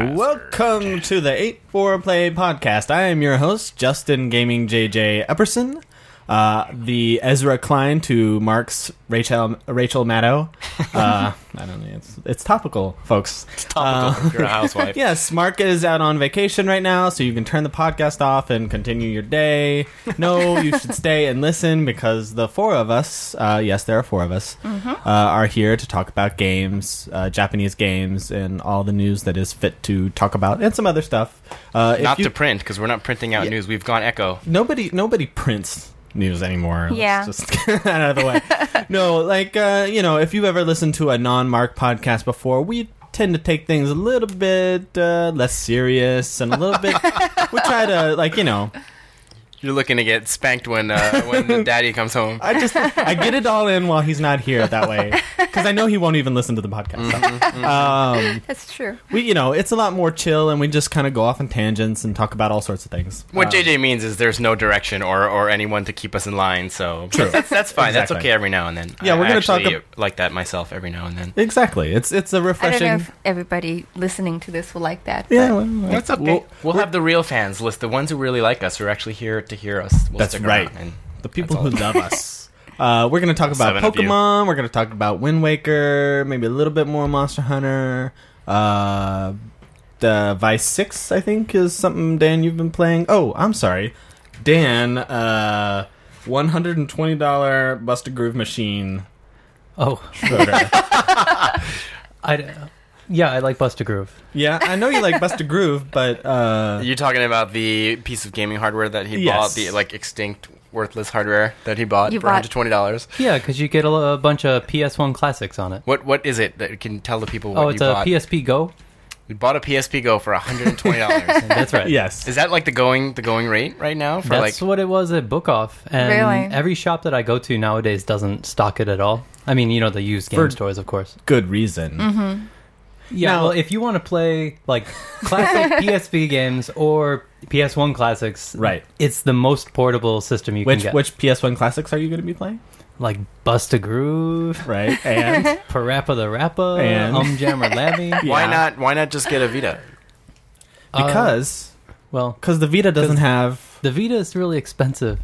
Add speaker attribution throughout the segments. Speaker 1: Welcome to the 8 4 Play Podcast. I am your host, Justin Gaming JJ Epperson, uh, the Ezra Klein to Mark's Rachel Rachel Maddow. Uh, I don't know, it's, it's topical, folks. Uh,
Speaker 2: Topical. You're a housewife.
Speaker 1: Yes, Mark is out on vacation right now, so you can turn the podcast off and continue your day. No, you should stay and listen because the four of us, uh, yes, there are four of us,
Speaker 2: Mm-hmm.
Speaker 1: uh, are here to talk about games, uh, Japanese games, and all the news that is fit to talk about, and some other stuff. Uh, if
Speaker 2: Not
Speaker 1: you-
Speaker 2: to print because we're not printing out news. We've gone echo.
Speaker 1: nobody nobody prints news anymore. Let's
Speaker 3: Yeah.
Speaker 1: just get that out of the way. no, like uh, you know, if you've ever listened to a non-mark podcast before, we tend to take things a little bit uh, less serious and a little bit. we try to like you know.
Speaker 2: You're looking to get spanked when uh, when the daddy comes home.
Speaker 1: I just I get it all in while he's not here that way because I know he won't even listen to the podcast. so. Um,
Speaker 3: That's true.
Speaker 1: we you know it's a lot more chill and we just kind of go off on tangents and talk about all sorts of things.
Speaker 2: What
Speaker 1: Uh,
Speaker 2: JJ means is there's no direction or, or anyone to keep us in line. So
Speaker 1: True.
Speaker 2: that's that's fine.
Speaker 1: Exactly.
Speaker 2: That's okay every now and then.
Speaker 1: Yeah,
Speaker 2: I-
Speaker 1: we're
Speaker 2: I
Speaker 1: gonna talk
Speaker 2: actually
Speaker 1: ab-
Speaker 2: like that myself every now and then.
Speaker 1: exactly. It's it's a
Speaker 3: I don't
Speaker 1: refreshing.
Speaker 3: know if everybody listening to this will like that.
Speaker 1: yeah,
Speaker 3: but-
Speaker 1: well,
Speaker 2: That's okay. We'll, we'll have the real fans list, the ones who really like us, who are actually here to hear us. We'll
Speaker 1: That's
Speaker 2: stick
Speaker 1: right.
Speaker 2: around And
Speaker 1: The people
Speaker 2: That's
Speaker 1: who love us. Uh, we're going to talk about
Speaker 2: Seven of you.
Speaker 1: Pokemon. We're going to talk about Wind Waker. Maybe a little bit more Monster Hunter. Uh, the Vice Six, I think, is something Dan you've been playing. Oh, I'm sorry, Dan. Uh, one hundred and twenty dollar Buster Groove machine.
Speaker 4: Oh,
Speaker 1: Rotor.
Speaker 4: I d- yeah, I like Busta Groove.
Speaker 1: yeah, I know you like Buster Groove, but uh,
Speaker 2: you're talking about the piece of gaming hardware that he
Speaker 1: Yes.
Speaker 2: bought, the like extinct, worthless hardware that he bought
Speaker 3: You
Speaker 2: for
Speaker 3: bought-
Speaker 2: 120 dollars.
Speaker 4: Yeah, because you get a, l- a bunch of PS1 classics on it.
Speaker 2: What what is it that can tell the people what
Speaker 4: oh,
Speaker 2: you
Speaker 4: it's a
Speaker 2: bought?
Speaker 4: PSP Go.
Speaker 2: We bought a PSP Go for $120.
Speaker 4: That's right.
Speaker 1: yes,
Speaker 2: Is that like the going the going rate right now for
Speaker 4: That's
Speaker 2: like
Speaker 4: what it was at Book Off, and
Speaker 3: Really?
Speaker 4: every shop that I go to nowadays doesn't stock it at all. I mean, you know the used game
Speaker 1: For-
Speaker 4: stores, of course.
Speaker 1: good reason.
Speaker 4: Yeah.
Speaker 1: Now-
Speaker 4: well, if you want to play like classic PSP games or PS1 classics,
Speaker 1: Right.
Speaker 4: It's the most portable system you
Speaker 1: Which
Speaker 4: can get.
Speaker 1: which PS1 classics are you going to be playing?
Speaker 4: like Busta Groove,
Speaker 1: Right, and
Speaker 4: Parappa the Rappa,
Speaker 1: And-
Speaker 4: Um Jammer Labby.
Speaker 2: why
Speaker 1: yeah.
Speaker 2: not why not just get a Vita?
Speaker 4: Uh,
Speaker 1: because.
Speaker 4: well,
Speaker 1: Because the Vita doesn't have
Speaker 4: the Vita is really expensive.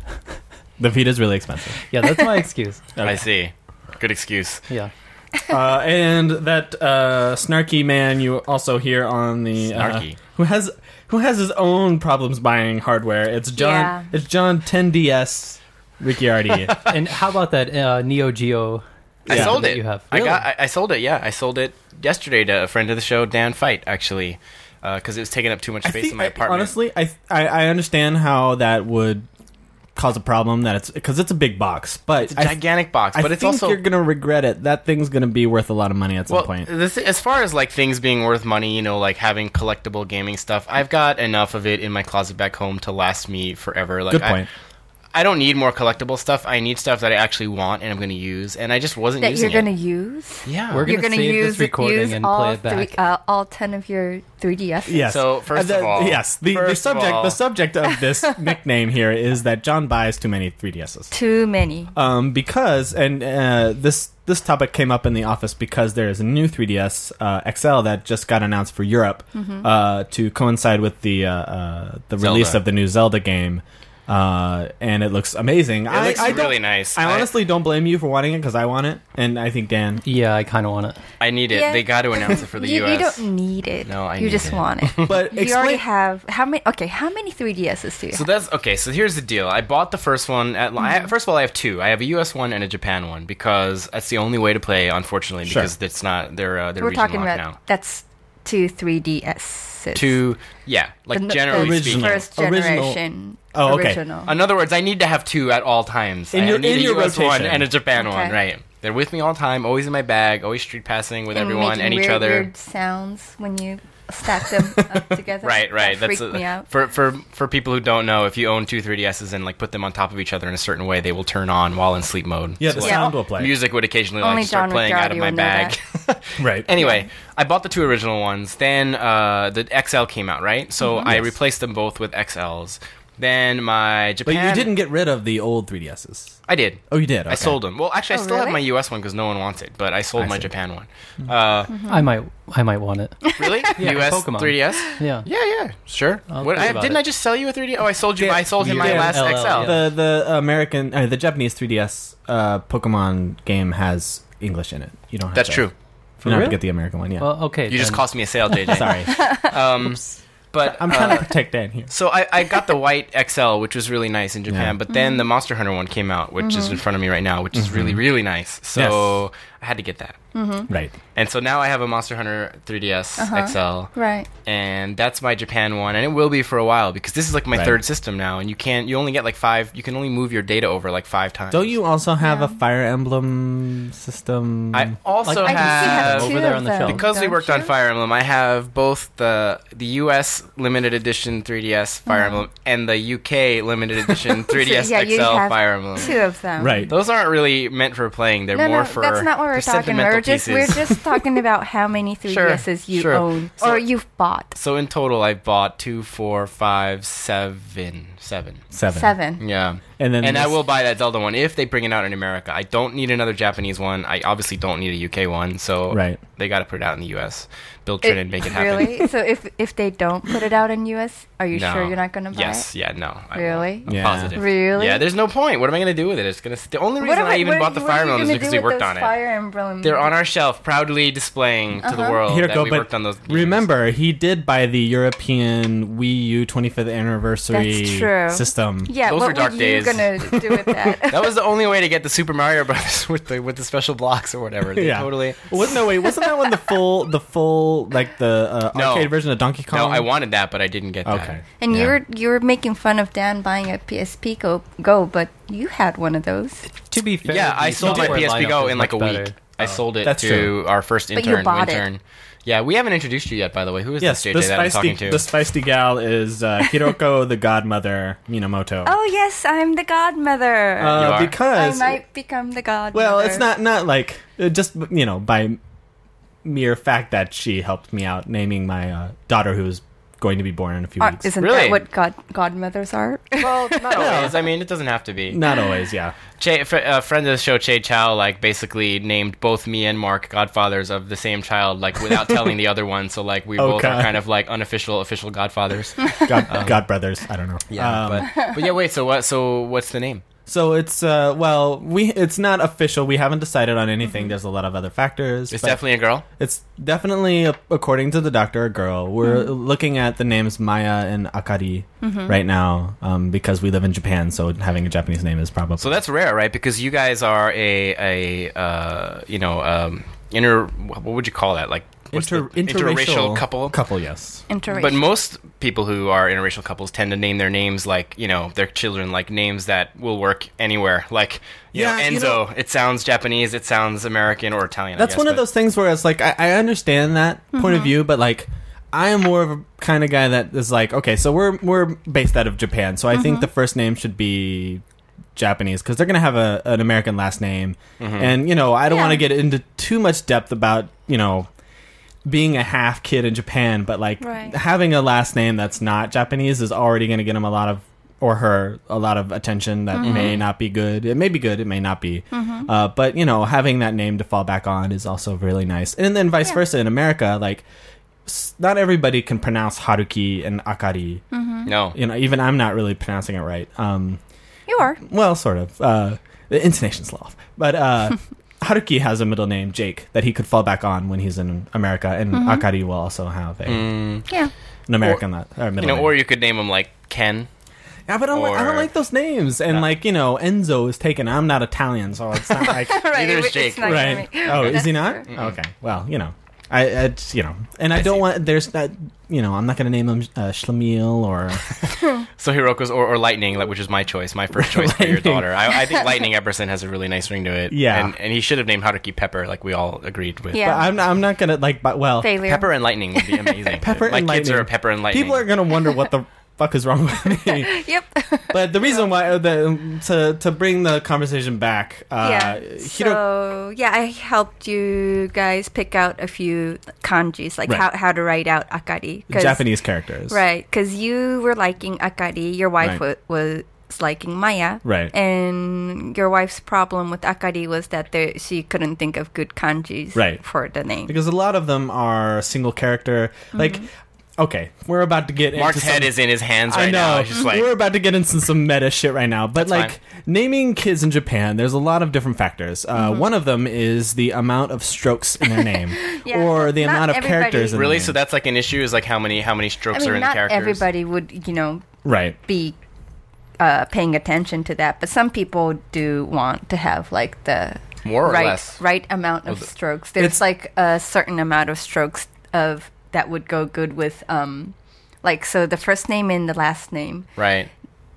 Speaker 1: the Vita's really expensive,
Speaker 4: Yeah, that's my excuse.
Speaker 2: I see. Good excuse.
Speaker 4: Yeah.
Speaker 1: uh, and that uh, snarky man you also hear on the uh,
Speaker 2: Snarky.
Speaker 1: who has who has his own problems buying hardware. It's John.
Speaker 3: Yeah.
Speaker 1: It's John 10ds Ricciardi.
Speaker 4: And how about that uh, Neo Geo?
Speaker 2: I
Speaker 1: Yeah.
Speaker 2: sold
Speaker 4: that
Speaker 2: it.
Speaker 4: you have.
Speaker 2: I got
Speaker 4: Really?
Speaker 2: I, I sold it. Yeah, I sold it yesterday to a friend of the show, Dan Fight, actually, because it was taking up too much
Speaker 1: I
Speaker 2: space
Speaker 1: think-
Speaker 2: in my apartment.
Speaker 1: honestly, I, I I understand how that would cause a problem. That it's because it's a big box, but
Speaker 2: it's a
Speaker 1: I-
Speaker 2: gigantic box,
Speaker 1: I
Speaker 2: but it's
Speaker 1: think
Speaker 2: also
Speaker 1: you're gonna regret it. That thing's gonna be worth a lot of money at some
Speaker 2: well,
Speaker 1: point.
Speaker 2: this as far as like things being worth money, you know, like having collectible gaming stuff. I've got enough of it in my closet back home to last me forever. Like
Speaker 1: Good
Speaker 2: I-
Speaker 1: point.
Speaker 2: I don't need more collectible stuff. I need stuff that I actually want and I'm going to use, and I just wasn't
Speaker 3: That
Speaker 2: using
Speaker 3: you're going to
Speaker 2: it.
Speaker 3: use.
Speaker 2: Yeah,
Speaker 4: We're
Speaker 3: You're
Speaker 4: gonna
Speaker 3: going to
Speaker 4: save this
Speaker 3: use
Speaker 4: recording
Speaker 3: use
Speaker 4: and
Speaker 3: all
Speaker 4: play it back.
Speaker 3: Three, uh, all ten of your 3DS.
Speaker 1: Yes. Uh,
Speaker 2: So, first
Speaker 1: the-
Speaker 2: of all-
Speaker 1: yes, the, the
Speaker 2: first of
Speaker 1: subject
Speaker 2: all-
Speaker 1: the subject of this nickname here is that John buys too many 3DSs.
Speaker 3: Too many.
Speaker 2: Oh,
Speaker 1: Um, because and uh, this this topic came up in the office because there is a new 3DS uh, XL that just got announced for Europe uh, to coincide with the uh, uh, the
Speaker 2: Mm-hmm. Zelda.
Speaker 1: release of the new Zelda game. Uh, and it looks amazing.
Speaker 2: It
Speaker 1: I,
Speaker 2: looks
Speaker 1: I don't-
Speaker 2: really nice.
Speaker 1: I honestly don't blame you for wanting it because I want it, and I think Dan.
Speaker 4: Yeah, I kind of want it.
Speaker 2: I need it.
Speaker 3: Yeah.
Speaker 2: They got to announce it for the
Speaker 3: you, you
Speaker 2: U.S.
Speaker 3: don't need it.
Speaker 2: No, I
Speaker 3: You
Speaker 2: need
Speaker 3: just
Speaker 2: it.
Speaker 3: want it.
Speaker 1: But
Speaker 3: you already
Speaker 1: explain.
Speaker 3: have how many? Okay, how many 3DSs do you
Speaker 2: so
Speaker 3: have?
Speaker 2: that's okay. So here's the deal. I bought the first one at.
Speaker 3: Mm-hmm.
Speaker 2: I, first of all, I have two. I have a U.S. one and a Japan one because that's the only way to play. Unfortunately,
Speaker 1: Sure.
Speaker 2: because it's not they're uh, they're
Speaker 3: We're
Speaker 2: region
Speaker 3: talking about
Speaker 2: locked now.
Speaker 3: that's two 3DSs.
Speaker 2: Two, yeah, like
Speaker 3: The n-
Speaker 2: generally
Speaker 3: the
Speaker 2: speaking.
Speaker 1: Original.
Speaker 3: first
Speaker 1: Original.
Speaker 3: generation.
Speaker 1: Oh, okay.
Speaker 3: Original.
Speaker 2: In other words, I need to have two at all times.
Speaker 1: In
Speaker 2: I
Speaker 1: your-
Speaker 2: need
Speaker 1: in
Speaker 2: a
Speaker 1: your
Speaker 2: US one
Speaker 1: rotation.
Speaker 2: and a Japan one,
Speaker 3: Okay.
Speaker 2: right? They're with me all the time, always in my bag, always street passing with
Speaker 3: and
Speaker 2: everyone
Speaker 3: making
Speaker 2: and each
Speaker 3: weird,
Speaker 2: other.
Speaker 3: Weird sounds when you stack them up together.
Speaker 2: Right, right.
Speaker 3: That
Speaker 2: That's
Speaker 3: freaked
Speaker 2: a-
Speaker 3: me out.
Speaker 2: for for for people who don't know. If you own two 3ds's and like put them on top of each other in a certain way, they will turn on while in sleep mode.
Speaker 1: Yeah, the
Speaker 2: So,
Speaker 3: Yeah.
Speaker 1: sound will play.
Speaker 2: music would occasionally
Speaker 3: Only
Speaker 2: like start
Speaker 3: John
Speaker 2: playing out of
Speaker 3: Ricciardi
Speaker 2: my
Speaker 3: would know
Speaker 2: bag.
Speaker 1: Right.
Speaker 2: anyway, I bought the two
Speaker 3: Mm-hmm.
Speaker 2: original ones. Then uh, the XL came out, right? So I replaced them both with XLs. Then my
Speaker 1: But
Speaker 2: Japan.
Speaker 1: you didn't get rid of the old 3DSs.
Speaker 2: I did.
Speaker 1: Oh, you did.
Speaker 2: I sold them. Well, actually, I
Speaker 3: Oh,
Speaker 2: still have
Speaker 3: really?
Speaker 2: my U.S. one because no one wants it, but I sold
Speaker 1: I
Speaker 2: my
Speaker 1: see. Mm-hmm.
Speaker 2: Japan one. Uh,
Speaker 3: Mm-hmm.
Speaker 4: I might, I might want it.
Speaker 2: really?
Speaker 4: Yeah,
Speaker 2: U.S.
Speaker 4: Pokemon.
Speaker 2: 3DS?
Speaker 4: Yeah.
Speaker 2: Yeah, yeah, sure.
Speaker 4: I'll
Speaker 2: What,
Speaker 4: think
Speaker 2: I,
Speaker 4: about
Speaker 2: didn't
Speaker 4: it.
Speaker 2: I just sell you a 3D? Oh, I sold you. I sold him
Speaker 1: you
Speaker 2: my
Speaker 1: did.
Speaker 2: last
Speaker 4: LL,
Speaker 2: XL.
Speaker 1: The the American or the Japanese 3DS uh, Pokemon game has English in it. You don't. Have
Speaker 2: That's
Speaker 1: to,
Speaker 2: true.
Speaker 1: You don't have
Speaker 4: real?
Speaker 1: to get the American one. Yeah.
Speaker 4: Well, okay.
Speaker 2: You just
Speaker 4: then.
Speaker 2: cost me a sale, JJ.
Speaker 1: Sorry,
Speaker 2: Um, but
Speaker 1: I'm trying
Speaker 2: uh,
Speaker 1: to protect Dan here.
Speaker 2: So I, I got the white XL, which was really nice in Japan.
Speaker 1: Yeah.
Speaker 2: But
Speaker 4: Mm-hmm.
Speaker 2: then the Monster Hunter one came out, which is in front of me right now, which is really
Speaker 1: Mm-hmm.
Speaker 2: really nice. So I had to get that.
Speaker 3: Mm-hmm.
Speaker 1: Right.
Speaker 2: And so now I have a Monster Hunter 3DS
Speaker 4: Uh-huh.
Speaker 2: XL,
Speaker 3: Right.
Speaker 2: and that's my Japan one, and it will be for a while because this is like my
Speaker 1: Right.
Speaker 2: third system now, and you can't you only get like five you can only move your data over like five times.
Speaker 1: Don't you also have
Speaker 3: Yeah.
Speaker 1: a Fire Emblem system?
Speaker 2: I also
Speaker 4: I
Speaker 3: I think you
Speaker 2: have
Speaker 3: have
Speaker 4: over
Speaker 3: two
Speaker 4: there
Speaker 3: of
Speaker 4: on the
Speaker 3: them,
Speaker 4: shelf.
Speaker 2: because we
Speaker 3: don't
Speaker 2: worked on
Speaker 3: you?
Speaker 2: Fire Emblem, I have both the the US limited edition 3DS Fire Emblem and the UK limited edition 3DS
Speaker 3: Uh-huh. yeah, you
Speaker 2: XL
Speaker 3: have
Speaker 2: Fire Emblem.
Speaker 3: Two of them.
Speaker 1: right.
Speaker 2: Those aren't really meant for playing. They're
Speaker 3: No,
Speaker 2: more
Speaker 3: no,
Speaker 2: for
Speaker 3: that's not what we're
Speaker 2: they're
Speaker 3: talking about. We're
Speaker 2: sentimental
Speaker 3: just we're
Speaker 2: pieces.
Speaker 3: just talking about how many 3DSs you
Speaker 2: sure.
Speaker 3: own
Speaker 2: So-
Speaker 3: or you've bought.
Speaker 2: so in total, I bought two, four, five, seven, seven.
Speaker 1: Seven.
Speaker 3: Seven.
Speaker 2: Yeah,
Speaker 1: And then
Speaker 2: and I
Speaker 1: this-
Speaker 2: will buy that Zelda one if they bring it out in America. I don't need another Japanese one. I obviously don't need a UK one. So
Speaker 1: Right.
Speaker 2: they got to put it out in the US. Build it, and make it happen.
Speaker 3: Really? so if if they don't put it out in US, are you
Speaker 2: No.
Speaker 3: sure you're not going to buy
Speaker 2: Yes. Yeah. No. I won't.
Speaker 3: Really?
Speaker 2: I'm
Speaker 1: Yeah.
Speaker 2: Positive.
Speaker 3: Really?
Speaker 2: Yeah. There's no point. What am I going to do with it? It's going to. The only
Speaker 3: it?
Speaker 2: reason
Speaker 3: am
Speaker 2: I even
Speaker 3: what-
Speaker 2: bought the
Speaker 3: what are
Speaker 2: Fire
Speaker 3: you
Speaker 2: Emblem is
Speaker 3: gonna
Speaker 2: because
Speaker 3: do
Speaker 2: we
Speaker 3: with
Speaker 2: worked
Speaker 3: those
Speaker 2: on it.
Speaker 3: Fire Emblem.
Speaker 2: They're on our shelf, proudly displaying to the
Speaker 3: Uh-huh.
Speaker 2: world
Speaker 1: Here
Speaker 2: that
Speaker 1: go,
Speaker 2: we
Speaker 1: but
Speaker 2: worked on those. games.
Speaker 1: remember he did buy the European Wii U 25th anniversary
Speaker 3: That's true.
Speaker 1: system.
Speaker 3: Yeah,
Speaker 2: Those
Speaker 3: what
Speaker 2: were dark
Speaker 3: were
Speaker 2: days.
Speaker 3: you going to do with that?
Speaker 2: That was the only way to get the Super Mario Brothers with the with the special blocks or whatever. They
Speaker 1: Yeah.
Speaker 2: Totally.
Speaker 1: Wasn't no wait? Wasn't that one the full the full like the uh,
Speaker 2: No.
Speaker 1: arcade version of Donkey Kong?
Speaker 2: No, I wanted that, but I didn't get that.
Speaker 1: Okay.
Speaker 3: And
Speaker 1: Yeah.
Speaker 3: you were you were making fun of Dan buying a PSP Go, Go but you had one of those.
Speaker 4: To be fair,
Speaker 2: Yeah, I
Speaker 4: the
Speaker 2: sold my
Speaker 4: software
Speaker 2: PSP
Speaker 4: lineup
Speaker 2: Go
Speaker 4: is
Speaker 2: in like a
Speaker 4: much
Speaker 2: week.
Speaker 4: better.
Speaker 2: I sold it
Speaker 1: That's
Speaker 2: to
Speaker 1: true.
Speaker 2: our first
Speaker 3: But
Speaker 2: intern,
Speaker 3: you bought it.
Speaker 2: intern. Yeah, we haven't introduced you yet, by the way. Who is
Speaker 1: Yes,
Speaker 2: this
Speaker 1: the
Speaker 2: JJ that I'm talking
Speaker 1: feisty
Speaker 2: to?
Speaker 1: the feisty gal is uh, Hiroko the godmother Minamoto.
Speaker 3: Oh yes, I'm the godmother.
Speaker 2: You
Speaker 1: uh,
Speaker 2: are.
Speaker 3: I
Speaker 1: because
Speaker 3: might become the godmother.
Speaker 1: well, it's not not like uh, just you know by mere fact that she helped me out naming my uh, daughter who is going to be born in a few
Speaker 3: Aren't-
Speaker 1: weeks.
Speaker 3: isn't
Speaker 2: Really?
Speaker 3: that what god godmothers are?
Speaker 2: well, not always. I mean, it doesn't have to be.
Speaker 1: Not always, yeah.
Speaker 2: Che, fr- a friend of the show, Che Chow, like basically named both me and Mark godfathers of the same child, like without telling the other one. So like we
Speaker 1: Oh,
Speaker 2: both are
Speaker 1: God.
Speaker 2: kind of like unofficial official godfathers.
Speaker 1: God, God brothers. I don't know. Um,
Speaker 2: but, but Um, yeah, wait. So what? So what's the name?
Speaker 1: So it's uh well we it's not official. We haven't decided on anything. There's a lot of other factors.
Speaker 2: Mm-hmm. It's
Speaker 1: but
Speaker 2: definitely a girl.
Speaker 1: it's definitely a- according to the doctor a girl. We're looking at the names Maya and Akari right now um, because we live in Japan. So having a Japanese name is probably
Speaker 2: So that's rare, right? Because you guys are a a uh, you know um, inter what would you call that? Like what's
Speaker 1: Inter-
Speaker 2: the- interracial couple.
Speaker 1: Couple, yes.
Speaker 3: Interracial.
Speaker 2: But most people who are interracial couples tend to name their names like you know their children like names that will work anywhere. Like you know
Speaker 1: Yeah,
Speaker 2: Enzo.
Speaker 1: you know-
Speaker 2: it sounds Japanese. It sounds American or Italian. I
Speaker 1: That's
Speaker 2: guess,
Speaker 1: one of
Speaker 2: but-
Speaker 1: those things where it's like I, I understand that point of view, but like I am more of a kind of guy that is like, okay, so we're we're based out of Japan, so I think the first name should be Japanese because they're gonna have a, an American last name,
Speaker 2: Mm-hmm.
Speaker 1: and you know I don't
Speaker 3: Yeah.
Speaker 1: want to get into too much depth about you know being a half kid in Japan, but like
Speaker 3: Right.
Speaker 1: having a last name that's not Japanese is already going to get him a lot of or her a lot of attention that
Speaker 3: Mm-hmm.
Speaker 1: may not be good. It may be good, it may not be. Uh, but you know, having that name to fall back on is also really nice. And then vice
Speaker 3: Yeah.
Speaker 1: versa in America, like s- not everybody can pronounce Haruki and Akari.
Speaker 3: Mm.
Speaker 2: No,
Speaker 1: You know, even I'm not really pronouncing it right. Um,
Speaker 3: you are.
Speaker 1: well, sort of. Uh, the intonation's a little off. But uh, Haruki has a middle name, Jake, that he could fall back on when he's in America, and Akari will also have a,
Speaker 3: Yeah.
Speaker 1: an American la- or middle
Speaker 2: you know,
Speaker 1: name.
Speaker 2: Mm. or you could name them like Ken.
Speaker 1: yeah, but I don't, like, I
Speaker 2: or-
Speaker 1: don't like those names. And,
Speaker 2: Yeah.
Speaker 1: like, you know, Enzo is taken. I'm not Italian, so it's not like.
Speaker 3: Right.
Speaker 2: Neither is
Speaker 3: it's
Speaker 2: Jake.
Speaker 3: not gonna
Speaker 1: right.
Speaker 3: be-
Speaker 1: Oh, is he not?
Speaker 3: That's
Speaker 1: Oh, okay. Well, you know. I, I just, you know, and I, don't
Speaker 2: see.
Speaker 1: want there's that you know I'm not gonna name him uh, Schlemiel or
Speaker 2: So Hiroko's or, or Lightning, like, which is my choice, my first choice for your
Speaker 1: Lightning.
Speaker 2: daughter. I, I think Lightning Epperson has a really nice ring to it.
Speaker 1: Yeah.
Speaker 2: and, and he should have named Haruki Pepper, like we all agreed with.
Speaker 3: Yeah.
Speaker 1: but I'm not, I'm not gonna like but well
Speaker 3: Failure.
Speaker 2: Pepper and Lightning would be amazing.
Speaker 1: Pepper
Speaker 2: my
Speaker 1: and
Speaker 2: kids
Speaker 1: Lightning.
Speaker 2: are a Pepper and Lightning.
Speaker 1: people are gonna wonder what the fuck is wrong with me
Speaker 3: Yep.
Speaker 1: but the reason why uh, the, to to bring the conversation back, uh,
Speaker 3: yeah.
Speaker 1: Hiro-
Speaker 3: So yeah, I helped you guys pick out a few kanjis, like
Speaker 1: Right.
Speaker 3: how, how to write out akari. 'cause-
Speaker 1: Japanese characters,
Speaker 3: Right, because you were liking akari, your wife
Speaker 1: Right.
Speaker 3: wa- was liking Maya.
Speaker 1: Right.
Speaker 3: And your wife's problem with akari was that there, she couldn't think of good kanjis
Speaker 1: Right.
Speaker 3: for the name.
Speaker 1: Because a lot of them are single character. Like,
Speaker 3: Mm-hmm.
Speaker 1: okay, we're about to get
Speaker 2: Mark's
Speaker 1: into
Speaker 2: head
Speaker 1: some-
Speaker 2: is in his hands
Speaker 1: I
Speaker 2: right now.
Speaker 1: know.
Speaker 2: It's just like
Speaker 1: We're about to get into some meta shit right now, but like
Speaker 2: fine.
Speaker 1: naming kids in Japan, there's a lot of different factors. Uh,
Speaker 3: Mm-hmm.
Speaker 1: One of them is the amount of strokes in their name,
Speaker 3: Yeah,
Speaker 1: or the
Speaker 3: not
Speaker 1: amount of
Speaker 3: everybody-
Speaker 1: characters. In
Speaker 2: really.
Speaker 1: the
Speaker 2: So
Speaker 1: name.
Speaker 2: that's like an issue. Is like how many how many
Speaker 3: I
Speaker 2: strokes are in
Speaker 3: mean,
Speaker 2: the
Speaker 3: not
Speaker 2: characters.
Speaker 3: everybody would, you know,
Speaker 1: right.
Speaker 3: be uh, paying attention to that, but some people do want to have like the
Speaker 2: More or
Speaker 3: right
Speaker 2: less.
Speaker 3: right amount of strokes.
Speaker 1: it's-
Speaker 3: There's like a certain amount of strokes of that would go good with um like so the first name and the last name.
Speaker 2: Right.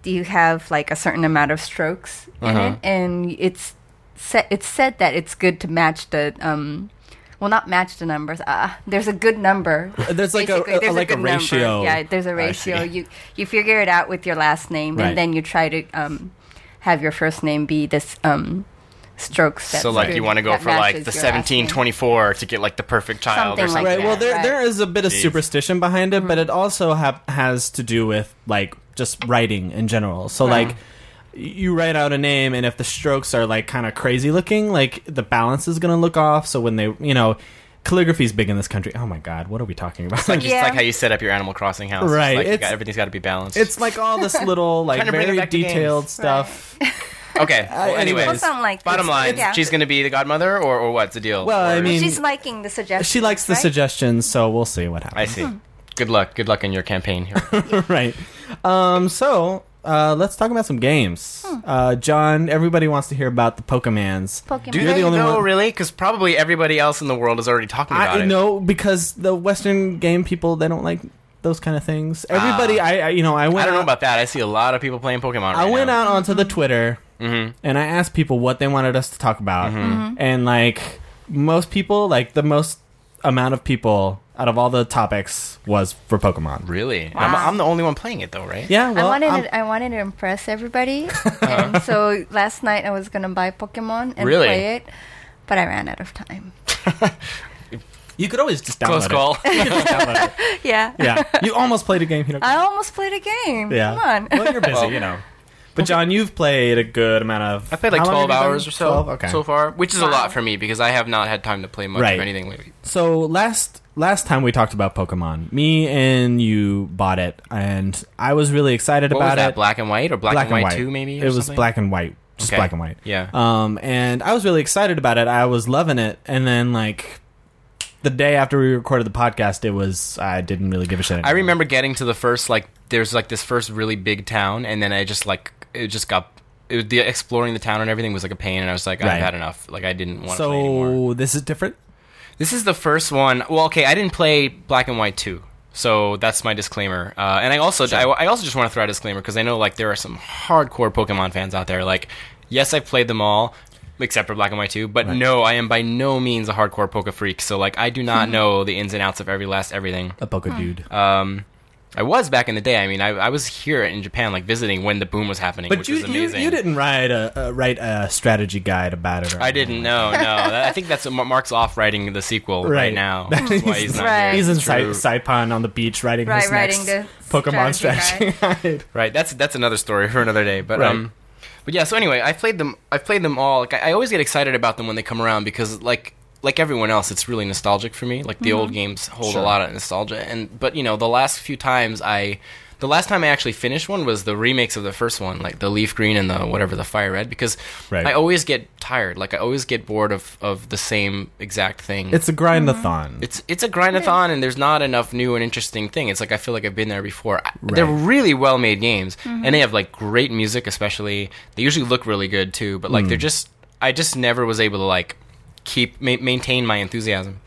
Speaker 3: Do you have like a certain amount of strokes
Speaker 2: Uh-huh.
Speaker 3: in it? And it's sa- it's said that it's good to match the um well not match the numbers. Ah, there's a good number
Speaker 1: There's like a,
Speaker 3: Basically,
Speaker 2: uh,
Speaker 1: a- like a,
Speaker 3: good number.
Speaker 1: ratio.
Speaker 3: Yeah, there's a ratio.
Speaker 2: see.
Speaker 3: You you figure it out with your last name,
Speaker 1: Right.
Speaker 3: and then you try to um, have your first name be this um, stroke step.
Speaker 2: So like you want to go for like the seventeen twenty four to get like the perfect child or
Speaker 3: Something
Speaker 2: something.
Speaker 3: like
Speaker 1: Right.
Speaker 3: that,
Speaker 1: well, there
Speaker 3: right.
Speaker 1: there is a bit of
Speaker 2: Jeez.
Speaker 1: superstition behind it, but
Speaker 2: Hmm.
Speaker 1: it also ha- has to do with like just writing in general. So like you write out a name and if the strokes are like kind of crazy looking, like the balance is going to look off, so when they, you know, calligraphy is big in this country. Oh my god, what are we talking about?
Speaker 2: Like just
Speaker 3: Yeah.
Speaker 2: like how you set up your Animal Crossing house. It's
Speaker 1: Right,
Speaker 2: Like you
Speaker 1: it's-
Speaker 2: got, everything's got to be balanced.
Speaker 1: it's like all this little like
Speaker 2: Trying to bring it
Speaker 1: very
Speaker 2: back to games.
Speaker 1: detailed stuff.
Speaker 2: okay. Well,
Speaker 1: anyways.
Speaker 2: anyways,
Speaker 1: Well,
Speaker 3: something like
Speaker 2: bottom
Speaker 3: this.
Speaker 2: line,
Speaker 3: Yeah.
Speaker 2: she's going to be the godmother, or, or what's the deal?
Speaker 1: Well, I
Speaker 2: Or-
Speaker 1: mean-
Speaker 3: She's liking the suggestion.
Speaker 1: She likes the suggestions, so we'll see what
Speaker 2: I
Speaker 1: happens.
Speaker 2: see. Good luck. Good luck in your campaign here.
Speaker 1: right. Um so uh, let's talk about some games.
Speaker 2: Hmm.
Speaker 1: Uh, John, everybody wants to hear about the Pokemans.
Speaker 3: Pokemon.
Speaker 2: Do
Speaker 1: You're the
Speaker 2: they
Speaker 1: only
Speaker 2: know
Speaker 1: one-
Speaker 2: really? Because probably everybody else in the world is already talking about
Speaker 1: I
Speaker 2: it.
Speaker 1: no, because the Western game people they don't like those kind of things. Everybody, I, I you know I went.
Speaker 2: Ah. I don't know
Speaker 1: out-
Speaker 2: about that. I see a lot of people playing Pokemon.
Speaker 1: I
Speaker 2: right
Speaker 1: went
Speaker 2: now. Mm-hmm.
Speaker 1: out onto
Speaker 3: Mm-hmm.
Speaker 1: the Twitter and I asked people what they wanted us to talk about,
Speaker 3: Mm-hmm.
Speaker 1: and like most people, like the most amount of people out of all the topics was for Pokemon.
Speaker 2: Really? I'm, I'm the only one playing it though, right?
Speaker 1: Yeah, well,
Speaker 3: I wanted
Speaker 2: um,
Speaker 1: I'm-
Speaker 3: to, I wanted to impress everybody, and so last night I was gonna buy Pokemon and
Speaker 2: Uh-huh. Really?
Speaker 3: play it, but I ran out of time.
Speaker 1: you could always just download
Speaker 2: Close
Speaker 1: it.
Speaker 2: call.
Speaker 1: You could just download it.
Speaker 3: Yeah.
Speaker 1: Yeah, you almost played a game. You know,
Speaker 3: I almost played a game.
Speaker 1: yeah.
Speaker 3: Uh, Come on.
Speaker 1: Well, you're busy,
Speaker 2: Well-
Speaker 1: you know. But John, you've played a good amount of.
Speaker 2: I played like
Speaker 1: how long
Speaker 2: 12
Speaker 1: have you
Speaker 2: hours
Speaker 1: done?
Speaker 2: or so
Speaker 1: 12? Okay.
Speaker 2: so far, which is a
Speaker 3: Wow.
Speaker 2: lot for me because I have not had time to play much
Speaker 1: Right.
Speaker 2: of anything lately.
Speaker 1: So last last time we talked about Pokemon, me and you bought it, and I was really excited
Speaker 2: What
Speaker 1: about
Speaker 2: was that?
Speaker 1: it.
Speaker 2: Black and white or black, and white, two maybe? or
Speaker 1: it was
Speaker 2: something?
Speaker 1: black and white, just
Speaker 2: Okay.
Speaker 1: black and white.
Speaker 2: Yeah.
Speaker 1: Um, and I was really excited about it. I was loving it, and then like the day after we recorded the podcast, it was I didn't really give a shit.
Speaker 2: I
Speaker 1: anymore.
Speaker 2: remember getting to the first like there's like this first really big town, and then I just like it just got it, the exploring the town and everything was like a pain, and I was like
Speaker 1: Right.
Speaker 2: I've had enough. Like I didn't want to play anymore.
Speaker 1: So this is different.
Speaker 2: This is the first one. Well, okay, I didn't play Black and White two. So that's my disclaimer, uh, and I also I, I also just want to throw out a disclaimer because I know like there are some hardcore Pokemon fans out there. Like, yes, I've played them all except for Black and White two, but no, I am by no means a hardcore Poke freak. So like, I do not
Speaker 1: Hmm.
Speaker 2: know the ins and outs of every last everything.
Speaker 1: A Poke dude.
Speaker 2: Um, I was back in the day. I mean, I, I was here in Japan, like visiting when the boom was happening,
Speaker 1: but
Speaker 2: which
Speaker 1: you,
Speaker 2: was
Speaker 1: you
Speaker 2: amazing.
Speaker 1: you didn't write a uh, write a strategy guide about it. Or
Speaker 2: I didn't know. No, That- I think that's what Mar- Mark's off writing the sequel right, now. That's why he's not
Speaker 3: Right.
Speaker 2: here.
Speaker 1: He's in
Speaker 2: True.
Speaker 1: Sai- Saipan on the beach writing
Speaker 3: Right,
Speaker 1: his next
Speaker 3: writing the
Speaker 1: Pokemon strategy
Speaker 3: strategy
Speaker 1: guide.
Speaker 2: Right. That's that's another story for another day. But
Speaker 1: Right.
Speaker 2: um, but yeah. So anyway, I played them. I played them all. Like I, I always get excited about them when they come around because like like everyone else, it's really nostalgic for me. Like the old games hold
Speaker 1: Mm-hmm. Sure.
Speaker 2: a lot of nostalgia. And but you know the last few times I. The last time I actually finished one was the remakes of the first one, like the leaf green and the whatever the fire red, because
Speaker 1: Right.
Speaker 2: I always get tired. Like I always get bored of, of the same exact thing
Speaker 1: It's a
Speaker 3: Mm-hmm.
Speaker 1: grindathon.
Speaker 2: it's it's a grindathon and there's not enough new and interesting thing it's like i feel like i've been there before I- they're really well made games and they have like great music especially they usually look really good too but like they're
Speaker 1: Mm.
Speaker 2: just i just never was able to like keep ma- maintain my enthusiasm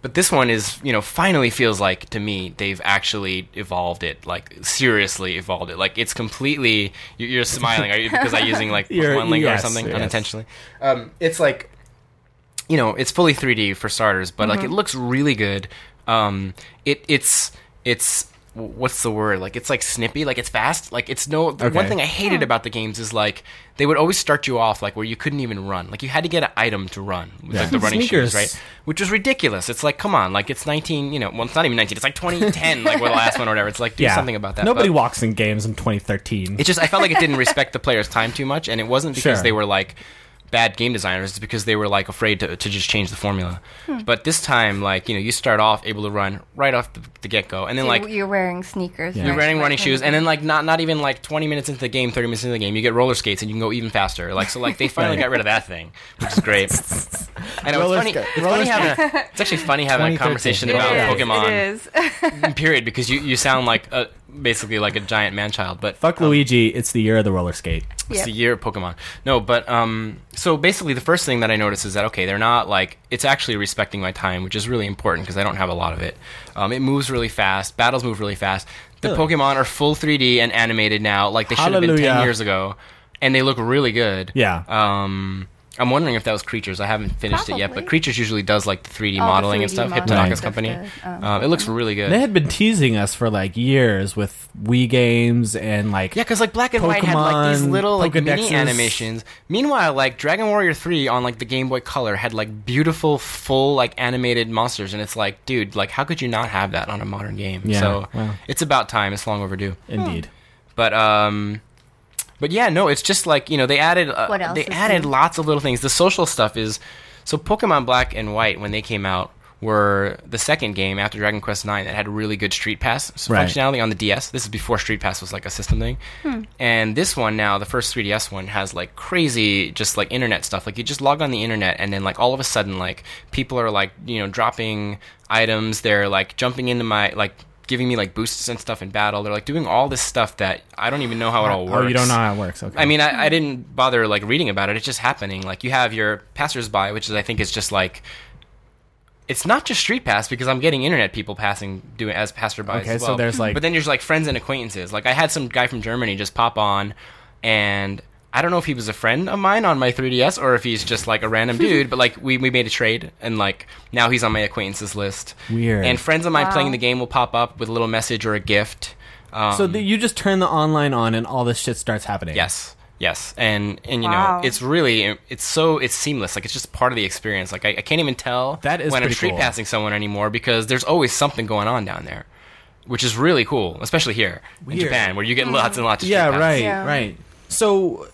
Speaker 2: but this one is you know finally feels like to me they've actually evolved it like seriously evolved it like it's completely you- you're smiling are you because i'm using like
Speaker 1: You're-
Speaker 2: one lingo
Speaker 1: yes,
Speaker 2: or something
Speaker 1: yes.
Speaker 2: unintentionally um, it's like you know, it's fully 3D for starters, but like it looks really good. Um, it it's it's w- what's the word? Like it's like snippy, like it's fast. Like it's no the one
Speaker 1: Okay.
Speaker 2: thing I hated about the games is like they would always start you off like where you couldn't even run. Like you had to get an item to run with like the running
Speaker 1: Sneakers.
Speaker 2: shoes, right? Which was ridiculous. It's like come on, like it's 19, you know, well it's not even 19. It's like 2010 like with the last one or whatever. It's like do something about that.
Speaker 1: Nobody
Speaker 2: But-
Speaker 1: walks in games in 2013.
Speaker 2: it just I felt like it didn't respect the player's time too much, and it wasn't because
Speaker 1: Sure.
Speaker 2: they were like bad game designers. It's because they were like afraid to, to just change the formula.
Speaker 3: Hmm.
Speaker 2: But this time, like you know, you start off able to run right off the, the get go, and then like
Speaker 3: you're wearing sneakers.
Speaker 1: Yeah.
Speaker 2: you're
Speaker 3: right?
Speaker 2: wearing
Speaker 3: Like,
Speaker 2: running shoes,
Speaker 3: mm.
Speaker 2: and then like not not even like 20 minutes into the game, 30 minutes into the game, you get roller skates and you can go even faster. Like so, like they finally
Speaker 1: Right.
Speaker 2: got rid of that thing, which is great. I know
Speaker 1: Roller
Speaker 2: it's funny.
Speaker 1: skate-
Speaker 2: It's,
Speaker 1: roller
Speaker 2: funny having a, it's actually funny having a
Speaker 4: 2013.
Speaker 2: conversation
Speaker 4: It
Speaker 2: about
Speaker 3: It is,
Speaker 2: Pokemon.
Speaker 3: It is.
Speaker 2: Period, because you, you sound like a, basically like a giant man child, but
Speaker 1: Fuck Luigi. It's the year of the roller skate.
Speaker 2: It's the
Speaker 3: Yep.
Speaker 2: year of Pokemon. No, but um, so basically, the first thing that I noticed is that okay, they're not like it's actually respecting my time, which is really important because I don't have a lot of it. Um, it moves really fast. Battles move really fast. The
Speaker 1: Really?
Speaker 2: Pokemon are full 3D and animated now, like they should have been ten
Speaker 1: Hallelujah.
Speaker 2: years ago, and they look really good.
Speaker 1: Yeah.
Speaker 2: Um, I'm wondering if that was Creatures. I haven't finished it yet, but
Speaker 3: Probably.
Speaker 2: Creatures usually does like the 3D
Speaker 3: All the
Speaker 2: modeling and
Speaker 3: 3D
Speaker 2: stuff.
Speaker 3: models
Speaker 2: Hypnotika's
Speaker 1: of
Speaker 2: company.
Speaker 3: the, um,
Speaker 2: um, it looks really good.
Speaker 1: They had been teasing us for like years with Wii games and like
Speaker 2: Yeah, because like black and white had like these
Speaker 1: Pokemon,
Speaker 2: little like mini
Speaker 1: Pokedexes.
Speaker 2: animations. Meanwhile, like Dragon Warrior Three on like the Game Boy Color had like beautiful full like animated monsters, and it's like, dude, like how could you not have that on a modern game?
Speaker 1: Yeah,
Speaker 2: so
Speaker 1: wow.
Speaker 2: it's about time. It's long overdue.
Speaker 1: indeed.
Speaker 2: But um, but yeah, no, it's just like you know they added uh,
Speaker 3: What else
Speaker 2: they
Speaker 3: is
Speaker 2: added
Speaker 3: new?
Speaker 2: lots of little things. The social stuff is so Pokemon Black and White when they came out were the second game after Dragon Quest Nine that had really good Street Pass s-
Speaker 1: Right.
Speaker 2: functionality on the DS. This is before Street Pass was like a system thing, and this one now the first 3DS one has like crazy just like internet stuff. Like you just log on the internet and then like all of a sudden like people are like you know dropping items. They're like jumping into my like. Giving me like boosts and stuff in battle. They're like doing all this stuff that I don't even know how it all works.
Speaker 1: Oh, you don't know how it works. Okay.
Speaker 2: I mean, I, I didn't bother like reading about it. It's just happening. Like you have your passersby, which is I think is just like it's not just street pass because I'm getting internet people passing doing as passersby.
Speaker 1: Okay,
Speaker 2: as
Speaker 1: so
Speaker 2: well.
Speaker 1: there's, like-
Speaker 2: but then there's like friends and acquaintances. Like I had some guy from Germany just pop on, and I don't know if he was a friend of mine on my 3ds or if he's just like a random dude. But like we we made a trade, and like now he's on my acquaintances list.
Speaker 1: Weird.
Speaker 2: And friends of mine
Speaker 3: Wow.
Speaker 2: playing the game will pop up with a little message or a gift. Um,
Speaker 1: so the, you just turn the online on and all this shit starts happening.
Speaker 2: Yes. Yes. And and you
Speaker 3: Wow.
Speaker 2: know, it's really it's so it's seamless. Like it's just part of the experience. Like I, I can't even tell
Speaker 1: That is
Speaker 2: when I'm
Speaker 1: pretty
Speaker 2: street
Speaker 1: cool.
Speaker 2: passing someone anymore because there's always something going on down there. Which is really cool, especially here in
Speaker 1: Weird.
Speaker 2: Japan, where you get lots and lots of street
Speaker 1: Yeah.
Speaker 2: passes.
Speaker 1: Right.
Speaker 3: Yeah.
Speaker 1: Right. So,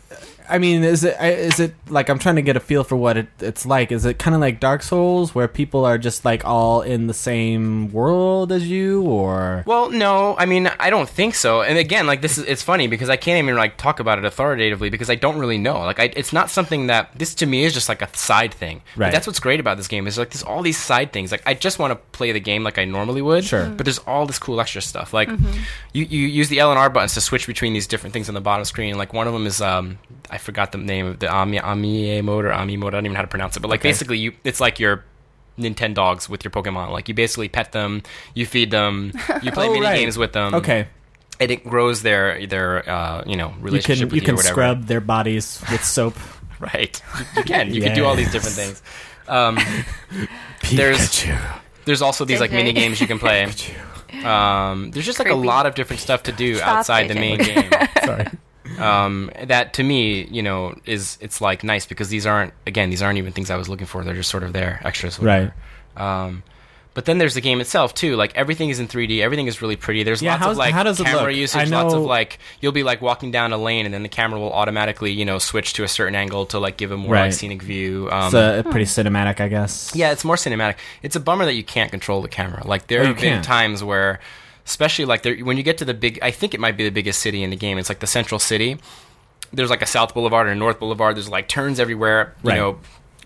Speaker 1: I mean, is it I- is it like I'm trying to get a feel for what it, it's like? Is it kind of like Dark Souls, where people are just like all in the same world as you, or
Speaker 2: Well, no, I mean, I don't think so. And again, like this is it's funny because I can't even like talk about it authoritatively because I don't really know. Like I, it's not something that this to me is just like a side thing. But
Speaker 1: Right.
Speaker 2: that's what's great about this game is like there's all these side things. Like I just want to play the game like I normally would.
Speaker 1: Sure.
Speaker 2: But there's all this cool extra stuff. Like you, you use the L and R buttons to switch between these different things on the bottom screen. Like one of them is um I forgot the name of the Ami Ami mode or Ami mode. I don't even know how to pronounce it. But like basically you it's like your Nintendo dogs with your Pokemon. Like you basically pet them, you feed them, you play
Speaker 1: Oh,
Speaker 2: mini
Speaker 1: right.
Speaker 2: games with them.
Speaker 1: okay,
Speaker 2: and it grows their their uh, you know
Speaker 1: you can
Speaker 2: relationship.
Speaker 1: you
Speaker 2: with
Speaker 1: can
Speaker 2: or whatever.
Speaker 1: scrub their bodies with soap.
Speaker 2: right? You, you can you can do all these different things. Um, There's-
Speaker 1: Pikachu.
Speaker 2: there's also these like
Speaker 3: JJ.
Speaker 2: mini games you can play. Um, there's just like a
Speaker 3: Creepy.
Speaker 2: lot of different stuff to do
Speaker 3: Stop,
Speaker 2: outside the
Speaker 3: JJ.
Speaker 2: main game.
Speaker 1: Sorry.
Speaker 2: Um, that to me, you know, is it's like nice because these aren't again these aren't even things I was looking for. They're just sort of there extras.
Speaker 1: Right.
Speaker 2: Um, but then there's the game itself too. Like everything is in 3D. Everything is really pretty. There's
Speaker 1: Yeah,
Speaker 2: lots of
Speaker 1: how's-
Speaker 2: like
Speaker 1: how does it
Speaker 2: camera
Speaker 1: look?
Speaker 2: usage.
Speaker 1: I
Speaker 2: Lots of
Speaker 1: know-
Speaker 2: like you'll be like walking down a lane, and then the camera will automatically you know switch to a certain angle to like give a more like
Speaker 1: Right.
Speaker 2: scenic view. Um,
Speaker 1: It's uh, pretty cinematic, I guess.
Speaker 2: yeah, it's more cinematic. It's a bummer that you can't control the camera. Like there
Speaker 1: Oh, you
Speaker 2: have been
Speaker 1: can't.
Speaker 2: times where, especially like there, when you get to the big, I think it might be the biggest city in the game. It's like the central city. There's like a South Boulevard and a North Boulevard. There's like turns everywhere. You
Speaker 1: Right.
Speaker 2: know,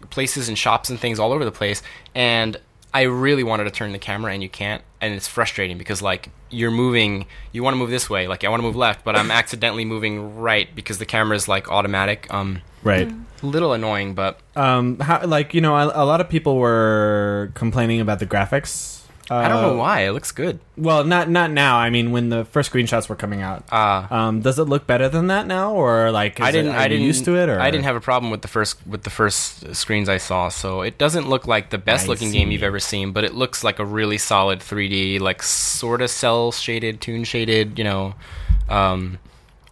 Speaker 2: places and shops and things all over the place. And I really wanted to turn the camera, and you can't. And it's frustrating because like you're moving, you want to move this way. Like I want to move left, but I'm accidentally moving right because the camera is like automatic. Um,
Speaker 1: Right.
Speaker 2: little annoying, but
Speaker 1: Um, how, like you know, a, a lot of people were complaining about the graphics.
Speaker 2: I don't know why. It looks good.
Speaker 1: Well, not not now. I mean, when the first screenshots were coming out,
Speaker 2: Ah.
Speaker 1: um, does it look better than that now, or like is
Speaker 2: I didn't.
Speaker 1: It, are
Speaker 2: I
Speaker 1: you
Speaker 2: didn't
Speaker 1: used to it, or
Speaker 2: I didn't have a problem with the first with the first screens I saw. So it doesn't look like the best
Speaker 1: I
Speaker 2: looking
Speaker 1: see.
Speaker 2: game you've ever seen, but it looks like a really solid 3D, like sort of cell shaded, tune shaded, you know, um,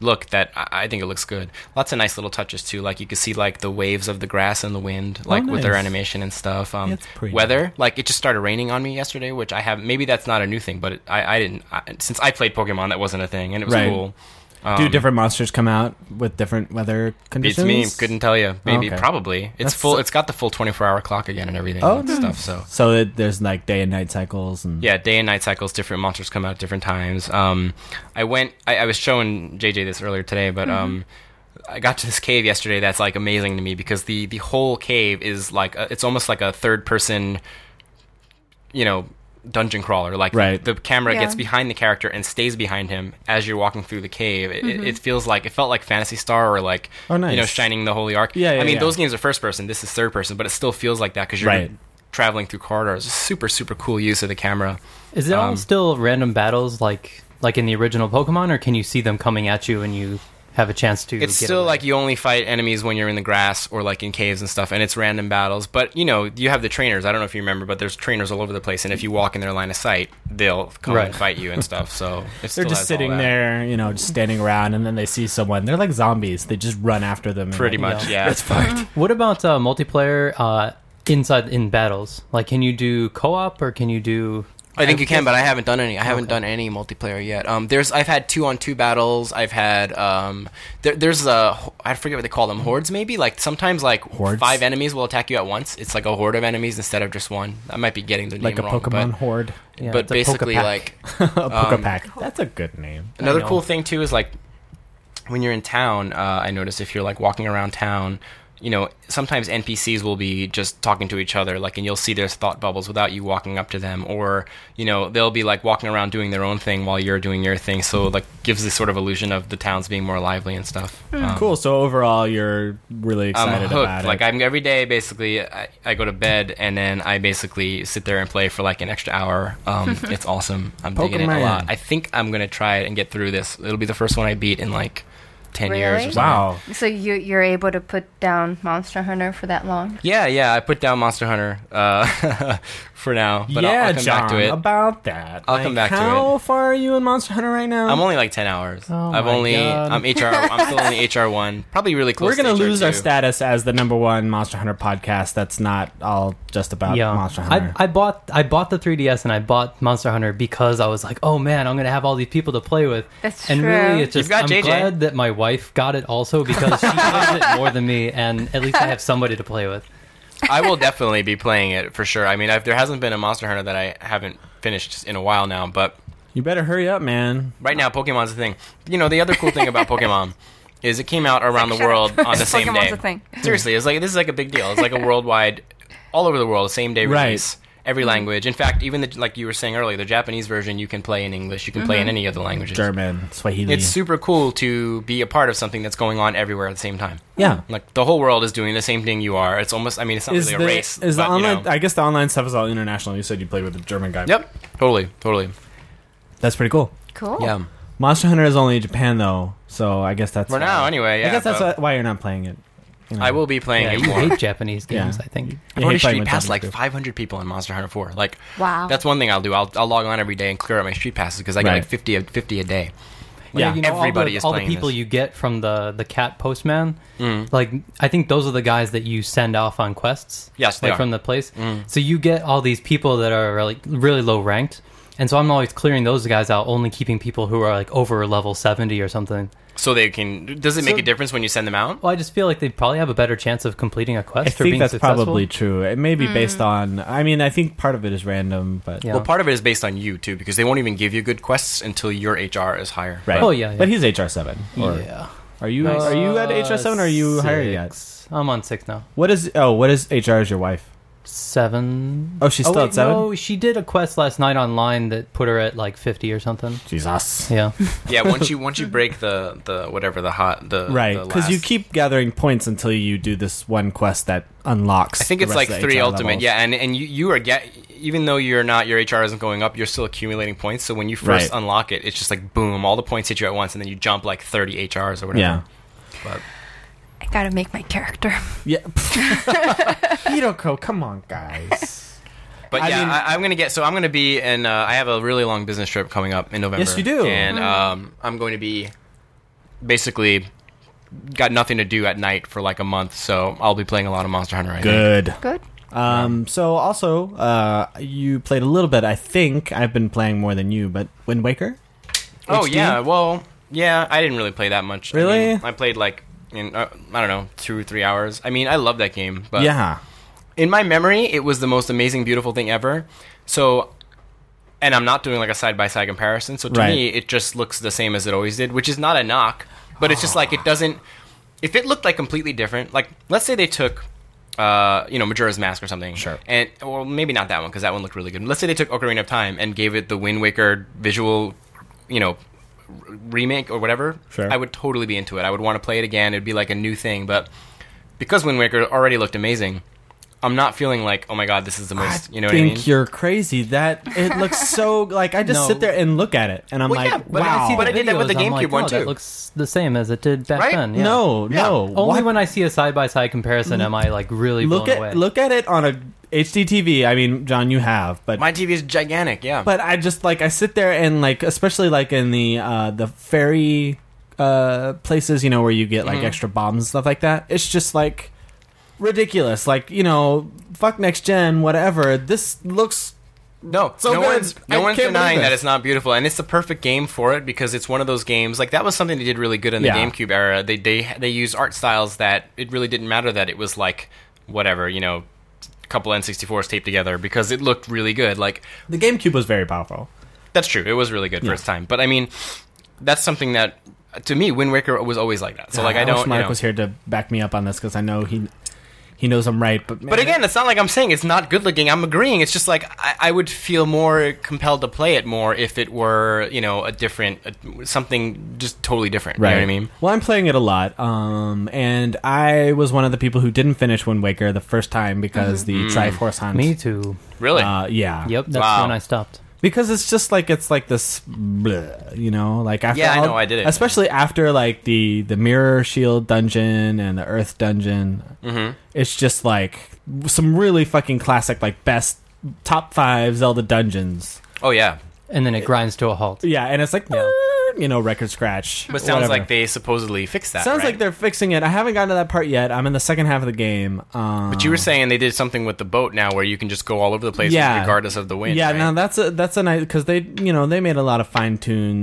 Speaker 2: look that I, I think it looks good. Lots of nice little touches too. Like you can see like the waves of the grass and the wind, like with their
Speaker 1: Oh, nice.
Speaker 2: animation and stuff. Um,
Speaker 1: That's pretty.
Speaker 2: weather, like it just started raining on me yesterday, which I have. Maybe that's not a new thing, but it, I I didn't I, since I played Pokemon, that wasn't a thing, and it was
Speaker 1: Right.
Speaker 2: cool.
Speaker 1: Do
Speaker 2: Um,
Speaker 1: different monsters come out with different weather
Speaker 2: Beats
Speaker 1: conditions?
Speaker 2: me. Couldn't tell you. Maybe.
Speaker 1: Okay.
Speaker 2: Probably. It's
Speaker 1: That's-
Speaker 2: full. It's got the full 24 hour clock again and everything.
Speaker 1: Oh,
Speaker 2: and
Speaker 1: nice.
Speaker 2: stuff. So
Speaker 1: So it, there's like day and night cycles, and
Speaker 2: yeah, day and night cycles. Different monsters come out at different times. Um, I went. I, I was showing JJ this earlier today, but
Speaker 1: Mm-hmm.
Speaker 2: um, I got to this cave yesterday. That's like amazing to me because the the whole cave is like a, it's almost like a third person, you know, dungeon crawler. Like
Speaker 1: Right.
Speaker 2: the camera
Speaker 3: Yeah.
Speaker 2: gets behind the character and stays behind him as you're walking through the cave. It, it, it feels like it felt like Fantasy Star or like
Speaker 1: Oh,
Speaker 2: you know
Speaker 1: nice.
Speaker 2: Shining the Holy Ark.
Speaker 1: Yeah, yeah,
Speaker 2: I mean
Speaker 1: yeah.
Speaker 2: those games are first person. This is third person, but it still feels like that because you're.
Speaker 1: Right.
Speaker 2: Traveling through corridors, super super cool use of the camera.
Speaker 4: Is it all
Speaker 2: Um,
Speaker 4: still random battles like like in the original Pokemon, or can you see them coming at you and you have a chance to?
Speaker 2: it's
Speaker 4: get
Speaker 2: still
Speaker 4: away?
Speaker 2: like you only fight enemies when you're in the grass or like in caves and stuff and it's random battles but you know you have the trainers i don't know if you remember but there's trainers all over the place and if you walk in their line of sight they'll come
Speaker 4: Right.
Speaker 2: and fight you and stuff so it's
Speaker 1: They're just sitting there, you know, just standing around, and then they see someone. They're like zombies. They just run after them. and,
Speaker 2: pretty
Speaker 1: like,
Speaker 2: much yeah
Speaker 1: It's fucked.
Speaker 4: What about uh, multiplayer uh, inside in battles? Like, can you do co-op or can you do?
Speaker 2: i think you can but i haven't done any i haven't done any multiplayer yet um there's i've had two on two battles i've had um there, there's a i forget what they call them hordes maybe like sometimes like
Speaker 1: Hordes?
Speaker 2: five enemies will attack you at once it's like a horde of enemies instead of just one i might be getting the
Speaker 1: like a
Speaker 2: name wrong,
Speaker 1: Pokemon
Speaker 2: but,
Speaker 1: horde,
Speaker 4: Yeah,
Speaker 2: but
Speaker 4: it's a
Speaker 2: basically
Speaker 4: Pokepack.
Speaker 2: like
Speaker 1: a Pokepack.
Speaker 2: Um,
Speaker 1: That's a good name.
Speaker 2: Another
Speaker 4: know.
Speaker 2: cool thing too is like when you're in town. Uh, I notice if you're like walking around town, you know, sometimes NPCs will be just talking to each other, like, and you'll see their thought bubbles without you walking up to them, or you know, they'll be like walking around doing their own thing while you're doing your thing. So like, gives this sort of illusion of the towns being more lively and stuff. Um,
Speaker 1: cool. So overall, you're really
Speaker 2: I'm
Speaker 1: excited
Speaker 2: hooked.
Speaker 1: about it.
Speaker 2: Like I'm every day basically I, I go to bed and then I basically sit there and play for like an extra hour. Um, it's awesome. I'm digging it a
Speaker 1: Pokemon.
Speaker 2: lot. I think I'm gonna try it and get through this. It'll be the first one I beat in like ten years or
Speaker 3: Really?
Speaker 2: something.
Speaker 1: wow.
Speaker 3: So you you're able to put down Monster Hunter for that long?
Speaker 2: Yeah, yeah. I put down Monster Hunter uh, for now. But I'll-
Speaker 1: yeah,
Speaker 2: I'll, come
Speaker 1: John,
Speaker 2: back to it.
Speaker 1: about that.
Speaker 2: I'll come back to
Speaker 1: How far are you in Monster Hunter right now?
Speaker 2: I'm only like ten hours.
Speaker 4: Oh
Speaker 2: I've
Speaker 4: my
Speaker 2: only
Speaker 4: God.
Speaker 2: I'm HR I'm still only HR one. Probably really close.
Speaker 1: We're gonna
Speaker 2: to HR
Speaker 1: lose our
Speaker 2: two.
Speaker 1: status as the number one Monster Hunter podcast. That's not all just about
Speaker 4: yeah,
Speaker 1: Monster
Speaker 4: I,
Speaker 1: Hunter.
Speaker 4: I bought I bought the 3ds and I bought Monster Hunter because I was like, oh man, I'm gonna have all these people to play with.
Speaker 3: That's
Speaker 4: and
Speaker 3: true.
Speaker 4: really, it's just
Speaker 2: got
Speaker 4: I'm
Speaker 2: JJ.
Speaker 4: glad that my wife got it also because she plays it more than me, and at least I have somebody to play with.
Speaker 2: I will definitely be playing it for sure. I mean, i there hasn't been a Monster Hunter that I haven't finished in a while now, but
Speaker 1: you better hurry up, man.
Speaker 2: right now Pokemon's the thing. You know, the other cool thing about Pokemon is it came out around the
Speaker 3: shut
Speaker 2: world
Speaker 3: up.
Speaker 2: on the same
Speaker 3: Pokemon's
Speaker 2: day.
Speaker 3: a thing.
Speaker 2: Seriously, it's like this is like a big deal. It's like a worldwide, all over the world, same day
Speaker 1: Right.
Speaker 2: release. Every
Speaker 3: Mm-hmm.
Speaker 2: language. In fact, even the, like you were saying earlier, the Japanese version you can play in English. You can play in
Speaker 3: Mm-hmm.
Speaker 2: any other languages.
Speaker 1: German, Swahili.
Speaker 2: It's super cool to be a part of something that's going on everywhere at the same time.
Speaker 1: yeah.
Speaker 2: Like the whole world is doing the same thing you are. It's almost. I mean, it's not
Speaker 1: Is
Speaker 2: really
Speaker 1: the,
Speaker 2: a race.
Speaker 1: is the
Speaker 2: but, you
Speaker 1: online?
Speaker 2: know.
Speaker 1: I guess the online stuff is all international. You said you played with a German guy.
Speaker 2: Yep. Totally. Totally.
Speaker 1: that's pretty cool.
Speaker 3: Cool.
Speaker 2: Yeah.
Speaker 1: Monster Hunter is only in Japan though, so I guess that's
Speaker 2: For now,
Speaker 1: why-
Speaker 2: anyway. Yeah,
Speaker 1: I guess that's
Speaker 2: but
Speaker 1: why you're not playing it.
Speaker 2: I will be playing
Speaker 4: Yeah,
Speaker 2: it
Speaker 4: you
Speaker 2: more.
Speaker 4: hate Japanese games,
Speaker 1: Yeah.
Speaker 4: I think.
Speaker 2: I've
Speaker 1: You
Speaker 2: already
Speaker 1: hate playing
Speaker 2: street
Speaker 1: with
Speaker 2: passed
Speaker 1: Japanese
Speaker 2: like
Speaker 1: people.
Speaker 2: 500 people in Monster Hunter 4. Like,
Speaker 3: Wow.
Speaker 2: that's one thing I'll do. I'll, I'll log on every day and clear out my street passes because I get
Speaker 1: Right.
Speaker 2: like 50 a, 50 a day.
Speaker 1: Yeah.
Speaker 4: you know, all
Speaker 2: Everybody
Speaker 4: the,
Speaker 2: is
Speaker 4: all the
Speaker 2: playing
Speaker 4: people
Speaker 2: this. Mm.
Speaker 4: you get from the the cat postman. Like I think those are the guys that you send off on quests.
Speaker 2: Yes, they are.
Speaker 4: like
Speaker 2: Mm.
Speaker 4: from the place. So you get all these people that are like really low ranked, and so I'm always clearing those guys out, only keeping people who are like over level seventy or something.
Speaker 2: So they can. Does it make
Speaker 4: So-
Speaker 2: a difference when you send them out?
Speaker 4: Well, I just feel like they probably have a better chance of completing a quest.
Speaker 1: I
Speaker 4: or being
Speaker 1: think that's
Speaker 4: successful.
Speaker 1: probably true. It may be based on. I mean, I think part of it is random, but
Speaker 4: Yeah.
Speaker 2: Well, part of it is based on you too because they won't even give you good quests until your HR is higher.
Speaker 1: right.
Speaker 4: Oh, yeah, yeah.
Speaker 1: But he's HR seven. Or
Speaker 4: yeah. Uh,
Speaker 1: Are you are you at HR seven? or Are you higher yet?
Speaker 4: Six. I'm on six now.
Speaker 1: What is oh what is HR as your wife?
Speaker 4: Seven.
Speaker 1: Oh, she's still
Speaker 4: wait,
Speaker 1: at seven?
Speaker 4: No, she did a quest last night online that put her at like fifty or something.
Speaker 1: Jesus.
Speaker 4: Yeah.
Speaker 2: yeah. Once you once you break the the whatever the hot the
Speaker 1: Right,
Speaker 2: the
Speaker 1: because you
Speaker 2: last-
Speaker 1: keep gathering points until you do this one quest that unlocks.
Speaker 2: I think
Speaker 1: the
Speaker 2: it's
Speaker 1: rest
Speaker 2: like
Speaker 1: of the
Speaker 2: three
Speaker 1: HR
Speaker 2: ultimate.
Speaker 1: levels.
Speaker 2: Yeah, and and you you are get even though you're not your HR isn't going up, you're still accumulating points. So when you first
Speaker 1: Right.
Speaker 2: unlock it, it's just like boom, all the points hit you at once, and then you jump like 30 HRs or whatever.
Speaker 1: Yeah.
Speaker 2: But
Speaker 3: I gotta make my character.
Speaker 1: Yeah. Hidoko, come on, guys.
Speaker 2: But
Speaker 1: I
Speaker 2: yeah,
Speaker 1: mean-
Speaker 2: I, I'm gonna get. So I'm gonna be in. Uh, I have a really long business trip coming up in November.
Speaker 1: Yes, you do. Mm.
Speaker 2: And um, I'm going to be basically got nothing to do at night for like a month. So I'll be playing a lot of Monster Hunter. I think.
Speaker 1: Good.
Speaker 3: Good.
Speaker 1: Um, so also, uh, you played a little bit. I think I've been playing more than you, but Wind Waker.
Speaker 2: Oh
Speaker 1: HD?
Speaker 2: yeah. Well, yeah. I didn't really play that much. I
Speaker 1: Really?
Speaker 2: mean, I, played like in uh, I don't know two or three hours. I mean, I love that game. But
Speaker 1: yeah.
Speaker 2: in my memory, it was the most amazing, beautiful thing ever. So, and I'm not doing like a side by side comparison. So to
Speaker 1: Right.
Speaker 2: me, it just looks the same as it always did, which is not a knock, but it's just like it doesn't. If it looked like completely different, like let's say they took, uh, you know, Majora's Mask or something,
Speaker 1: Sure.
Speaker 2: and or maybe not that one because that one looked really good. Let's say they took Ocarina of Time and gave it the Wind Waker visual, you know, r- remake or whatever.
Speaker 1: Sure.
Speaker 2: I would totally be into it. I would want to play it again. It'd be like a new thing, but because Wind Waker already looked amazing, I'm not feeling like, oh my god, this is the most. you know what I
Speaker 1: think
Speaker 2: mean?
Speaker 1: you're crazy. That it looks so like I just
Speaker 4: No.
Speaker 1: sit there and look at it, and I'm
Speaker 2: Well,
Speaker 1: like,
Speaker 2: yeah, but I
Speaker 1: wow.
Speaker 2: see But the I did that with
Speaker 4: videos,
Speaker 2: the
Speaker 4: I'm like,
Speaker 2: GameCube one,
Speaker 4: "Oh, that
Speaker 2: too."
Speaker 4: looks the same as it did back
Speaker 2: Right?
Speaker 4: then. yeah.
Speaker 1: No,
Speaker 2: Yeah.
Speaker 1: no.
Speaker 4: Only
Speaker 1: What?
Speaker 4: when I see a side by side comparison am I like really
Speaker 1: look
Speaker 4: blown
Speaker 1: at
Speaker 4: away.
Speaker 1: look at it on a HDTV. I mean, John, you have, but
Speaker 2: My TV is gigantic. Yeah.
Speaker 1: but I just like I sit there and like especially like in the uh the ferry uh places, you know, where you get like extra bombs and stuff like that. It's just like ridiculous. Like, you know, fuck next gen, whatever. This looks
Speaker 2: No,
Speaker 1: So
Speaker 2: no
Speaker 1: good.
Speaker 2: one's
Speaker 1: I
Speaker 2: no one's
Speaker 1: can't believe
Speaker 2: denying that
Speaker 1: this.
Speaker 2: it's not beautiful, and it's the perfect game for it because it's one of those games. Like that was something they did really good in the
Speaker 1: Yeah.
Speaker 2: GameCube era. They they they used art styles that it really didn't matter that it was like whatever you know, a couple N64s taped together because it looked really good. Like
Speaker 1: the GameCube was very powerful.
Speaker 2: that's true, it was really good for its time. But I mean, that's something that to me, Wind Waker was always like that. So like I,
Speaker 1: wish
Speaker 2: don't. you
Speaker 1: Mark
Speaker 2: know.
Speaker 1: was here to back me up on this cuz I know he he knows I'm right, but man,
Speaker 2: But again, it's not like I'm saying it's not good looking. I'm agreeing. It's just like I, I would feel more compelled to play it more if it were, you know, a different, a, something just totally different. You know what I mean?
Speaker 1: Well, I'm playing it a lot, um, and I was one of the people who didn't finish Wind Waker the first time because the Triforce Hunt.
Speaker 4: Me too.
Speaker 2: Mm-hmm. Really?
Speaker 1: Uh, yeah.
Speaker 4: Yep, that's
Speaker 2: Wow.
Speaker 4: when I stopped.
Speaker 1: because it's just like it's like this bleh, you know like after
Speaker 2: Yeah, I
Speaker 1: all-
Speaker 2: know, I did it.
Speaker 1: especially after like the the mirror shield dungeon and the earth dungeon
Speaker 2: Mm-hmm.
Speaker 1: it's just like some really fucking classic like best top five zelda dungeons
Speaker 2: oh yeah.
Speaker 4: And then it grinds to a halt.
Speaker 1: yeah and it's like mm, you know record scratch
Speaker 2: But sounds
Speaker 1: whatever.
Speaker 2: like they supposedly fixed that.
Speaker 1: sounds
Speaker 2: right?
Speaker 1: like they're fixing it i haven't gotten to that part yet i'm in the second half of the game um
Speaker 2: But you were saying they did something with the boat now, where you can just go all over the place,
Speaker 1: Yeah.
Speaker 2: regardless of the wind.
Speaker 1: yeah,
Speaker 2: right?
Speaker 1: now that's a that's a nice because they you know they made a lot of fine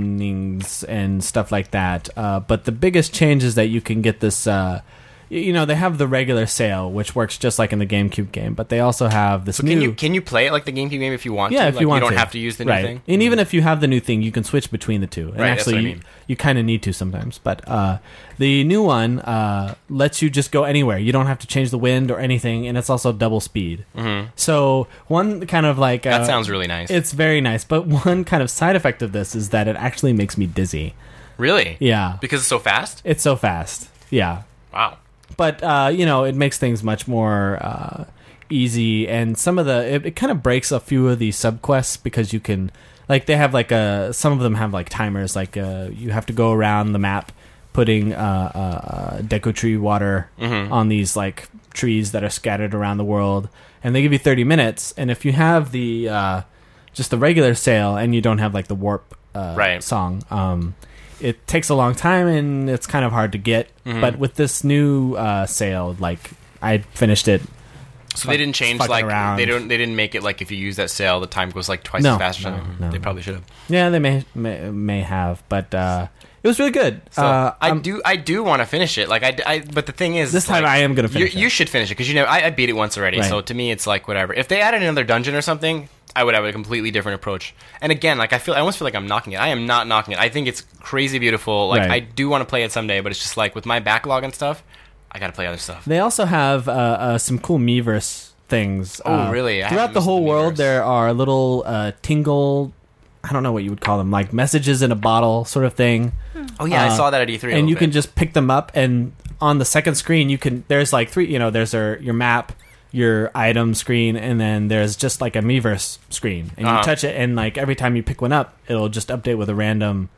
Speaker 1: tunings and stuff like that. Uh, but the biggest change is that you can get this. Uh, y- you know they have the regular sale, which works just like in the GameCube game, but they also have this
Speaker 2: So
Speaker 1: new.
Speaker 2: can you can you play it like the GameCube game if you want?
Speaker 1: yeah,
Speaker 2: to?
Speaker 1: if
Speaker 2: like,
Speaker 1: you want,
Speaker 2: you don't
Speaker 1: to.
Speaker 2: have to use the new
Speaker 1: right.
Speaker 2: thing.
Speaker 1: And even if you have the new thing, you can switch between the two. And
Speaker 2: Right, that's
Speaker 1: actually,
Speaker 2: what I
Speaker 1: you-
Speaker 2: mean.
Speaker 1: you kind of need to sometimes. But uh, the new one uh, lets you just go anywhere. You don't have to change the wind or anything, and it's also double speed. Mm-hmm. So one kind of like
Speaker 2: That
Speaker 1: uh,
Speaker 2: sounds really nice.
Speaker 1: it's very nice, but one kind of side effect of this is that it actually makes me dizzy.
Speaker 2: really?
Speaker 1: Yeah.
Speaker 2: Because it's so fast.
Speaker 1: It's so fast. Yeah.
Speaker 2: Wow.
Speaker 1: But, uh, you know, it makes things much more uh, easy. And some of the, it, it kind of breaks a few of the subquests because you can, like, they have like a, some of them have like timers. Like, uh, you have to go around the map putting uh, uh, uh, Deku Tree water on these, like, trees that are scattered around the world. And they give you 30 minutes. And if you have the, uh, just the regular sale and you don't have like the warp uh,
Speaker 2: Right.
Speaker 1: song um, it takes a long time and it's kind of hard to get
Speaker 2: Mm-hmm.
Speaker 1: but with this new uh, sale like i finished it
Speaker 2: So they didn't change
Speaker 1: fucking
Speaker 2: like
Speaker 1: around.
Speaker 2: they don't they didn't make it like if you use that sale the time goes like twice
Speaker 1: No,
Speaker 2: as fast. or
Speaker 1: no,
Speaker 2: something.
Speaker 1: no.
Speaker 2: They probably should have.
Speaker 1: yeah they may may, may have but uh, it was really good
Speaker 2: So
Speaker 1: uh,
Speaker 2: I
Speaker 1: I'm-
Speaker 2: do I do want to finish it. Like I, I- but the thing is
Speaker 1: This time
Speaker 2: like,
Speaker 1: I am gonna
Speaker 2: you-
Speaker 1: finish it.
Speaker 2: you, should finish it because you know I, I beat it once already.
Speaker 1: Right.
Speaker 2: So to me it's like whatever. If they added another dungeon or something, I would have a completely different approach. And again, like I feel I almost feel like I'm knocking it. I am not knocking it. I think it's crazy beautiful. Like
Speaker 1: Right.
Speaker 2: I do want to play it someday, but it's just like with my backlog and stuff, I got to play other stuff.
Speaker 1: They also have uh, uh, some cool Miiverse things.
Speaker 2: Oh,
Speaker 1: Uh,
Speaker 2: really? I
Speaker 1: Throughout
Speaker 2: haven't
Speaker 1: the
Speaker 2: used
Speaker 1: whole
Speaker 2: the
Speaker 1: world,
Speaker 2: Miiverse.
Speaker 1: there are little uh, tingle. I don't know what you would call them, like messages in a bottle sort of thing.
Speaker 2: Oh yeah,
Speaker 1: Uh,
Speaker 2: I saw that at E3. a
Speaker 1: and
Speaker 2: little
Speaker 1: you can
Speaker 2: bit.
Speaker 1: just pick them up and on the second screen you can there's like three you know there's your, your map your item screen, and then there's just like a Miiverse screen, and
Speaker 2: Uh-huh.
Speaker 1: you touch it, and like every time you pick one up, it'll just update with a random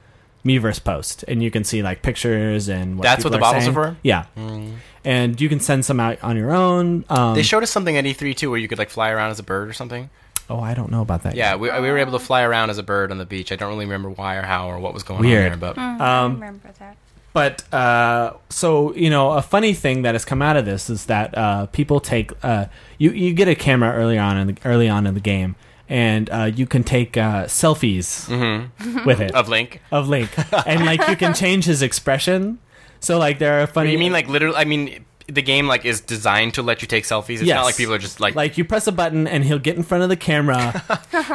Speaker 1: Miiverse post, and you can see like pictures and what
Speaker 2: That's what
Speaker 1: people
Speaker 2: the bottles
Speaker 1: saying.
Speaker 2: are for? Mm.
Speaker 1: Yeah, and you can send some out on your own. Um,
Speaker 2: They showed us something at E3 too, where you could like fly around as a bird or something.
Speaker 1: oh, I don't know about that.
Speaker 2: Yeah,
Speaker 1: yet.
Speaker 2: we, we were able to fly around as a bird on the beach. I don't really remember why or how or what was going
Speaker 1: Weird.
Speaker 2: on there, but
Speaker 3: I
Speaker 1: Um,
Speaker 3: remember that.
Speaker 1: But uh, so you know, a funny thing that has come out of this is that uh, people take uh, you you get a camera early on in the, early on in the game, and uh, you can take uh, selfies
Speaker 2: Mm-hmm.
Speaker 1: with it
Speaker 2: of Link.
Speaker 1: of Link, and like you can change his expression. So like there are funny.
Speaker 2: You mean like literally? I mean, the game like is designed to let you take selfies. It's
Speaker 1: Yes.
Speaker 2: not like people are just like,
Speaker 1: like you press a button and he'll get in front of the camera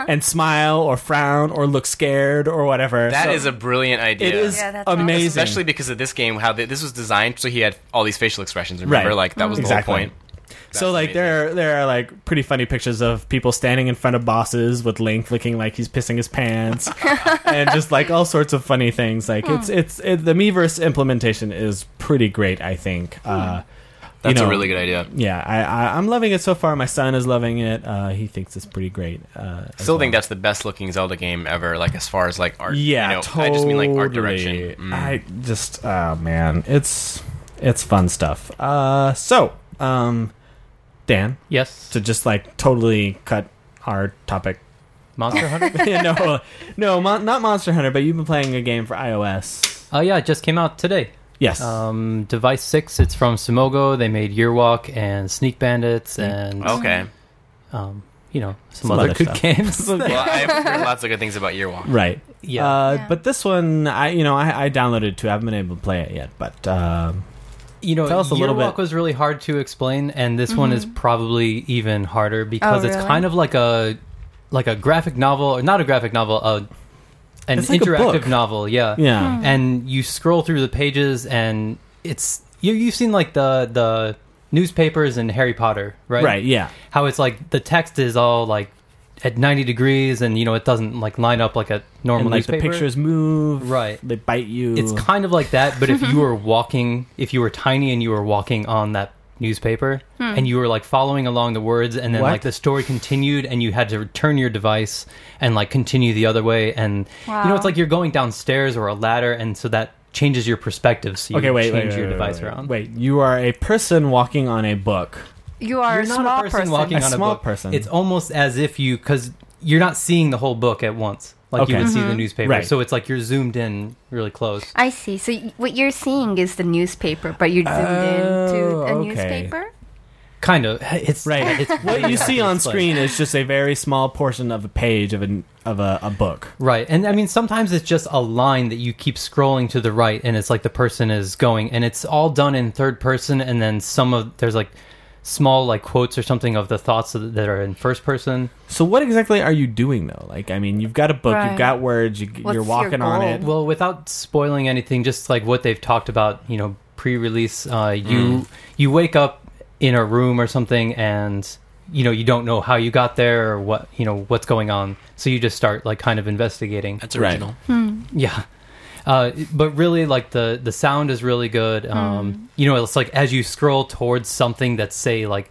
Speaker 1: and smile or frown or look scared or whatever.
Speaker 2: That
Speaker 1: So
Speaker 2: is a brilliant idea.
Speaker 1: it is
Speaker 3: Yeah, that's awesome.
Speaker 1: amazing,
Speaker 2: especially because of this game. How th- this was designed, so he had all these facial expressions. Remember,
Speaker 1: Right.
Speaker 2: like that was
Speaker 1: Exactly.
Speaker 2: the whole point.
Speaker 1: so like there are, there are like pretty funny pictures of people standing in front of bosses with Link looking like he's pissing his pants and just like all sorts of funny things like it's it's it, the Miiverse implementation is pretty great I think uh,
Speaker 2: that's
Speaker 1: you know,
Speaker 2: a really good idea.
Speaker 1: yeah I, I I'm loving it so far my son is loving it uh, he thinks it's pretty great uh, as
Speaker 2: Still think
Speaker 1: well.
Speaker 2: that's the best looking Zelda game ever. Like as far as like art.
Speaker 1: yeah
Speaker 2: you know,
Speaker 1: totally
Speaker 2: I just mean like art direction. Mm.
Speaker 1: I just oh man it's it's fun stuff uh so um Dan
Speaker 4: Yes.
Speaker 1: to just like totally cut our topic.
Speaker 4: Monster Hunter?
Speaker 1: no, no, mon- not Monster Hunter, but you've been playing a game for iOS.
Speaker 4: Oh, yeah, it just came out today.
Speaker 1: Yes.
Speaker 4: Um, Device 6, it's from Simogo. They made Yearwalk and Sneak Bandits and,
Speaker 2: Okay.
Speaker 4: um, you know, some,
Speaker 1: Mm. Some
Speaker 4: other,
Speaker 1: other
Speaker 4: good
Speaker 1: stuff.
Speaker 4: games.
Speaker 2: Well, I've heard lots of good things about Yearwalk.
Speaker 1: right.
Speaker 4: yeah.
Speaker 1: Uh,
Speaker 3: Yeah.
Speaker 1: But this one, I you know, I, I downloaded it too. I haven't been able to play it yet, but um,
Speaker 4: you know,
Speaker 1: Tell us a little
Speaker 4: Yearwalk
Speaker 1: bit.
Speaker 4: was really hard to explain, and this one is probably even harder because it's
Speaker 3: really?
Speaker 4: kind of like a like a graphic novel, or not a graphic novel, a, an
Speaker 1: It's like a
Speaker 4: interactive
Speaker 1: book.
Speaker 4: novel. Yeah,
Speaker 1: yeah,
Speaker 4: and you scroll through the pages, and it's you, you've seen like the the newspapers and Harry Potter, right?
Speaker 1: right. yeah,
Speaker 4: How it's like the text is all like at ninety degrees, and you know it doesn't like line up like a normal
Speaker 1: and like the
Speaker 4: newspaper.
Speaker 1: pictures move,
Speaker 4: Right.
Speaker 1: They bite you.
Speaker 4: It's kind of like that, but if you were walking, if you were tiny and you were walking on that newspaper and you were like following along the words and then
Speaker 1: Hmm. What?
Speaker 4: like the story continued and you had to return your device and like continue the other way and you know
Speaker 3: Wow.
Speaker 4: it's like you're going downstairs or a ladder and so that changes your perspective so you
Speaker 1: okay. Wait, wait,
Speaker 4: change
Speaker 1: wait,
Speaker 4: your
Speaker 1: wait,
Speaker 4: device
Speaker 1: wait,
Speaker 4: around.
Speaker 1: Wait, you are a person walking on a book.
Speaker 3: You are
Speaker 4: You're
Speaker 3: a
Speaker 4: not
Speaker 3: small
Speaker 4: a person, walking
Speaker 1: A
Speaker 4: on
Speaker 1: small
Speaker 4: a book.
Speaker 1: person.
Speaker 4: It's almost as if you cuz you're not seeing the whole book at once. Like you
Speaker 1: Okay. Mm-hmm.
Speaker 4: would see the newspaper.
Speaker 1: Right.
Speaker 4: So it's like you're zoomed in really close.
Speaker 3: I see. So y- what you're seeing is the newspaper, but you're zoomed in to
Speaker 1: Oh,
Speaker 3: a
Speaker 1: okay.
Speaker 3: newspaper.
Speaker 4: Kind of it's
Speaker 1: Right.
Speaker 4: it's
Speaker 1: What
Speaker 4: really
Speaker 1: you
Speaker 4: hard
Speaker 1: see
Speaker 4: to
Speaker 1: on
Speaker 4: explain.
Speaker 1: screen is just a very small portion of a page of an of a, a book.
Speaker 4: Right. And I mean, sometimes it's just a line that you keep scrolling to the right and it's like the person is going and it's all done in third person. And then some of there's like small like quotes or something of the thoughts that that are in first person.
Speaker 1: So what exactly are you doing though? Like, I mean, you've got a book, you've
Speaker 3: Right.
Speaker 1: got words, you,
Speaker 3: What's
Speaker 1: you're walking
Speaker 3: your
Speaker 1: on
Speaker 3: goal?
Speaker 1: it.
Speaker 4: Well, without spoiling anything, just like what they've talked about, you know, pre-release, uh, you you wake up in a room or something, and you know you don't know how you got there or what you know what's going on, so you just start like kind of investigating.
Speaker 2: That's
Speaker 1: Right.
Speaker 2: original.
Speaker 4: Yeah. Uh, but really, like the the sound is really good. Um, You know, it's like as you scroll towards something that's say like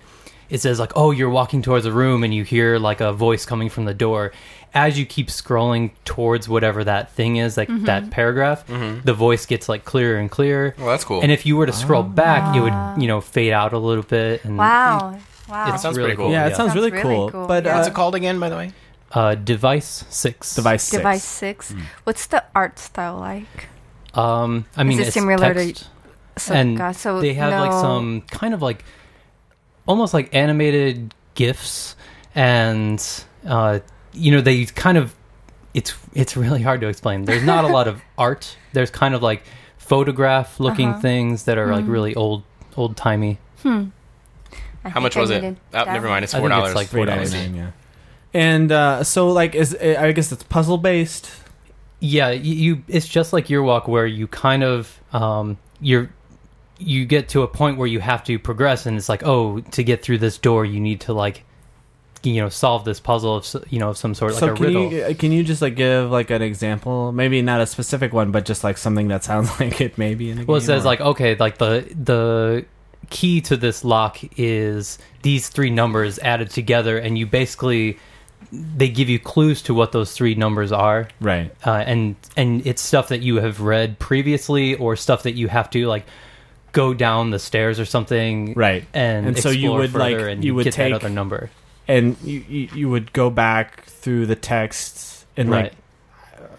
Speaker 4: it says like oh you're walking towards a room and you hear like a voice coming from the door. As you keep scrolling towards whatever that thing is, like that paragraph, the voice gets like clearer and clearer.
Speaker 2: Well, that's Mm-hmm. cool.
Speaker 4: And if you were to scroll back, it would you know fade out a little bit.
Speaker 2: Mm.
Speaker 4: And
Speaker 3: Wow. Wow.
Speaker 4: it's
Speaker 2: sounds
Speaker 4: really
Speaker 2: pretty
Speaker 4: cool.
Speaker 2: cool.
Speaker 1: yeah, it
Speaker 4: yeah.
Speaker 1: sounds
Speaker 3: Sounds
Speaker 1: really,
Speaker 3: really
Speaker 1: cool.
Speaker 3: cool.
Speaker 1: But uh,
Speaker 3: Yeah.
Speaker 2: What's it called again, by the way?
Speaker 4: uh, device six.
Speaker 1: Device six.
Speaker 3: Device six.
Speaker 2: Mm.
Speaker 3: What's the art style like?
Speaker 4: Um, I mean,
Speaker 3: it
Speaker 4: it's
Speaker 3: similar to-
Speaker 4: text.
Speaker 3: So,
Speaker 4: and
Speaker 3: God, so
Speaker 4: they have like
Speaker 3: Oh, no-
Speaker 4: some kind of like almost like animated gifs and uh you know they kind of it's it's really hard to explain there's not a lot of art there's kind of like photograph looking things that are like really old old timey
Speaker 3: Hmm. I
Speaker 2: How much
Speaker 3: think I
Speaker 2: was it?
Speaker 3: needed
Speaker 2: Oh,
Speaker 3: that
Speaker 2: never
Speaker 3: one.
Speaker 2: mind. It's
Speaker 4: I
Speaker 2: four
Speaker 4: think it's
Speaker 2: dollars.
Speaker 4: like
Speaker 1: three dollars. Yeah. And uh, so, like, is I guess it's puzzle based.
Speaker 4: yeah y- you it's just like your walk where you kind of um you're you get to a point where you have to progress and it's like oh to get through this door you need to like you know solve this puzzle of s- you know of some sort like
Speaker 1: so
Speaker 4: a
Speaker 1: can
Speaker 4: riddle
Speaker 1: you uh, can you just like give like an example? Maybe not a specific one, but just like something that sounds like it may be in the
Speaker 4: Well, it
Speaker 1: game,
Speaker 4: says
Speaker 1: or-
Speaker 4: like okay, like the the key to this lock is these three numbers added together, and you basically they give you clues to what those three numbers are.
Speaker 1: Right.
Speaker 4: Uh, and and it's stuff that you have read previously, or stuff that you have to like go down the stairs or something.
Speaker 1: Right.
Speaker 4: And,
Speaker 1: And so you
Speaker 4: explore
Speaker 1: would, like,
Speaker 4: further and
Speaker 1: you would
Speaker 4: get
Speaker 1: take-
Speaker 4: that other number.
Speaker 1: And you, you, you would go back through the texts and
Speaker 4: Right.
Speaker 1: like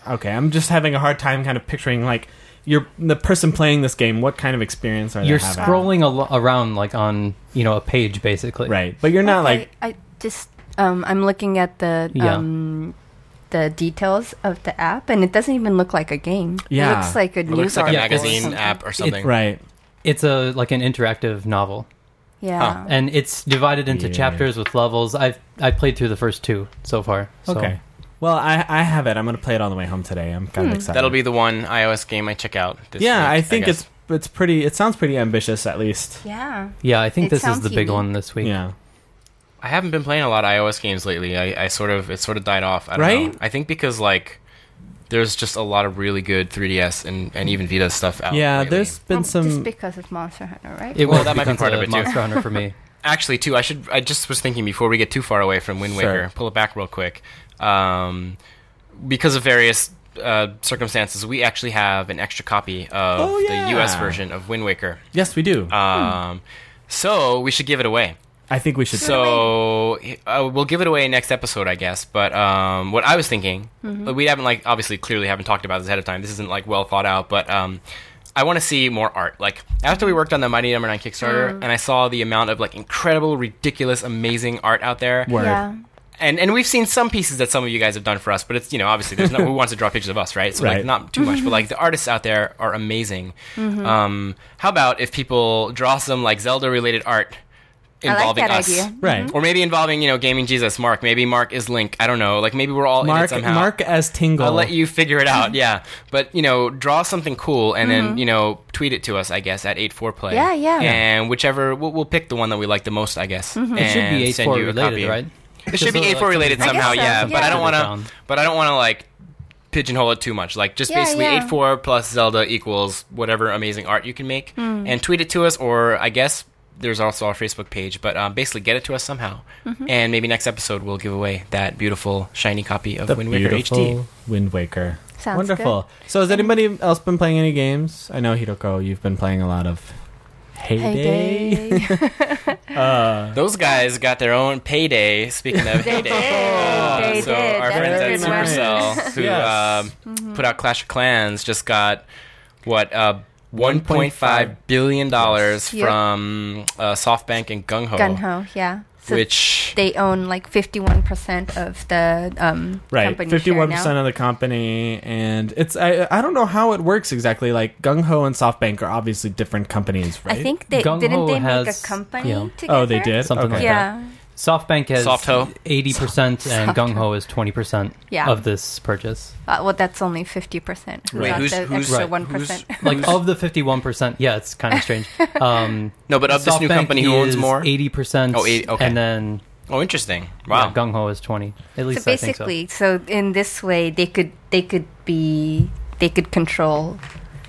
Speaker 1: okay, I'm just having a hard time kind of picturing like you're the person playing this game. What kind of experience are
Speaker 4: You're
Speaker 1: they having?
Speaker 4: scrolling al- around like on you know a page basically.
Speaker 1: right? But you're not like
Speaker 3: I, I just um, I'm looking at the
Speaker 4: Yeah.
Speaker 3: um, the details of the app, and it doesn't even look like a game.
Speaker 1: Yeah.
Speaker 3: it looks like a
Speaker 2: It
Speaker 3: news
Speaker 2: looks like a
Speaker 3: article
Speaker 4: Yeah,
Speaker 3: or
Speaker 2: magazine
Speaker 3: something.
Speaker 2: app or something.
Speaker 1: right.
Speaker 4: It's a like an interactive novel.
Speaker 3: Yeah,
Speaker 4: and it's divided into
Speaker 1: Yeah.
Speaker 4: chapters with levels. I've I played through the first two so far. So.
Speaker 1: Okay. Hmm. Well, I I have it. I'm gonna play it on the way home today. I'm kind of excited.
Speaker 2: That'll be the one iOS game I check out. This
Speaker 1: yeah.
Speaker 2: week,
Speaker 1: I think
Speaker 2: guess.
Speaker 1: it's it's pretty. It sounds pretty ambitious, at least.
Speaker 3: yeah.
Speaker 4: Yeah, I think
Speaker 3: It
Speaker 4: this is
Speaker 3: sounds
Speaker 4: the big
Speaker 3: unique.
Speaker 4: one this week.
Speaker 1: Yeah.
Speaker 2: I haven't been playing a lot of iOS games lately. I, I sort of it sort of died off. I don't
Speaker 1: Right?
Speaker 2: Know. I think because like there's just a lot of really good 3DS and, and even Vita stuff out.
Speaker 1: yeah.
Speaker 2: lately.
Speaker 1: There's been
Speaker 3: Um,
Speaker 1: some.
Speaker 3: just because of Monster Hunter, right?
Speaker 4: It
Speaker 2: Well,
Speaker 4: was
Speaker 2: that might be
Speaker 4: because
Speaker 2: part of
Speaker 4: the
Speaker 2: it, too.
Speaker 4: Monster Hunter for me.
Speaker 2: actually too. I should. I just was thinking before we get too far away from Wind Waker,
Speaker 1: Sure.
Speaker 2: pull it back real quick. Um, because of various uh, circumstances, we actually have an extra copy of
Speaker 1: Oh,
Speaker 2: the U.S.
Speaker 1: yeah.
Speaker 2: version of Wind Waker.
Speaker 1: yes, we do.
Speaker 2: Um, So we should give it away.
Speaker 1: I think we should.
Speaker 2: So uh, we'll give it away next episode, I guess. But um, what I was thinking,
Speaker 3: Mm-hmm.
Speaker 2: but we haven't like obviously clearly haven't talked about this ahead of time. This isn't like well thought out, but um, I want to see more art. Like after we worked on the Mighty Number Nine Kickstarter,
Speaker 3: Mm.
Speaker 2: and I saw the amount of like incredible, ridiculous, amazing art out there.
Speaker 1: Word.
Speaker 3: yeah,
Speaker 2: And and we've seen some pieces that some of you guys have done for us, but it's you know obviously there's no who wants to draw pictures of us, right? So
Speaker 1: Right.
Speaker 2: like not too much, but like the
Speaker 3: Mm-hmm.
Speaker 2: artists out there are amazing. Um, how about if people draw some like Zelda related art?
Speaker 3: I like
Speaker 2: Involving
Speaker 3: that
Speaker 2: us.
Speaker 3: idea.
Speaker 1: Right.
Speaker 2: Or maybe involving, you know, gaming Jesus, Mark. Maybe Mark is Link. I don't know. Like maybe we're all in it
Speaker 1: Mark
Speaker 2: somehow.
Speaker 1: Mark as Tingle.
Speaker 2: I'll let you figure it out. Yeah, but you know, draw something cool and then you know, tweet it to us. I guess at eight four play.
Speaker 3: Mm-hmm. Yeah, Mm-hmm. yeah.
Speaker 2: And whichever we'll, we'll pick the one that we like the most. I guess
Speaker 4: It should
Speaker 2: and
Speaker 4: be eight
Speaker 2: send
Speaker 4: four
Speaker 2: you a
Speaker 4: related,
Speaker 2: copy.
Speaker 4: right?
Speaker 2: It should be
Speaker 4: Because,
Speaker 2: eight four
Speaker 4: like,
Speaker 2: related
Speaker 4: something-
Speaker 2: somehow.
Speaker 3: I guess so,
Speaker 2: Yeah,
Speaker 3: yeah.
Speaker 2: but I don't want
Speaker 4: Down.
Speaker 2: to. But I don't want to like pigeonhole it too much. Like just
Speaker 3: Yeah,
Speaker 2: basically
Speaker 3: yeah.
Speaker 2: eight four plus Zelda equals whatever amazing art you can make,
Speaker 3: Hmm.
Speaker 2: and tweet it to us. Or I guess there's also our Facebook page. But um, basically, get it to us somehow,
Speaker 3: Mm-hmm.
Speaker 2: and maybe next episode we'll give away that beautiful shiny copy of
Speaker 1: the
Speaker 2: Wind Waker
Speaker 1: beautiful
Speaker 2: HD.
Speaker 1: Wind Waker.
Speaker 3: Sounds
Speaker 1: Wonderful. So has anybody else been playing any games? I know Hiroko, you've been playing a lot of Heyday.
Speaker 3: Heyday.
Speaker 1: Uh,
Speaker 2: Those guys got their own payday. Speaking of
Speaker 3: They
Speaker 2: payday, Uh,
Speaker 3: did. They
Speaker 2: so
Speaker 3: did. Mm-hmm.
Speaker 2: our
Speaker 3: That's
Speaker 2: friends
Speaker 1: a
Speaker 2: at
Speaker 1: good one.
Speaker 2: Supercell, who
Speaker 1: Yes.
Speaker 2: um, put out Clash of Clans, just got what uh, one point five billion dollars
Speaker 3: Yep.
Speaker 2: from uh, SoftBank and Gung Ho,
Speaker 1: Oh.
Speaker 3: Gun Ho, yeah. So
Speaker 2: which
Speaker 3: they own like 51 percent of the um,
Speaker 1: right,
Speaker 3: company share
Speaker 1: fifty-one
Speaker 3: now.
Speaker 1: percent of the company, and it's I I don't know how it works exactly. Like Gung Ho and SoftBank are obviously different companies, right?
Speaker 3: I think they
Speaker 4: Gung
Speaker 3: didn't
Speaker 4: Ho
Speaker 3: they make
Speaker 4: has-
Speaker 3: a company
Speaker 4: yeah.
Speaker 3: together.
Speaker 1: Oh, they did.
Speaker 4: Something
Speaker 1: okay.
Speaker 4: like that.
Speaker 3: Yeah,
Speaker 4: SoftBank has
Speaker 2: Soft Ho.
Speaker 4: eighty percent and Gung Ho is twenty percent
Speaker 3: Yeah.
Speaker 4: of this purchase.
Speaker 3: uh, well, that's only 50 percent.
Speaker 2: Wait, who's-
Speaker 3: the
Speaker 2: who's-
Speaker 3: extra
Speaker 4: Right.
Speaker 3: one
Speaker 2: who's-
Speaker 3: percent?
Speaker 4: Like of the fifty one percent, yeah, it's kind of strange. Um,
Speaker 2: no, Oh, but of this new company, who owns more?
Speaker 4: Eighty percent.
Speaker 2: Oh, eight- okay.
Speaker 4: And then
Speaker 2: Oh, interesting. Wow.
Speaker 4: yeah, Gung Ho is twenty. At least
Speaker 3: So
Speaker 4: I think so.
Speaker 3: basically, so. in this way, they could they could be they could control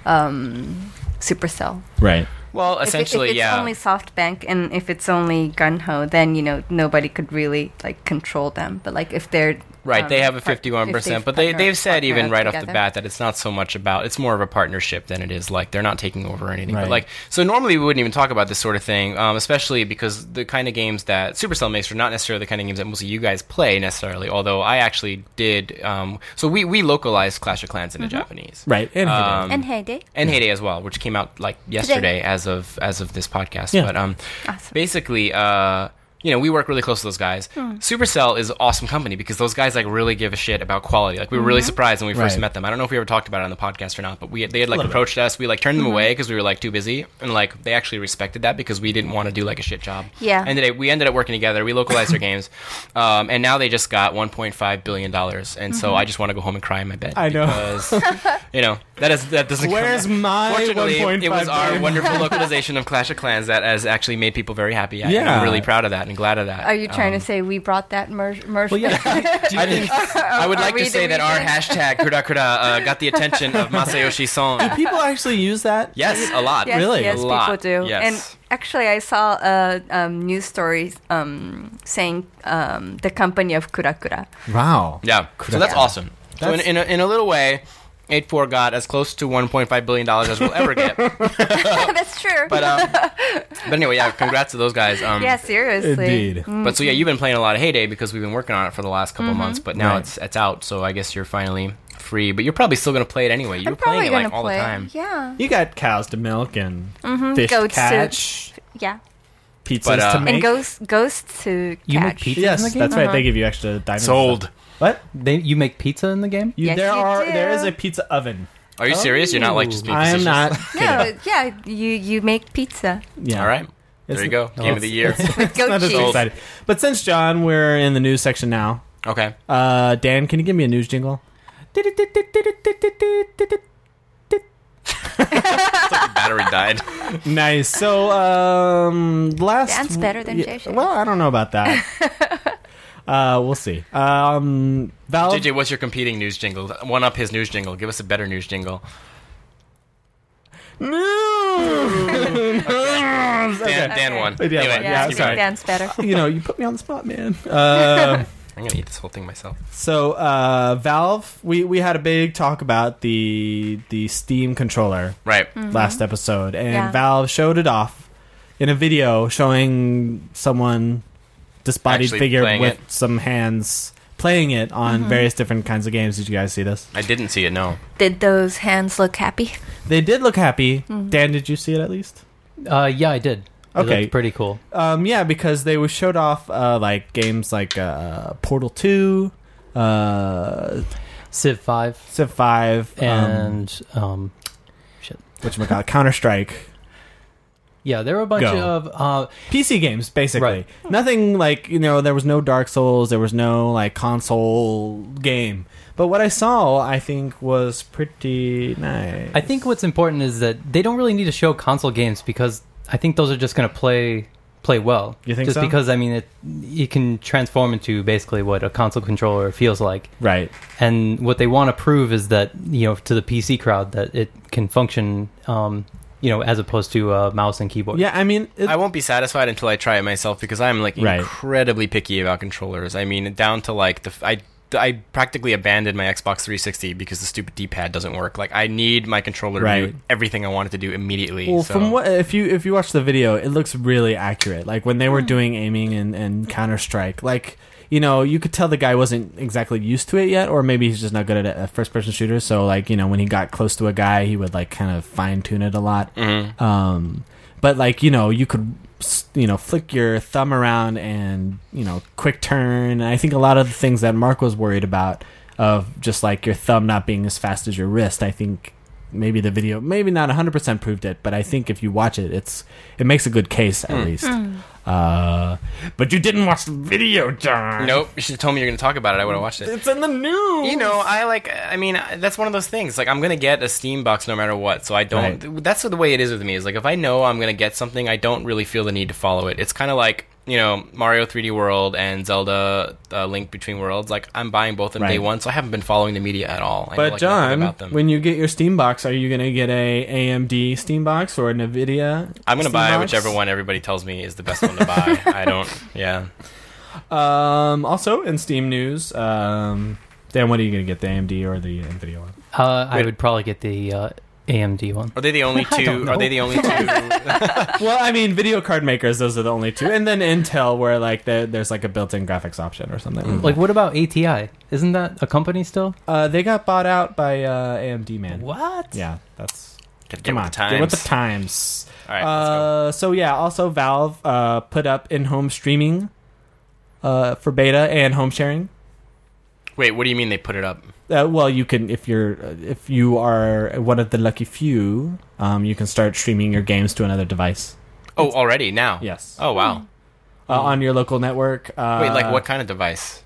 Speaker 3: um, Supercell.
Speaker 1: Right.
Speaker 2: well,
Speaker 3: If it-
Speaker 2: essentially,
Speaker 3: if, it's
Speaker 2: yeah.
Speaker 3: only SoftBank and if it's only Gunho, then you know nobody could really like control them. But like if they're
Speaker 2: Right,
Speaker 3: um,
Speaker 2: they have a
Speaker 3: part- if
Speaker 2: fifty-one percent,
Speaker 3: they've
Speaker 2: but they
Speaker 3: partnered-
Speaker 2: they've said even
Speaker 3: partnered
Speaker 2: right off the
Speaker 3: together.
Speaker 2: bat that it's not so much about it's more of a partnership than it is like they're not taking over anything.
Speaker 1: Right.
Speaker 2: But like, so normally we wouldn't even talk about this sort of thing, um, especially because the kind of games that Supercell makes are not necessarily the kind of games that most of you guys play necessarily. Although I actually did, um, so we we localized Clash of Clans
Speaker 3: Mm-hmm.
Speaker 2: into Japanese,
Speaker 1: Right. And Heyday.
Speaker 2: Um,
Speaker 3: And Heyday,
Speaker 2: and Heyday as well, which came out like yesterday as of as of this podcast.
Speaker 1: Yeah.
Speaker 2: But um,
Speaker 3: Awesome.
Speaker 2: basically, uh, you know, we work really close to those guys.
Speaker 1: Hmm.
Speaker 2: Supercell is an awesome company because those guys like really give a shit about quality. Like we were really surprised when we first
Speaker 1: Mm-hmm. Right.
Speaker 2: met them. I don't know if we ever talked about it on the podcast or not, but we they had like
Speaker 1: little bit. Mm-hmm.
Speaker 2: approached us. We like turned them away because we were like too busy, and like they actually respected that because we didn't want to do like a shit job.
Speaker 3: Yeah.
Speaker 2: And today we ended up working together. We localized their games, um, and now they just got 1.5 billion dollars. And so I just want to go home and cry in my bed.
Speaker 1: Mm-hmm. I know.
Speaker 2: because, you know that is that doesn't. come
Speaker 1: Where's my
Speaker 2: Fortunately,
Speaker 1: 1.5
Speaker 2: it was our
Speaker 1: billion?
Speaker 2: wonderful localization of Clash of Clans that has actually made people very happy. I,
Speaker 1: Yeah.
Speaker 2: am really proud of that and definitely glad of that.
Speaker 3: Are you trying
Speaker 2: Um,
Speaker 3: to say we brought that merge? merge
Speaker 4: Well, yeah. Do you
Speaker 2: I,
Speaker 4: think-
Speaker 2: think, I would
Speaker 3: Are
Speaker 2: like
Speaker 3: we
Speaker 2: to say that our
Speaker 3: doing
Speaker 2: hashtag Kuda Kuda uh, got the attention of Masayoshi Son.
Speaker 1: People actually use that.
Speaker 2: Yes, a lot.
Speaker 3: Yes,
Speaker 1: Really?
Speaker 3: yes,
Speaker 2: A lot.
Speaker 3: people do.
Speaker 2: Yes.
Speaker 3: And actually, I saw a um, news story um, saying um, the company of Kurakura.
Speaker 1: Wow.
Speaker 2: Yeah. So that's
Speaker 3: Yeah.
Speaker 2: awesome. so in,
Speaker 1: That's-
Speaker 2: in, a, in a little way, 8.4 got as close to 1.5 billion dollars as we'll ever get. but
Speaker 3: That's true.
Speaker 2: um, but anyway, yeah. Congrats to those guys. Um,
Speaker 3: yeah, seriously.
Speaker 1: Indeed.
Speaker 2: But
Speaker 3: Mm-hmm.
Speaker 2: so yeah, you've been playing a lot of Heyday because we've been working on it for the last couple months. But now
Speaker 1: Right.
Speaker 2: it's it's out, so I guess you're finally free. But you're probably still gonna play it anyway. You
Speaker 3: I'm
Speaker 2: were playing
Speaker 3: probably
Speaker 2: it
Speaker 3: gonna
Speaker 2: like all
Speaker 3: play.
Speaker 2: the time.
Speaker 3: Yeah,
Speaker 1: You got cows to milk and fish to
Speaker 3: Mm-hmm. goats to-
Speaker 1: catch,
Speaker 3: yeah.
Speaker 1: pizzas
Speaker 2: But, uh,
Speaker 1: to
Speaker 2: And
Speaker 1: make.
Speaker 3: And ghosts, ghosts to
Speaker 4: You make
Speaker 3: catch.
Speaker 4: pizza in the
Speaker 1: yes,
Speaker 4: game?
Speaker 1: that's right. They give you extra diamonds. What?
Speaker 4: They, you make pizza in the game?
Speaker 1: You,
Speaker 3: Yes,
Speaker 1: there
Speaker 3: you
Speaker 1: are
Speaker 3: do.
Speaker 1: there is a pizza oven.
Speaker 2: Are you serious? You're not like just being
Speaker 1: I am
Speaker 2: facetious?
Speaker 1: not.
Speaker 3: No, yeah, you you make pizza
Speaker 1: Yeah.
Speaker 2: All right.
Speaker 1: It's-
Speaker 2: there you go. Game of the year.
Speaker 3: with goat
Speaker 1: Not as
Speaker 3: cheese.
Speaker 1: excited. But since John, we're in the news section now.
Speaker 2: okay.
Speaker 1: Uh, Dan, can you give me a news jingle?
Speaker 2: Battery died.
Speaker 1: Nice. So, um, last
Speaker 3: Dan's better than
Speaker 1: yeah,
Speaker 3: JJ.
Speaker 1: Well, I don't know about that. uh, we'll see. Um, Valve.
Speaker 2: JJ, what's your competing news jingle? One up his news jingle. Give us a better news jingle.
Speaker 1: News!
Speaker 2: Dan,
Speaker 1: Okay.
Speaker 2: Dan won.
Speaker 1: Dan won,
Speaker 2: Anyway,
Speaker 3: Yeah,
Speaker 1: Yeah,
Speaker 3: I
Speaker 2: keep
Speaker 3: think
Speaker 1: sorry.
Speaker 2: going.
Speaker 3: Dan's better.
Speaker 1: You know, you put me on the spot, man. Uh,
Speaker 2: I'm gonna eat this whole thing myself.
Speaker 1: so, uh, Valve, we, we had a big talk about the the Steam controller
Speaker 2: Right.
Speaker 3: Mm.
Speaker 1: last episode, and
Speaker 3: Yeah.
Speaker 1: Valve showed it off in a video showing someone disbodied
Speaker 2: Actually
Speaker 1: figure
Speaker 2: playing
Speaker 1: with
Speaker 2: it.
Speaker 1: some hands playing it on various different kinds of games. Did you guys see this?
Speaker 2: I didn't see it. No.
Speaker 3: Did those hands look happy?
Speaker 1: They did look happy. Dan, did you see it at least?
Speaker 4: Uh, yeah, I did. It
Speaker 1: Okay.
Speaker 4: looked pretty cool.
Speaker 1: Um, yeah, because they were showed off uh, like games like uh, Portal Two, uh,
Speaker 4: Civ 5
Speaker 1: Civ Five,
Speaker 4: and um,
Speaker 1: which Counter Strike.
Speaker 4: yeah, there were a bunch
Speaker 1: Go.
Speaker 4: of uh,
Speaker 1: PC games, basically.
Speaker 4: Right.
Speaker 1: Nothing like, you know, there was no Dark Souls, there was no like console game. But what I saw, I think, was pretty nice.
Speaker 4: I think what's important is that they don't really need to show console games because I think those are just going to play play well.
Speaker 1: You think
Speaker 4: just
Speaker 1: so?
Speaker 4: because I mean it it can transform into basically what a console controller feels like.
Speaker 1: Right.
Speaker 4: And what they want to prove is that, you know, to the PC crowd that it can function um, you know, as opposed to uh, mouse and keyboard.
Speaker 1: Yeah, I mean, it,
Speaker 2: I won't be satisfied until I try it myself because I'm like
Speaker 1: Right.
Speaker 2: incredibly picky about controllers. I mean, down to like the f- I I practically abandoned my Xbox 360 because the stupid D-pad doesn't work. Like I need my controller to
Speaker 1: Right.
Speaker 2: do everything I wanted to do immediately.
Speaker 1: well,
Speaker 2: so.
Speaker 1: from what if you if you watch the video, it looks really accurate. Like when they were doing aiming and, and Counter Strike, like you know, you could tell the guy wasn't exactly used to it yet, or maybe he's just not good at first person shooters. So like you know, when he got close to a guy, he would like kind of fine tune it a lot.
Speaker 2: Mhm.
Speaker 1: Um, but like you know, you could s- you know flick your thumb around and you know quick turn. And I think a lot of the things that Mark was worried about of just like your thumb not being as fast as your wrist. I think maybe the video maybe not 100% proved it, but I think if you watch it, it's it makes a good case
Speaker 2: Hmm.
Speaker 1: at least. Uh, but you didn't watch the video, John.
Speaker 2: Nope, you should have told me you're going to talk about it. I would have watched it.
Speaker 1: It's in the news.
Speaker 2: You know, I like. I mean, I- that's one of those things. Like, I'm gonna get a Steam box no matter what. So I don't. That's the way it is with me. Is like if I know I'm gonna get something, I don't really feel the need to follow it. It's kind of like you know Mario 3D World and Zelda uh, Link Between Worlds. Like I'm buying both of them day
Speaker 1: Right.
Speaker 2: one, so I haven't been following the media at all. I know,
Speaker 1: But
Speaker 2: like, nothing
Speaker 1: John,
Speaker 2: about them.
Speaker 1: when you get your Steam box, are you gonna get a AMD Steam box or a Nvidia?
Speaker 2: I'm gonna
Speaker 1: Steam
Speaker 2: buy
Speaker 1: box?
Speaker 2: whichever one everybody tells me is the best one to buy. I don't. Yeah.
Speaker 1: Um, also in Steam news, um, Dan, what are you gonna get, the AMD or the Nvidia one?
Speaker 4: Uh, I
Speaker 2: Wait.
Speaker 4: would probably get the uh, AMD one.
Speaker 2: Are they the only two? Are they the only two?
Speaker 1: well, I mean, video card makers; those are the only two, and then Intel, where like there, there's like a built-in graphics option or something.
Speaker 2: Mm.
Speaker 4: Like what about ATI? Isn't that a company still?
Speaker 1: uh, they got bought out by uh, AMD, man.
Speaker 4: What?
Speaker 1: Yeah, that's
Speaker 2: Get
Speaker 1: come
Speaker 2: with
Speaker 1: on,
Speaker 2: the
Speaker 1: get with the
Speaker 2: times.
Speaker 1: times.
Speaker 2: All right. let's go.
Speaker 1: Uh, so yeah, also Valve uh, put up in-home streaming uh, for beta and home sharing.
Speaker 2: Wait, what do you mean they put it up?
Speaker 1: Uh, well, you can if you're uh, if you are one of the lucky few, um, you can start streaming your games to another device.
Speaker 2: Oh, already now.
Speaker 1: Yes,
Speaker 2: Oh wow.
Speaker 1: uh, on your local network. Uh,
Speaker 2: Wait, like what kind of device?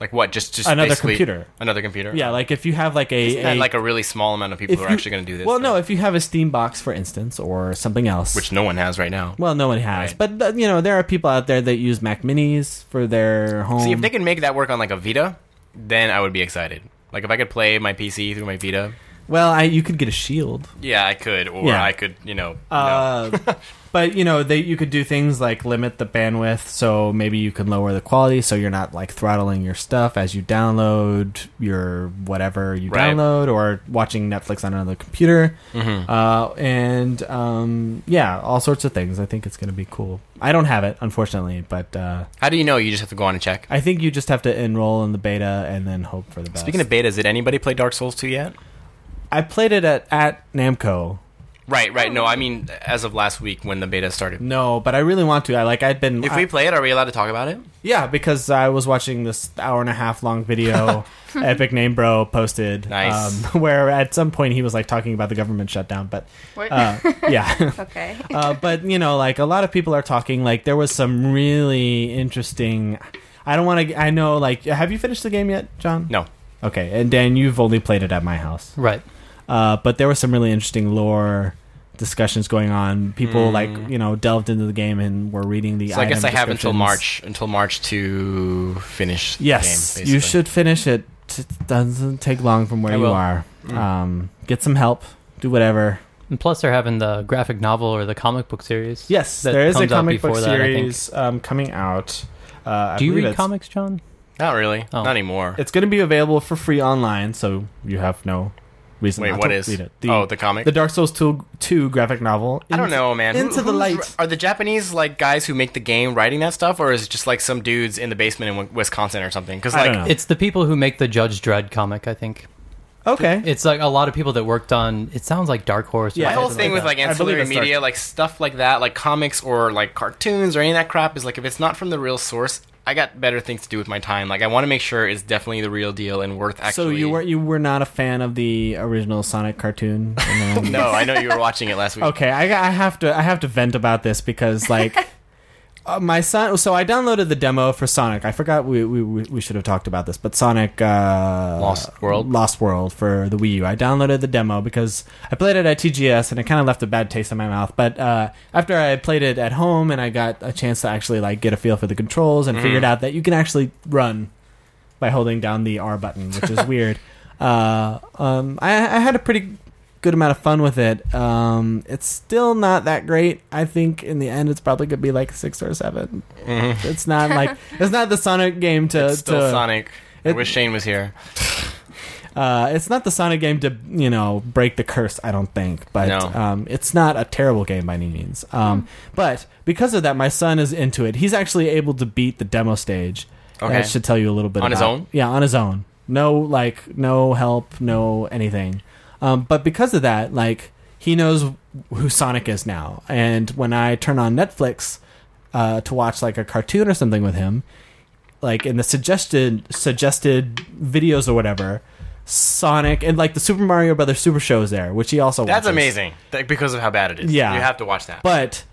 Speaker 2: Like what? Just just
Speaker 1: Another
Speaker 2: basically-
Speaker 1: computer.
Speaker 2: Another computer.
Speaker 1: Yeah, like if you have like a,
Speaker 2: Isn't that
Speaker 1: a-
Speaker 2: like a really small amount of people
Speaker 1: if
Speaker 2: who are
Speaker 1: you-
Speaker 2: actually going to do this.
Speaker 1: Well,
Speaker 2: though?
Speaker 1: no, if you have a Steam box, for instance, or something else,
Speaker 2: which no one has right now.
Speaker 1: well, no one has.
Speaker 2: Right.
Speaker 1: But th- you know, there are people out there that use Mac Minis for their home.
Speaker 2: See, if they can make that work on like a Vita, then I would be excited. Like if I could play my PC through my Vita,
Speaker 1: well, I, you could get a Shield.
Speaker 2: yeah, I could, or
Speaker 1: Yeah.
Speaker 2: I could, you know, no.
Speaker 1: Uh, but you know, they you could do things like limit the bandwidth, so maybe you can lower the quality, so you're not like throttling your stuff as you download your whatever you
Speaker 2: Right.
Speaker 1: download or watching Netflix on another computer,
Speaker 2: Mm-hmm.
Speaker 1: uh, and um, yeah, all sorts of things. I think it's going to be cool. I don't have it, unfortunately, but uh,
Speaker 2: How do you know? You just have to go on and check.
Speaker 1: I think you just have to enroll in the beta and then hope for the best.
Speaker 2: Speaking of betas, did anybody play Dark Souls 2 yet?
Speaker 1: I played it at at Namco.
Speaker 2: Right, right. No, I mean as of last week when the beta started.
Speaker 1: No, but I really want to. I like. I'd been.
Speaker 2: If
Speaker 1: I-
Speaker 2: we play it, are we allowed to talk about it?
Speaker 1: Yeah, because I was watching this hour and a half long video Epic Name Bro posted.
Speaker 2: Nice.
Speaker 1: Um, where at some point he was like talking about the government shutdown, but
Speaker 3: What?
Speaker 1: uh, yeah.
Speaker 3: okay.
Speaker 1: uh, but you know, like a lot of people are talking. Like there was some really interesting. I don't want to. I know. Like, have you finished the game yet, John?
Speaker 2: No.
Speaker 1: Okay, and Dan, you've only played it at my house.
Speaker 4: Right.
Speaker 1: Uh, but there was some really interesting lore discussions going on. People like you know delved into the game and were reading the.
Speaker 2: Mm. So I guess
Speaker 1: item
Speaker 2: I have until
Speaker 1: descriptions.
Speaker 2: March until March to finish the
Speaker 1: Yes,
Speaker 2: game.
Speaker 1: you
Speaker 2: basically.
Speaker 1: should finish it. It doesn't take long from where
Speaker 2: I
Speaker 1: you
Speaker 2: will.
Speaker 1: are.
Speaker 4: Mm.
Speaker 2: Mm.
Speaker 1: Um, get some help. Do whatever.
Speaker 4: And plus, they're having the graphic novel or the comic book series.
Speaker 1: Yes,
Speaker 4: that
Speaker 1: there is a
Speaker 4: comes out
Speaker 1: comic book
Speaker 4: before that, I think.
Speaker 1: series um, coming out. Uh, I
Speaker 4: Do you
Speaker 1: believe
Speaker 4: read
Speaker 1: it's-
Speaker 4: comics, John?
Speaker 2: Not really.
Speaker 4: Oh.
Speaker 2: Not anymore.
Speaker 1: It's going to be available for free online, so you have no reason.
Speaker 2: Wait,
Speaker 1: not
Speaker 2: what
Speaker 1: to
Speaker 2: is?
Speaker 1: read it.
Speaker 2: oh, the comic.
Speaker 1: the Dark Souls 2, 2 graphic novel.
Speaker 2: I don't
Speaker 1: Into-
Speaker 2: know, man. Who-
Speaker 1: Into the
Speaker 2: who's-
Speaker 1: light.
Speaker 2: Are the Japanese like guys who make the game writing that stuff, or is it just like some dudes in the basement in Wi- Wisconsin or something? Because
Speaker 1: I
Speaker 2: like,
Speaker 1: don't know.
Speaker 4: It's the people who make the Judge Dredd comic, I think.
Speaker 1: Okay,
Speaker 4: It's like a lot of people that worked on. It sounds like Dark Horse. or
Speaker 1: Yeah,
Speaker 2: my whole
Speaker 1: something
Speaker 2: thing
Speaker 1: like
Speaker 2: with
Speaker 1: that.
Speaker 2: like
Speaker 1: I believe
Speaker 2: ancillary
Speaker 1: it's dark.
Speaker 2: media, like stuff like that, like comics or like cartoons or any of that crap, is like if it's not from the real source, I got better things to do with my time. Like I want to make sure it's definitely the real deal and worth
Speaker 1: so
Speaker 2: actually.
Speaker 1: you were you were not a fan of the original Sonic cartoon? And then-
Speaker 2: No, I know you were watching it last week.
Speaker 1: Okay, I, I have to I have to vent about this because like uh, my son. So I downloaded the demo for Sonic. I forgot we we, we we should have talked about this, but Sonic uh,
Speaker 2: Lost World?
Speaker 1: Lost World for the Wii U. I downloaded the demo because I played it at TGS and it kind of left a bad taste in my mouth. But uh, after I played it at home and I got a chance to actually like get a feel for the controls and
Speaker 2: Mm-hmm.
Speaker 1: figured out that you can actually run by holding down the R button, which is weird. Uh, um, I, I had a pretty good amount of fun with it. Um, it's still not that great. I think in the end, it's probably gonna be like six or 7
Speaker 2: Mm-hmm.
Speaker 1: It's not like it's not the Sonic game to.
Speaker 2: It's still
Speaker 1: to-
Speaker 2: Sonic. I
Speaker 1: it-
Speaker 2: wish Shane was here.
Speaker 1: Uh, it's not the Sonic game to you know break the curse. I don't think, but
Speaker 2: No.
Speaker 1: um, it's not a terrible game by any means. Um, But because of that, my son is into it. He's actually able to beat the demo stage.
Speaker 2: Okay.
Speaker 1: That should tell you a little bit
Speaker 2: On his
Speaker 1: about-
Speaker 2: own?
Speaker 1: Yeah, on his own. No, like no help, no anything. Um, but because of that, like he knows who Sonic is now. And when I turn on Netflix uh, to watch like a cartoon or something with him, like in the suggested suggested videos or whatever, Sonic and like the Super Mario Brothers Super Show is there, which he also
Speaker 2: That's
Speaker 1: watches.
Speaker 2: amazing th- because of how bad it is.
Speaker 1: Yeah.
Speaker 2: you have to watch that.
Speaker 1: But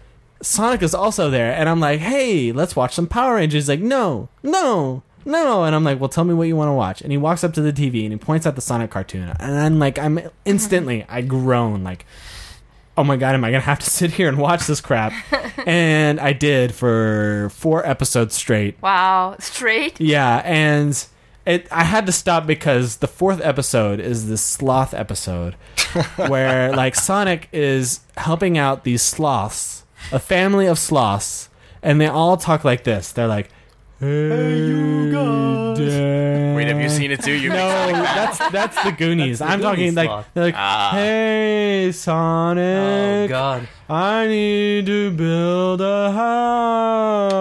Speaker 1: Sonic is also there, and I'm like, hey, let's watch some Power Rangers. He's like, no, no, no. And I'm like, well, tell me what you want to watch. And he walks up to the TV and he points out the Sonic cartoon. And I'm like, I'm instantly, I groan, like, oh my God, am I going to have to sit here and watch this crap? and I did for four episodes straight.
Speaker 3: wow. Straight.
Speaker 1: Yeah, and it I had to stop because the fourth episode is this sloth episode where like Sonic is helping out these sloths, a family of sloths, and they all talk like this. They're like, "Hey, you guys."
Speaker 2: Wait, have you seen it too? You
Speaker 1: uh, No, that's that's the Goonies.
Speaker 4: That's the
Speaker 1: I'm talking
Speaker 4: Goonies
Speaker 1: like
Speaker 4: sloth.
Speaker 1: they're like,
Speaker 2: Ah.
Speaker 1: "Hey,
Speaker 4: Oh
Speaker 1: Sonic,
Speaker 4: God.
Speaker 1: I need to build a house."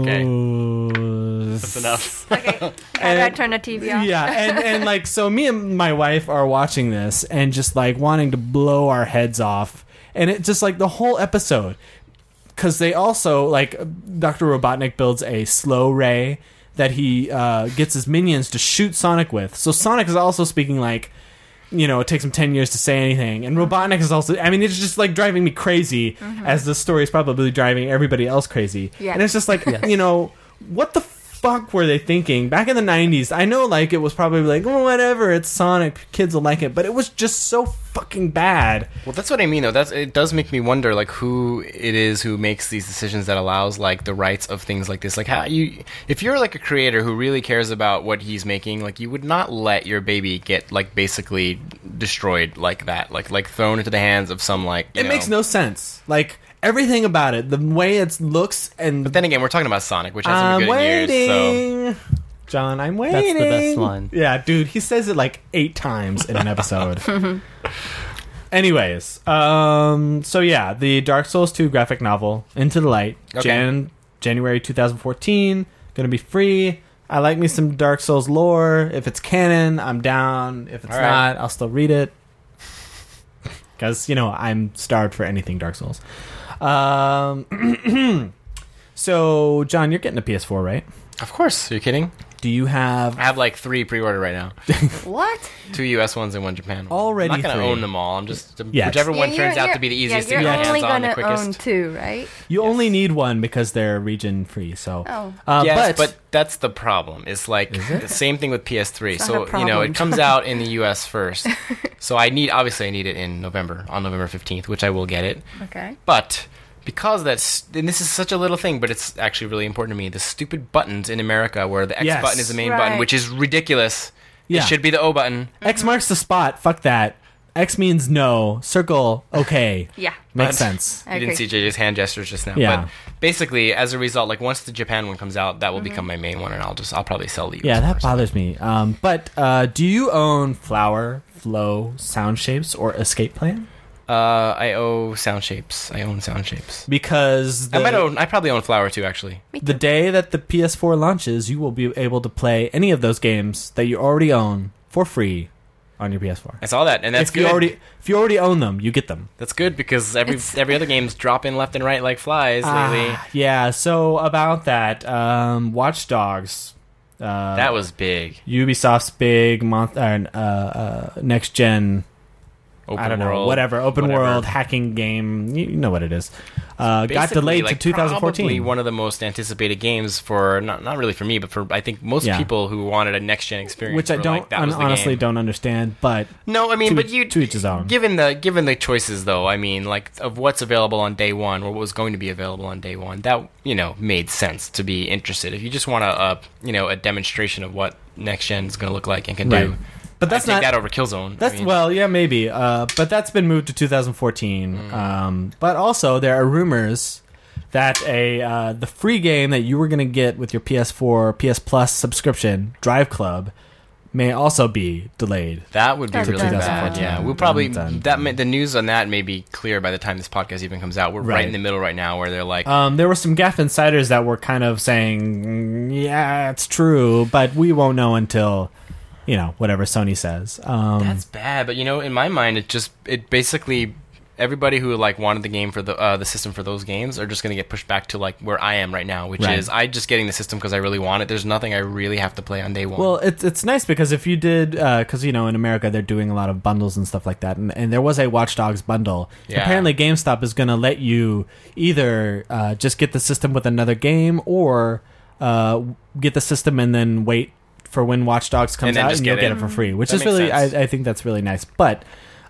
Speaker 2: Okay.
Speaker 1: That's
Speaker 2: that's enough.
Speaker 3: Okay. How do I
Speaker 1: And-
Speaker 3: turn the TV
Speaker 1: Yeah.
Speaker 3: on?
Speaker 1: and and like so, me and my wife are watching this and just like wanting to blow our heads off, and it just like the whole episode, because they also like Doctor Robotnik builds a slow ray that he uh, gets his minions to shoot Sonic with. So Sonic is also speaking like. You know, it takes him ten years to say anything, and Robotnik is also. I mean, it's just like driving me crazy, as the story is probably driving everybody else crazy.
Speaker 3: Yeah.
Speaker 1: And it's just like, you know, what the fuck were they thinking back in the 90s? I know, like, it was probably like, oh, whatever, it's Sonic, kids will like it, but it was just so fucking bad.
Speaker 2: Well, that's what I mean, though. That's it does make me wonder, like who it is who makes these decisions that allows like the rights of things like this. Like how you, if you're like a creator who really cares about what he's making, like you would not let your baby get like basically destroyed like that, like like thrown into the hands of some like. you
Speaker 1: It makes
Speaker 2: know-
Speaker 1: no sense. Like, everything about it, the way it looks, and
Speaker 2: But then again, we're talking about Sonic, which hasn't
Speaker 1: I'm
Speaker 2: been good in years. So
Speaker 1: waiting. John, I'm
Speaker 4: the
Speaker 1: waiting.
Speaker 4: best line.
Speaker 1: Yeah, dude, he says it like eight times in an episode. Anyways, um, so yeah, the Dark Souls 2 graphic novel, Into the Light,
Speaker 2: Okay.
Speaker 1: Jan January 2014, gonna be free. I like me some Dark Souls lore. If it's canon, I'm down. If it's
Speaker 2: All right.
Speaker 1: not, I'll still read it. Because, you know, I'm starved for anything Dark Souls. Um, so, John, you're getting a PS4, right?
Speaker 2: of course, are you kidding?
Speaker 1: Do you have
Speaker 2: I have like three pre-order right now,
Speaker 3: What?
Speaker 2: two U.S. ones and one Japan. One.
Speaker 1: Already
Speaker 2: I'm not gonna
Speaker 1: three.
Speaker 2: own them all. I'm just
Speaker 1: Yes.
Speaker 2: whichever one
Speaker 3: Yeah,
Speaker 2: turns
Speaker 3: you're-
Speaker 2: out to be the
Speaker 3: you're-
Speaker 2: easiest
Speaker 3: yeah,
Speaker 2: to
Speaker 3: you're
Speaker 2: get my hands
Speaker 3: only
Speaker 2: on, the
Speaker 3: gonna
Speaker 2: quickest.
Speaker 3: own two, right?
Speaker 1: You only need one because they're region free. So,
Speaker 3: Oh.
Speaker 1: uh,
Speaker 2: yes,
Speaker 1: but,
Speaker 2: but, that's the problem. It's like the same thing with PS3.
Speaker 3: It's not a
Speaker 2: so you know,
Speaker 3: problem,
Speaker 2: it comes out in the US first. so I need obviously I need it in November on November 15th, which I will get it.
Speaker 3: Okay.
Speaker 2: But because that's and this is such a little thing, but it's actually really important to me. The stupid buttons in America where the X
Speaker 1: Yes.
Speaker 2: button is the main
Speaker 3: Right.
Speaker 2: button, which is ridiculous.
Speaker 1: Yeah.
Speaker 2: It should be the O button.
Speaker 1: X marks the spot. Fuck that. X means no. Circle okay.
Speaker 3: Yeah.
Speaker 1: makes
Speaker 2: But-
Speaker 1: sense.
Speaker 3: I
Speaker 2: you
Speaker 3: agree.
Speaker 2: didn't see JJ's hand gestures just now.
Speaker 1: Yeah. Mm-hmm.
Speaker 2: But basically, as a result, like once the Japan one comes out, that will become my main one, and I'll just I'll probably sell the. US
Speaker 1: Yeah,
Speaker 2: one
Speaker 1: that
Speaker 2: or something.
Speaker 1: bothers me. Um, but uh, do you own flower, flow, sound shapes, or escape plan?
Speaker 2: Uh, I owe sound shapes. I own sound shapes.
Speaker 1: Because
Speaker 2: I might
Speaker 1: the,
Speaker 2: own. I probably own Flower too, actually.
Speaker 1: the day that the PS4 launches, you will be able to play any of those games that you already own for free on your PS4.
Speaker 2: I saw that, and that's
Speaker 1: if you
Speaker 2: good.
Speaker 1: already if you already own them, you get them.
Speaker 2: that's good because every
Speaker 3: It's-
Speaker 2: every other game's dropping left and right like flies lately.
Speaker 1: Ah, yeah, so about that, um, Watch Dogs. Uh,
Speaker 2: That was big.
Speaker 1: Ubisoft's big month, uh, uh, next gen.
Speaker 2: Open
Speaker 1: I don't know,
Speaker 2: world,
Speaker 1: whatever, open
Speaker 2: whatever.
Speaker 1: world hacking game. You, you know what it is. Uh, got
Speaker 2: Basically,
Speaker 1: delayed
Speaker 2: like,
Speaker 1: to
Speaker 2: Probably
Speaker 1: 2014.
Speaker 2: one of the most anticipated games for not not really for me, but for I think most
Speaker 1: Yeah.
Speaker 2: people who wanted a next gen experience.
Speaker 1: which I
Speaker 2: were
Speaker 1: don't
Speaker 2: like, that
Speaker 1: un-
Speaker 2: was the
Speaker 1: honestly
Speaker 2: game.
Speaker 1: don't understand, but
Speaker 2: No, I mean,
Speaker 1: to
Speaker 2: but
Speaker 1: each-
Speaker 2: you
Speaker 1: to each his own.
Speaker 2: Given the given the choices, though, I mean, like of what's available on day one or what was going to be available on day one, that you know made sense to be interested. If you just want a, uh you know a demonstration of what next gen is going to look like and can do,
Speaker 1: Right. but that's
Speaker 2: I
Speaker 1: not
Speaker 2: take that over Killzone. I
Speaker 1: That's
Speaker 2: mean,
Speaker 1: well, yeah, maybe. Uh, but that's been moved to 2014. Um, but also, there are rumors that a uh, the free game that you were going to get with your PS4, PS Plus subscription, Drive Club, may also be delayed.
Speaker 2: That would be
Speaker 3: Dun,
Speaker 2: really
Speaker 3: dun,
Speaker 2: bad.
Speaker 3: dun.
Speaker 2: Yeah, we'll probably
Speaker 1: Dun, dun,
Speaker 2: that may, the news on that may be clear by the time this podcast even comes out. We're right,
Speaker 1: Right.
Speaker 2: in the middle right now where they're like,
Speaker 1: Um, there were some Gaff insiders that were kind of saying, "Mm, "Yeah, it's true, but we won't know until." You know, whatever Sony says. Um,
Speaker 2: That's bad, but you know, in my mind, it just it basically everybody who like wanted the game for the uh, the system for those games are just going to get pushed back to like where I am right now, which
Speaker 1: Right.
Speaker 2: is I just getting the system because I really want it. There's nothing I really have to play on day one.
Speaker 1: Well, it's it's nice because if you did, because you know in America they're doing a lot of bundles and stuff like that, and, and there was a Watch Dogs bundle.
Speaker 2: Yeah.
Speaker 1: Apparently, GameStop is going to let you either uh, just get the system with another game, or uh, get the system and then wait for when Watch Dogs comes
Speaker 2: And then
Speaker 1: out,
Speaker 2: just
Speaker 1: and you'll
Speaker 2: get
Speaker 1: get
Speaker 2: it.
Speaker 1: it for free, which
Speaker 2: That
Speaker 1: is
Speaker 2: makes
Speaker 1: really I,
Speaker 2: sense.
Speaker 1: I think that's really nice. But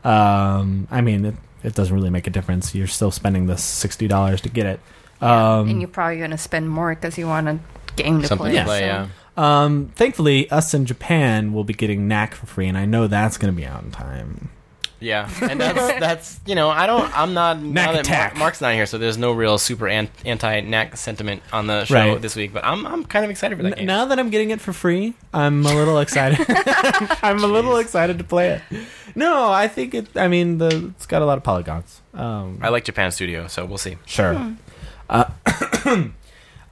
Speaker 1: um, I mean, it, it doesn't really make a difference. You're still spending the sixty dollars to get it. Um,
Speaker 3: and you're probably going to spend more because you want a game to
Speaker 2: something
Speaker 3: play.
Speaker 2: to play,
Speaker 3: so-
Speaker 2: yeah.
Speaker 1: Um, thankfully, us in Japan will be getting Knack for free, and I know that's going to be out in time.
Speaker 2: Yeah, and that's that's you know I don't I'm not now that
Speaker 1: attack.
Speaker 2: Mark, Mark's not here, so there's no real super an- anti Knack sentiment on the show
Speaker 1: Right.
Speaker 2: this week. But I'm I'm kind of excited for that
Speaker 1: N-
Speaker 2: game.
Speaker 1: now that I'm getting it for free, I'm a little excited. I'm a little excited to play it. No, I think it. I mean, the it's got a lot of polygons. Um,
Speaker 2: I like Japan Studio, so we'll see.
Speaker 1: sure. Uh,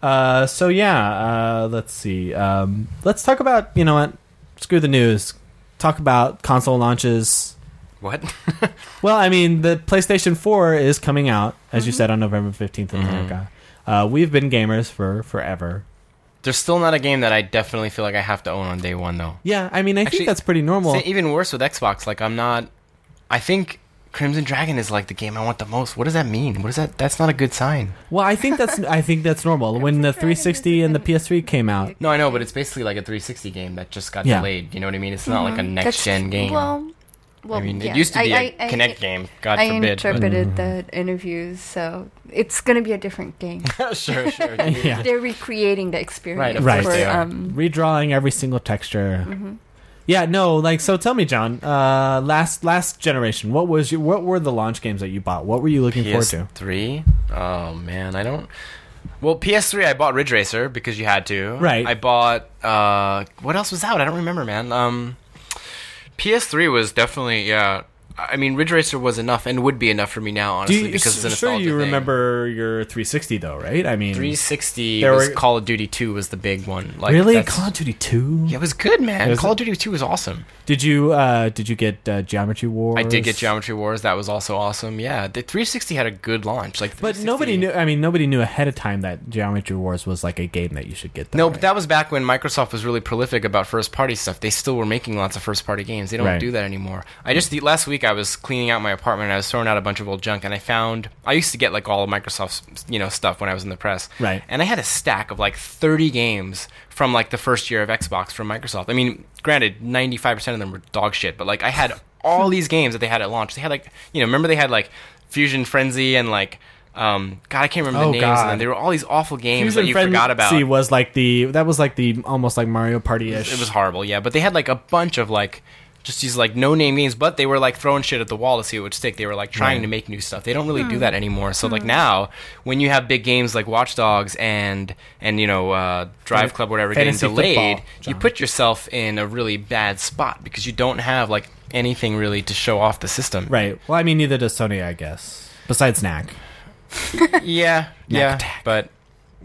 Speaker 1: uh, so yeah, uh, let's see. Um, let's talk about you know what? Screw the news. Talk about console launches.
Speaker 2: What?
Speaker 1: Well, I mean, the PlayStation 4 is coming out, as you said, on November 15th in
Speaker 2: Mhm.
Speaker 1: America. Uh, we've been gamers for forever.
Speaker 2: There's still not a game that I definitely feel like I have to own on day one though.
Speaker 1: Yeah, I mean, I
Speaker 2: Actually,
Speaker 1: think that's pretty normal.
Speaker 2: See, even worse with Xbox. Like I'm not. I think Crimson Dragon is like the game I want the most. What does that mean? What is that? That's not a good sign.
Speaker 1: Well, I think that's I think that's normal. When the 360 and the PS3 came out,
Speaker 2: No, I know, but it's basically like a 360 game that just got
Speaker 1: Yeah.
Speaker 2: delayed. You know what I mean? It's not like a next gen game.
Speaker 3: Mm-hmm. Um, Well,
Speaker 2: I
Speaker 3: well,
Speaker 2: mean,
Speaker 3: yeah.
Speaker 2: it used to be a
Speaker 3: I- I-
Speaker 2: Connect
Speaker 3: I-
Speaker 2: game. God
Speaker 3: I
Speaker 2: forbid. but-
Speaker 3: interpreted the interviews, so it's going to be a different game.
Speaker 2: sure, sure.
Speaker 1: yeah,
Speaker 3: They're recreating the experience
Speaker 2: of
Speaker 1: Right.
Speaker 3: for
Speaker 1: course they
Speaker 2: are.
Speaker 3: um,
Speaker 1: redrawing every single texture. Yeah, no, like so. Tell me, John. Uh, last last generation, what was your, what were the launch games that you bought? What were you looking forward to?
Speaker 2: PS3. Oh man, I don't. Well, PS3, I bought Ridge Racer because you had to.
Speaker 1: Right.
Speaker 2: I bought. Uh, what else was out? I don't remember, man. Um, PS3 was definitely yeah. I mean, Ridge Racer was enough and would be enough for me now,
Speaker 1: Do
Speaker 2: honestly,
Speaker 1: you,
Speaker 2: because it's
Speaker 1: s-
Speaker 2: an
Speaker 1: sure you
Speaker 2: nostalgia thing.
Speaker 1: remember your 360 though, right? I mean,
Speaker 2: 360
Speaker 1: There
Speaker 2: was
Speaker 1: were-
Speaker 2: Call of Duty 2 was the big one. Like,
Speaker 1: really,
Speaker 2: that's-
Speaker 1: Call of Duty 2.
Speaker 2: Yeah, it was good, man.
Speaker 1: Was
Speaker 2: Call
Speaker 1: it?
Speaker 2: of Duty 2 was awesome.
Speaker 1: Did you uh, did you get uh, Geometry Wars?
Speaker 2: I did get Geometry Wars. That was also awesome. Yeah, the 360 had a good launch. Like,
Speaker 1: But
Speaker 2: 360
Speaker 1: nobody knew. I mean, nobody knew ahead of time that Geometry Wars was like a game that you should get. Though,
Speaker 2: No,
Speaker 1: right?
Speaker 2: but that was back when Microsoft was really prolific about first party stuff. They still were making lots of first party games. They don't
Speaker 1: Right.
Speaker 2: do that anymore. I just the, last week I was cleaning out my apartment and I was throwing out a bunch of old junk and I found I used to get like all of Microsoft's you know stuff when I was in the press.
Speaker 1: Right.
Speaker 2: And I had a stack of like 30 games from like the first year of Xbox from Microsoft. I mean, granted 95% of them were dog shit, but like I had all these games that they had at launch. They had like, you know, remember they had like Fusion Frenzy and like um, God, I can't remember
Speaker 1: Oh,
Speaker 2: the names.
Speaker 1: God.
Speaker 2: And then there were all these awful games
Speaker 1: Fusion
Speaker 2: that you
Speaker 1: Frenzy
Speaker 2: forgot about.
Speaker 1: was like the that was like the almost like Mario Party ish.
Speaker 2: It was horrible, yeah. But they had like a bunch of like just these like no name games, but they were like throwing shit at the wall to see what would stick. They were like trying to make new stuff. They don't really do that anymore. So like now, when you have big games like Watch Dogs and and you know uh, Drive Club, whatever, getting
Speaker 1: Fantasy
Speaker 2: delayed,
Speaker 1: football,
Speaker 2: you
Speaker 1: John.
Speaker 2: put yourself in a really bad spot because you don't have like anything really to show off the system.
Speaker 1: right. Well, I mean, neither does Sony, I guess. Besides Knack.
Speaker 2: Yeah, yeah.
Speaker 1: attack.
Speaker 2: But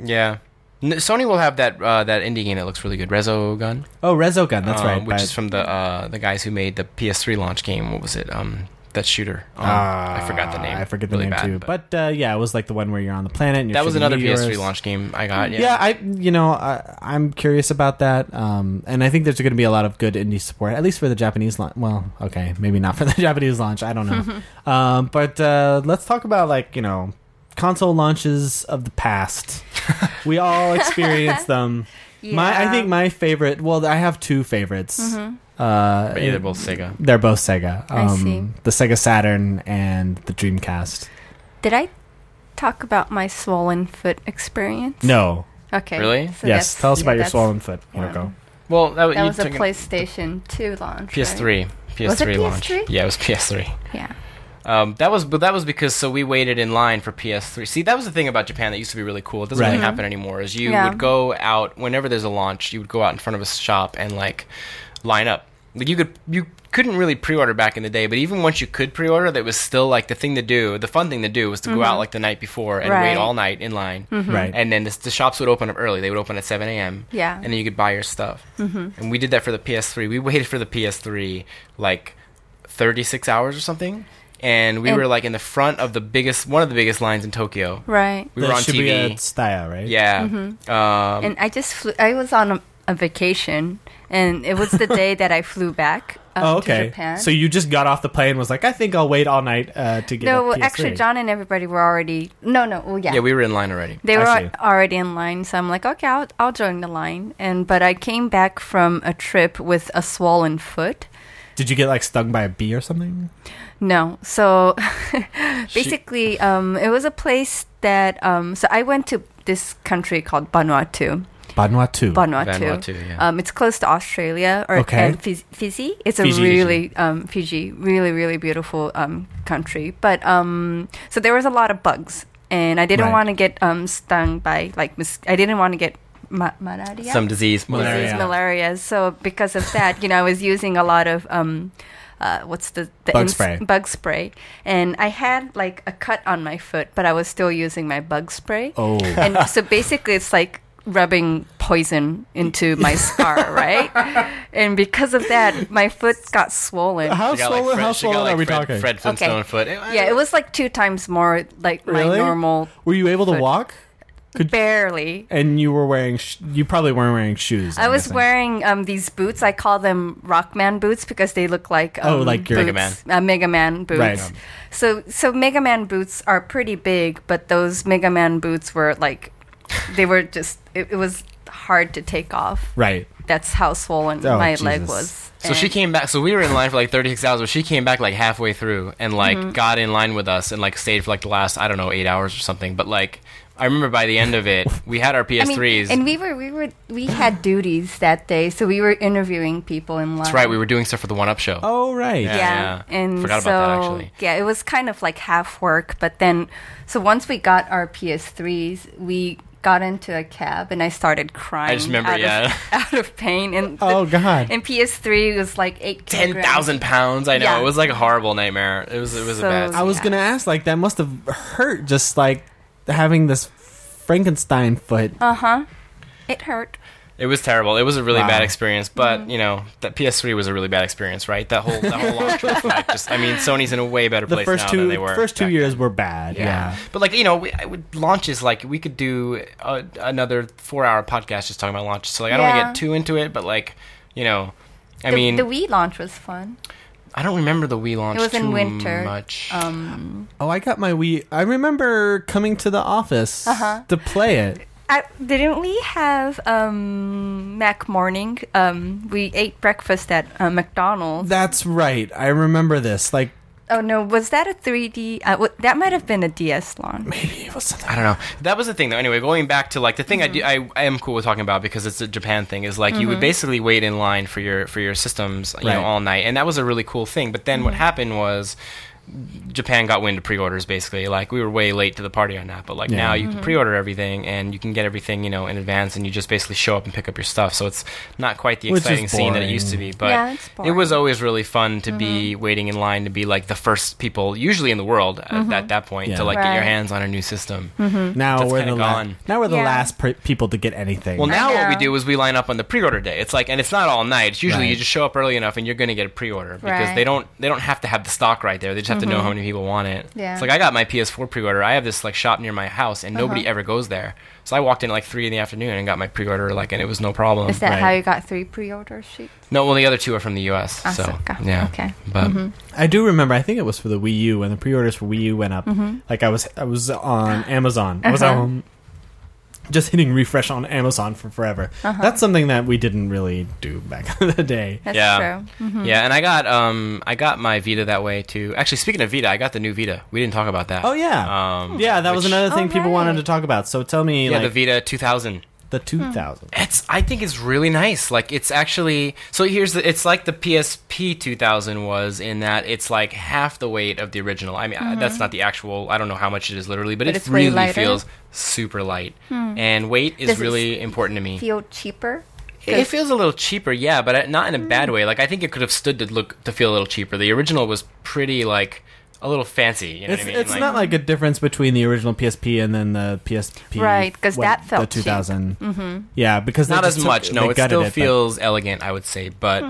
Speaker 2: yeah. N- Sony will have that uh, that indie game that looks really good, Rezogun.
Speaker 1: Oh, Rezogun. That's
Speaker 2: um,
Speaker 1: right.
Speaker 2: which
Speaker 1: by-
Speaker 2: is from the uh, the guys who made the PS3 launch game. What was it? Um, that shooter. Um, I forgot the name.
Speaker 1: Ah, I forget the
Speaker 2: really
Speaker 1: name
Speaker 2: bad,
Speaker 1: too. But, uh, yeah, it was like the one where you're on the planet. And you're
Speaker 2: that was
Speaker 1: shooting
Speaker 2: another
Speaker 1: meteors.
Speaker 2: PS3 launch game I got.
Speaker 1: Yeah.
Speaker 2: Yeah,
Speaker 1: I you know I, I'm curious about that, um, and I think there's going to be a lot of good indie support, at least for the Japanese launch. Well, okay, maybe not for the Japanese launch. I don't know, um, but uh, let's talk about like you know console launches of the past. we all experienced them. My I think my favorite. Well, I have two favorites. Uh,
Speaker 2: but yeah, they're both Sega.
Speaker 1: they're both Sega.
Speaker 3: Mm-hmm.
Speaker 1: Um,
Speaker 3: I see.
Speaker 1: The Sega Saturn and the Dreamcast.
Speaker 3: Did I talk about my swollen foot experience?
Speaker 1: No.
Speaker 3: Okay.
Speaker 2: Really?
Speaker 3: so
Speaker 1: yes.
Speaker 3: that's-
Speaker 1: Tell us
Speaker 3: yeah,
Speaker 1: about your
Speaker 3: that's-
Speaker 1: swollen foot,
Speaker 3: yeah.
Speaker 1: Marco.
Speaker 2: Well, that,
Speaker 3: That
Speaker 2: you
Speaker 3: was a
Speaker 2: took it-
Speaker 3: PlayStation 2 launch. right?
Speaker 2: PS3. PS3
Speaker 3: Was it
Speaker 2: launch.
Speaker 3: PS3?
Speaker 2: Yeah, it was PS3.
Speaker 3: Yeah.
Speaker 2: Um, that was, but that was because so we waited in line for PS3. See, that was the thing about Japan that used to be really cool. It doesn't
Speaker 1: Right.
Speaker 2: really happen anymore. Is you
Speaker 3: Yeah.
Speaker 2: would go out whenever there's a launch, you would go out in front of a shop and like line up. Like you could, you couldn't really pre-order back in the day, but even once you could pre-order, that was still like the thing to do. The fun thing to do was to go out like the night before and
Speaker 3: Mm-hmm. Right. Mm-hmm.
Speaker 2: wait all night in line.
Speaker 1: Right.
Speaker 2: And then the, the shops would open up early. They would open at 7 a.m.
Speaker 3: Yeah.
Speaker 2: And then you could buy your stuff. Mm-hmm. And we did that for the PS3. We waited for the PS3 like 36 hours or something. And we
Speaker 3: And-
Speaker 2: were like in the front of the biggest, one of the biggest lines in Tokyo.
Speaker 3: Right.
Speaker 2: We were on TV.
Speaker 1: style, right?
Speaker 2: yeah.
Speaker 1: Mm-hmm.
Speaker 2: Um,
Speaker 3: and I just flew. I was on a, a vacation, and it was the day that I flew back um,
Speaker 1: Oh, okay.
Speaker 3: to Japan.
Speaker 1: So you just got off the plane and was like, I think I'll wait all night uh, to get
Speaker 3: no,
Speaker 1: a
Speaker 3: well,
Speaker 1: PS3.
Speaker 3: actually, John and everybody were already. No, no. Well, yeah.
Speaker 2: yeah, we were in line already.
Speaker 3: they
Speaker 1: I
Speaker 3: were
Speaker 1: see.
Speaker 3: al- already in line, so I'm like, okay, I'll, I'll join the line. And but I came back from a trip with a swollen foot.
Speaker 1: Did you get like stung by a bee or something?
Speaker 3: No, so basically, um, it was a place that. Um, so I went to this country called Vanuatu.
Speaker 1: Vanuatu.
Speaker 3: Vanuatu.
Speaker 2: Vanuatu,
Speaker 1: Uh,
Speaker 2: yeah.
Speaker 3: Um, it's close to Australia or
Speaker 1: Okay.
Speaker 3: and Fiji. Fiji. It's a
Speaker 2: Fiji.
Speaker 3: really um, Fiji, really really beautiful um, country. But um, so there was a lot of bugs, and I didn't
Speaker 1: Right.
Speaker 3: want to get um, stung by like mos- I didn't want to get ma- malaria.
Speaker 2: Some disease.
Speaker 1: Malaria.
Speaker 3: Disease, malaria. So because of that, you know, I was using a lot of um, uh, what's the, the
Speaker 1: Bug spray.
Speaker 3: Bug spray, and I had like a cut on my foot, but I was still using my bug spray.
Speaker 1: Oh.
Speaker 3: and so basically, it's like rubbing poison into my scar, right? And because of that, my foot got swollen.
Speaker 1: How
Speaker 2: She got, like,
Speaker 1: swollen, how
Speaker 2: Fred- she got,
Speaker 1: swollen
Speaker 2: like,
Speaker 1: are we
Speaker 2: Fred-
Speaker 1: talking?
Speaker 2: Fred Flintstone foot.
Speaker 3: Yeah, it was like two times more like my
Speaker 1: Really?
Speaker 3: normal.
Speaker 1: Were you able to
Speaker 3: Fred.
Speaker 1: walk? Could-
Speaker 3: barely.
Speaker 1: And you were wearing, sh- you probably weren't wearing shoes.
Speaker 3: I
Speaker 1: I'm
Speaker 3: was
Speaker 1: guessing.
Speaker 3: wearing um, these boots. I call them Rockman boots because they look like um,
Speaker 1: Oh, like your-
Speaker 2: Mega
Speaker 3: boots- uh, Mega Man boots.
Speaker 1: Right.
Speaker 3: So so Mega Man boots are pretty big, but those Mega Man boots were like they were just it, it was hard to take off.
Speaker 1: Right.
Speaker 3: That's how swollen
Speaker 1: Oh,
Speaker 3: my leg
Speaker 1: Jesus.
Speaker 3: was.
Speaker 2: So she
Speaker 3: And-
Speaker 2: came back. So we were in line for like 36 hours, but she came back like halfway through and like
Speaker 3: Mm-hmm.
Speaker 2: got in line with us and like stayed for like the last I don't know eight hours or something. But like I remember by the end of it, we had our
Speaker 3: I mean,
Speaker 2: PS3s.
Speaker 3: and we were we were we had duties that day, so we were interviewing people in line.
Speaker 2: That's right. We were doing stuff for the One Up show.
Speaker 1: Oh, right.
Speaker 2: Yeah.
Speaker 3: yeah,
Speaker 2: yeah.
Speaker 3: and
Speaker 2: Forgot
Speaker 3: so
Speaker 2: about that, actually.
Speaker 3: yeah, it was kind of like half work. But then, so once we got our PS3s, we got into a cab, and I started crying.
Speaker 2: I just remember,
Speaker 3: out
Speaker 2: yeah.
Speaker 3: of, out of pain. And the-
Speaker 1: Oh, God.
Speaker 3: And PS3 was like eight
Speaker 2: Ten thousand pounds. I know
Speaker 3: Yeah.
Speaker 2: it was like a horrible nightmare. It was it was
Speaker 3: So-
Speaker 2: a bad.
Speaker 1: I was
Speaker 3: Yeah.
Speaker 1: gonna ask, like, that must have hurt, just like having this Frankenstein foot.
Speaker 3: Uh huh. It hurt.
Speaker 2: It was terrible. It was a really
Speaker 1: Wow.
Speaker 2: bad experience,
Speaker 3: Mm-hmm.
Speaker 2: but you know that PS3 was a really bad experience, right? That whole that whole launch was like just. I mean, Sony's in a way better
Speaker 1: the
Speaker 2: place
Speaker 1: first
Speaker 2: now
Speaker 1: two,
Speaker 2: than they were.
Speaker 1: first two
Speaker 2: back
Speaker 1: years were bad.
Speaker 2: Yeah.
Speaker 1: Yeah.
Speaker 2: But like you know, we, I would launches like we could do uh another four-hour podcast just talking about launches. So like I don't
Speaker 3: Yeah.
Speaker 2: want to get too into it, but like you know, I
Speaker 3: The,
Speaker 2: mean,
Speaker 3: the Wii launch was fun.
Speaker 2: I don't remember the Wii launch.
Speaker 3: It was in
Speaker 2: too
Speaker 3: winter.
Speaker 2: Much.
Speaker 3: Um,
Speaker 1: Oh, I got my Wii. I remember coming to the office
Speaker 3: Uh-huh.
Speaker 1: to play it.
Speaker 3: I, didn't we have um, Mac morning? Um, we ate breakfast at uh, McDonald's.
Speaker 1: That's right. I remember this. Like
Speaker 3: Oh no, was that a 3D? Uh, w- that might have been a DS launch.
Speaker 1: maybe it was something.
Speaker 2: I don't know. That was the thing, though. Anyway, going back to like the thing I do, I, I am cool with talking about because it's a Japan thing. Is like you would basically wait in line for your for your systems, you
Speaker 1: Mm-hmm. Right. Mm-hmm.
Speaker 2: know, all night, and that was a really cool thing. But then what happened was. Japan got wind of pre-orders basically. Like we were way late to the party on that, but like
Speaker 1: Yeah. Mm-hmm.
Speaker 2: now you can pre-order everything and you can get everything you know in advance, and you just basically show up and pick up your stuff. So it's not quite the
Speaker 1: Which is
Speaker 2: exciting scene that it used to
Speaker 1: boring.
Speaker 2: be, but
Speaker 3: Yeah, it's
Speaker 2: it was
Speaker 3: boring.
Speaker 2: always really fun to
Speaker 3: Mm-hmm.
Speaker 2: be waiting in line to be like the first people, usually in the world at, at that point,
Speaker 1: Yeah.
Speaker 2: to like get your
Speaker 3: Mm-hmm. Right.
Speaker 2: hands
Speaker 3: Mm-hmm.
Speaker 2: on a new system.
Speaker 1: Now
Speaker 2: That's
Speaker 1: we're the
Speaker 2: kinda
Speaker 1: la-
Speaker 2: gone.
Speaker 1: now we're the
Speaker 3: Hmm. Yeah.
Speaker 1: last pr- people to get anything.
Speaker 2: Well, now what we
Speaker 3: know.
Speaker 2: do is we line up on the pre-order day. It's like, and it's not all night. It's usually you
Speaker 1: Right.
Speaker 2: just show up early enough, and you're going to get a pre-order because
Speaker 3: Right. Mm-hmm.
Speaker 2: they don't they don't have to have the stock right there. They just have to know how many people want it.
Speaker 3: Yeah.
Speaker 2: It's like I got my PS4 pre-order. I have this like shop near my house, and
Speaker 3: Uh-huh.
Speaker 2: nobody ever goes there. So I walked in at, like three in the afternoon and got my pre-order, like, and it was no problem.
Speaker 3: Is that
Speaker 1: Right.
Speaker 3: how you got three pre-order sheets?
Speaker 2: no, well, the other two are from the U.S.
Speaker 3: Ah,
Speaker 2: so
Speaker 3: so, okay.
Speaker 2: yeah,
Speaker 3: Okay. Mm-hmm.
Speaker 2: But
Speaker 1: I do remember. I think it was for the Wii U when the pre-orders for Wii U went up. Like I was, I was on Amazon. I was
Speaker 3: Mm-hmm. Uh-huh.
Speaker 1: on just hitting refresh on Amazon for forever.
Speaker 3: Uh-huh.
Speaker 1: That's something that we didn't really do back in the day.
Speaker 3: That's
Speaker 2: Yeah.
Speaker 3: true. Mm-hmm.
Speaker 2: yeah, and I got um I got my Vita that way too. Actually, speaking of Vita, I got the new Vita. We didn't talk about that.
Speaker 1: Oh yeah,
Speaker 2: Um,
Speaker 1: yeah. That was
Speaker 2: which-
Speaker 1: another thing
Speaker 3: Oh,
Speaker 1: people wanted
Speaker 3: right.
Speaker 1: to talk about. So tell me,
Speaker 2: Yeah,
Speaker 1: like
Speaker 2: the Vita 2000.
Speaker 1: the
Speaker 3: Hmm.
Speaker 1: two thousand.
Speaker 2: It's I think it's really nice. Like it's actually so here's the it's like the PSP 2000 was in that it's like half the weight of the original. I mean I- that's not the actual. I don't know how much it is literally, but,
Speaker 3: Mm-hmm. But
Speaker 2: it
Speaker 3: it's way
Speaker 2: really
Speaker 3: lighter? Hmm.
Speaker 2: feels super light. And weight is
Speaker 3: Does it
Speaker 2: really important to me.
Speaker 3: Feel cheaper.
Speaker 2: It feels a little cheaper, yeah, but not in a bad way. Like I think it could have stood to look to feel a little cheaper. The original was pretty like a little fancy. You know
Speaker 1: It's,
Speaker 2: what I mean?
Speaker 1: it's not like a difference between the original PSP and then the PSP,
Speaker 3: Right, 'cause
Speaker 1: what,
Speaker 3: that felt
Speaker 1: the two thousand. Mm-hmm. Yeah, because they
Speaker 2: not
Speaker 1: just
Speaker 2: as
Speaker 1: took-
Speaker 2: much. No,
Speaker 1: they
Speaker 2: it
Speaker 1: gutted
Speaker 2: still
Speaker 1: but-
Speaker 2: feels elegant, I would say. But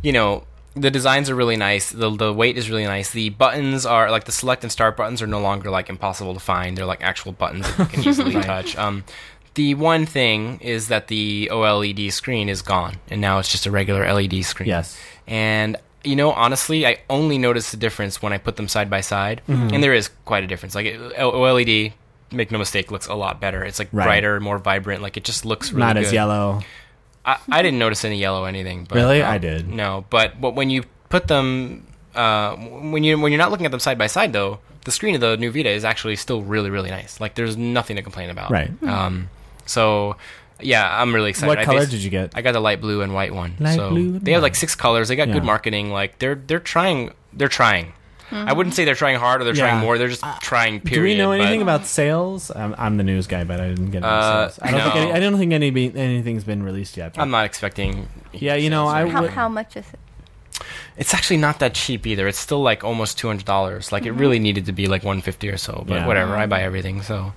Speaker 2: you know, the designs are really nice. The the weight is really nice. The buttons are like the select and start buttons are no longer like impossible to find. They're like actual buttons that you can easily touch. Um, the one thing is that the OLED screen is gone, and now it's just a regular LED screen.
Speaker 1: Yes.
Speaker 2: and. You know, honestly, I only noticed the difference when I put them side by side,
Speaker 1: Mm-hmm.
Speaker 2: and there is quite a difference. Like it- OLED, E make no mistake, looks a lot better. It's like
Speaker 1: Right.
Speaker 2: brighter, more vibrant. Like it just looks really
Speaker 1: not
Speaker 2: good.
Speaker 1: as yellow.
Speaker 2: I, I didn't notice any yellow anything. But,
Speaker 1: Really?
Speaker 2: um,
Speaker 1: I did.
Speaker 2: No, but but when you put them, uh, when you when you're not looking at them side by side though, the screen of the new Vita is actually still really really nice. Like there's nothing to complain about.
Speaker 1: Right.
Speaker 2: Um. So. Yeah, I'm really excited.
Speaker 1: What
Speaker 2: I
Speaker 1: color
Speaker 2: basi-
Speaker 1: did you get?
Speaker 2: I got the light blue and white one.
Speaker 1: Light
Speaker 2: so
Speaker 1: blue and
Speaker 2: they have like
Speaker 1: white.
Speaker 2: six colors. They got
Speaker 1: Yeah.
Speaker 2: good marketing. Like they're they're trying. They're trying. I wouldn't say they're trying hard or they're
Speaker 1: Yeah. Uh,
Speaker 2: trying more. They're just trying. Period.
Speaker 1: Do we know
Speaker 2: but-
Speaker 1: anything about sales? I'm, I'm the news guy, but I didn't get any
Speaker 2: Uh,
Speaker 1: sales. I don't think
Speaker 2: no.
Speaker 1: any, I don't think any be, anything's been released yet.
Speaker 2: I'm not expecting.
Speaker 1: Yeah, you know, I
Speaker 3: How,
Speaker 1: would-
Speaker 3: how much is it?
Speaker 2: It's actually not that cheap either. It's still like almost two hundred dollars. Like it
Speaker 1: Mm-hmm.
Speaker 2: really needed to be like one fifty or so. But
Speaker 1: Yeah.
Speaker 2: whatever, I buy everything. So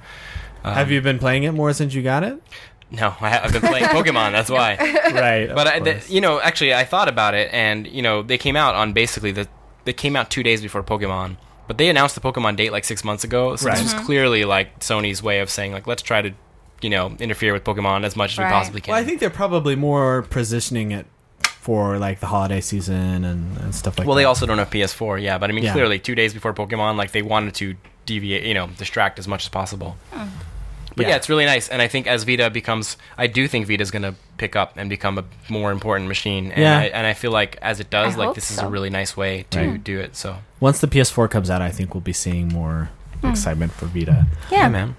Speaker 1: Have you been playing it more since you got it?
Speaker 2: no, I, have been playing Pokemon. That's why.
Speaker 1: right.
Speaker 2: But
Speaker 1: of
Speaker 2: I, th-
Speaker 1: course.
Speaker 2: you know, actually, I thought about it, and you know, they came out on basically the they came out two days before Pokemon. But they announced the Pokemon date like six months ago. So
Speaker 1: Right.
Speaker 2: this was clearly like Sony's way of saying like let's try to you know interfere with Pokemon as much as
Speaker 3: Right.
Speaker 2: we possibly can.
Speaker 1: Well, I think they're probably more positioning it for like the holiday season and, and stuff like
Speaker 2: Well,
Speaker 1: that.
Speaker 2: they also don't have PS4, yeah. But I mean,
Speaker 1: Yeah.
Speaker 2: clearly, two days before Pokemon, like they wanted to deviate, you know, distract as much as possible. But Hmm. yeah.
Speaker 1: Yeah.
Speaker 2: it's really nice, and I think as Vita becomes, I do think Vita's going to pick up and become a more important machine. And
Speaker 1: Yeah.
Speaker 2: I, and I feel like as it does,
Speaker 3: I
Speaker 2: like
Speaker 3: hope
Speaker 2: this is
Speaker 3: so.
Speaker 2: a really nice way to
Speaker 1: Right.
Speaker 2: do it. So
Speaker 1: Once the PS4 comes out, I think we'll be seeing more excitement for Vita.
Speaker 3: Yeah.
Speaker 2: man.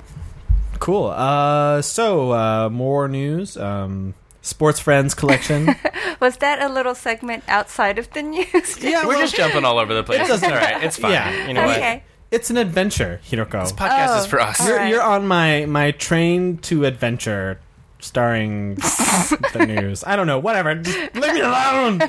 Speaker 1: Cool. Uh, so uh, more news. Um, Sports Friends collection.
Speaker 3: Was that a little segment outside of the news?
Speaker 1: yeah,
Speaker 2: We're
Speaker 1: well,
Speaker 2: just jumping all over the place. It's
Speaker 1: doesn't-
Speaker 2: all right. It's fine.
Speaker 1: Yeah.
Speaker 2: You know what?
Speaker 3: okay.
Speaker 1: it's an adventure, Hiroko.
Speaker 2: This podcast
Speaker 3: Oh.
Speaker 2: is for us.
Speaker 3: All
Speaker 1: you're,
Speaker 3: right.
Speaker 1: you're on my my train to adventure, starring the news. I don't know. Whatever. Just leave me alone.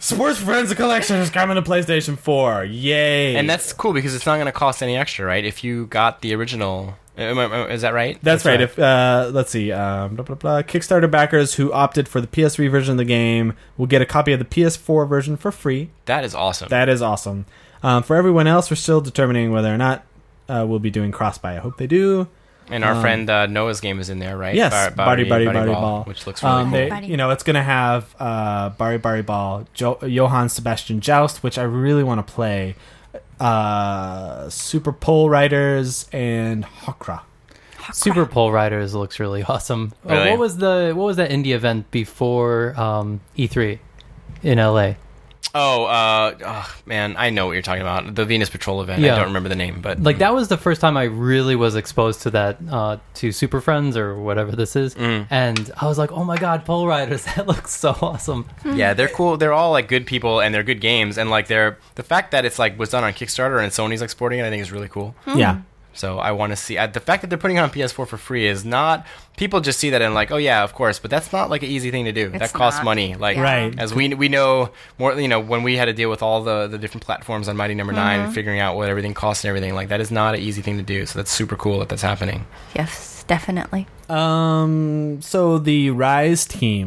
Speaker 1: Sports Friends collection is coming to PlayStation 4. Yay!
Speaker 2: And that's cool because it's not going to cost any extra, right? If you got the original, am I- am I- is that right?
Speaker 1: That's, right. If uh, let's see, um, blah, blah, blah. Kickstarter backers who opted for the PS3 version of the game will get a copy of the PS4 version for free.
Speaker 2: That is awesome.
Speaker 1: That is awesome. Um, for everyone else, we're still determining whether or not uh, we'll be doing cross buy. I hope they do.
Speaker 2: And our
Speaker 1: Um,
Speaker 2: friend uh, Noah's game is in there, right?
Speaker 1: Yes, Body Body Body Ball.
Speaker 2: which looks really
Speaker 1: um,
Speaker 2: cool.
Speaker 1: they-
Speaker 3: Buddy.
Speaker 1: you know, it's gonna have uh, Bari Bari Ball, jo- Johann Sebastian Joust, which I really want to play. Uh, Super Pole Riders and Hawkra.
Speaker 4: Super Pole Riders looks really awesome. Uh,
Speaker 2: Really?
Speaker 4: what was the what was that indie event before um, E3 in LA?
Speaker 2: Oh, uh, oh, man, I know what you're talking about. The Venus Patrol event.
Speaker 4: Yeah.
Speaker 2: I don't remember the name, but
Speaker 4: Like that was the first time I really was exposed to that uh, to Super Friends or whatever this is,
Speaker 2: Mm.
Speaker 4: and I was like, oh my god, Pole Riders! That looks so awesome.
Speaker 2: yeah, they're cool. They're all like good people, and they're good games. And like they're the fact that it's like was done on Kickstarter and Sony's exporting it, I think is really cool.
Speaker 1: Yeah,
Speaker 2: So I want to see I, the fact that they're putting it on PS4 for free is not people just see that and like oh yeah of course but that's not like an easy thing to do that costs
Speaker 3: not.
Speaker 2: money like
Speaker 3: Yeah.
Speaker 1: Right.
Speaker 2: as we we know more you know when we had to deal with all the the different platforms on Mighty Number Nine
Speaker 3: Mm-hmm.
Speaker 2: and figuring out what everything costs and everything like that is not an easy thing to do so that's super cool that that's happening
Speaker 3: Yes, definitely.
Speaker 1: Um. So the Rise team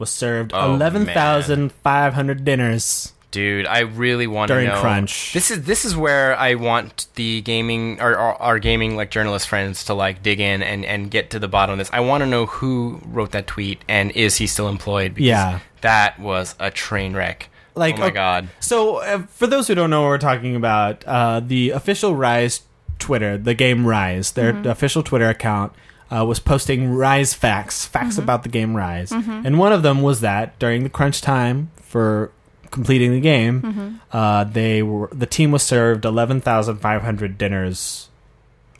Speaker 1: was served
Speaker 2: Oh,
Speaker 1: eleven thousand five hundred dinners.
Speaker 2: dude I really want
Speaker 1: During
Speaker 2: to know
Speaker 1: crunch.
Speaker 2: this is this is where I want the gaming our, our our gaming like journalist friends to like dig in and and get to the bottom of this I want to know who wrote that tweet and is he still employed because
Speaker 1: Yeah.
Speaker 2: That was a train wreck.
Speaker 1: Like,
Speaker 2: oh my
Speaker 1: okay,
Speaker 2: god.
Speaker 1: So uh, for those who don't know what we're talking about, uh, the official Rise Twitter, the game Rise, their official Twitter account. Uh, was posting Rise facts, facts about the game Rise, and one of them was that during the crunch time for completing the game, uh, they were the team was served eleven thousand five hundred dinners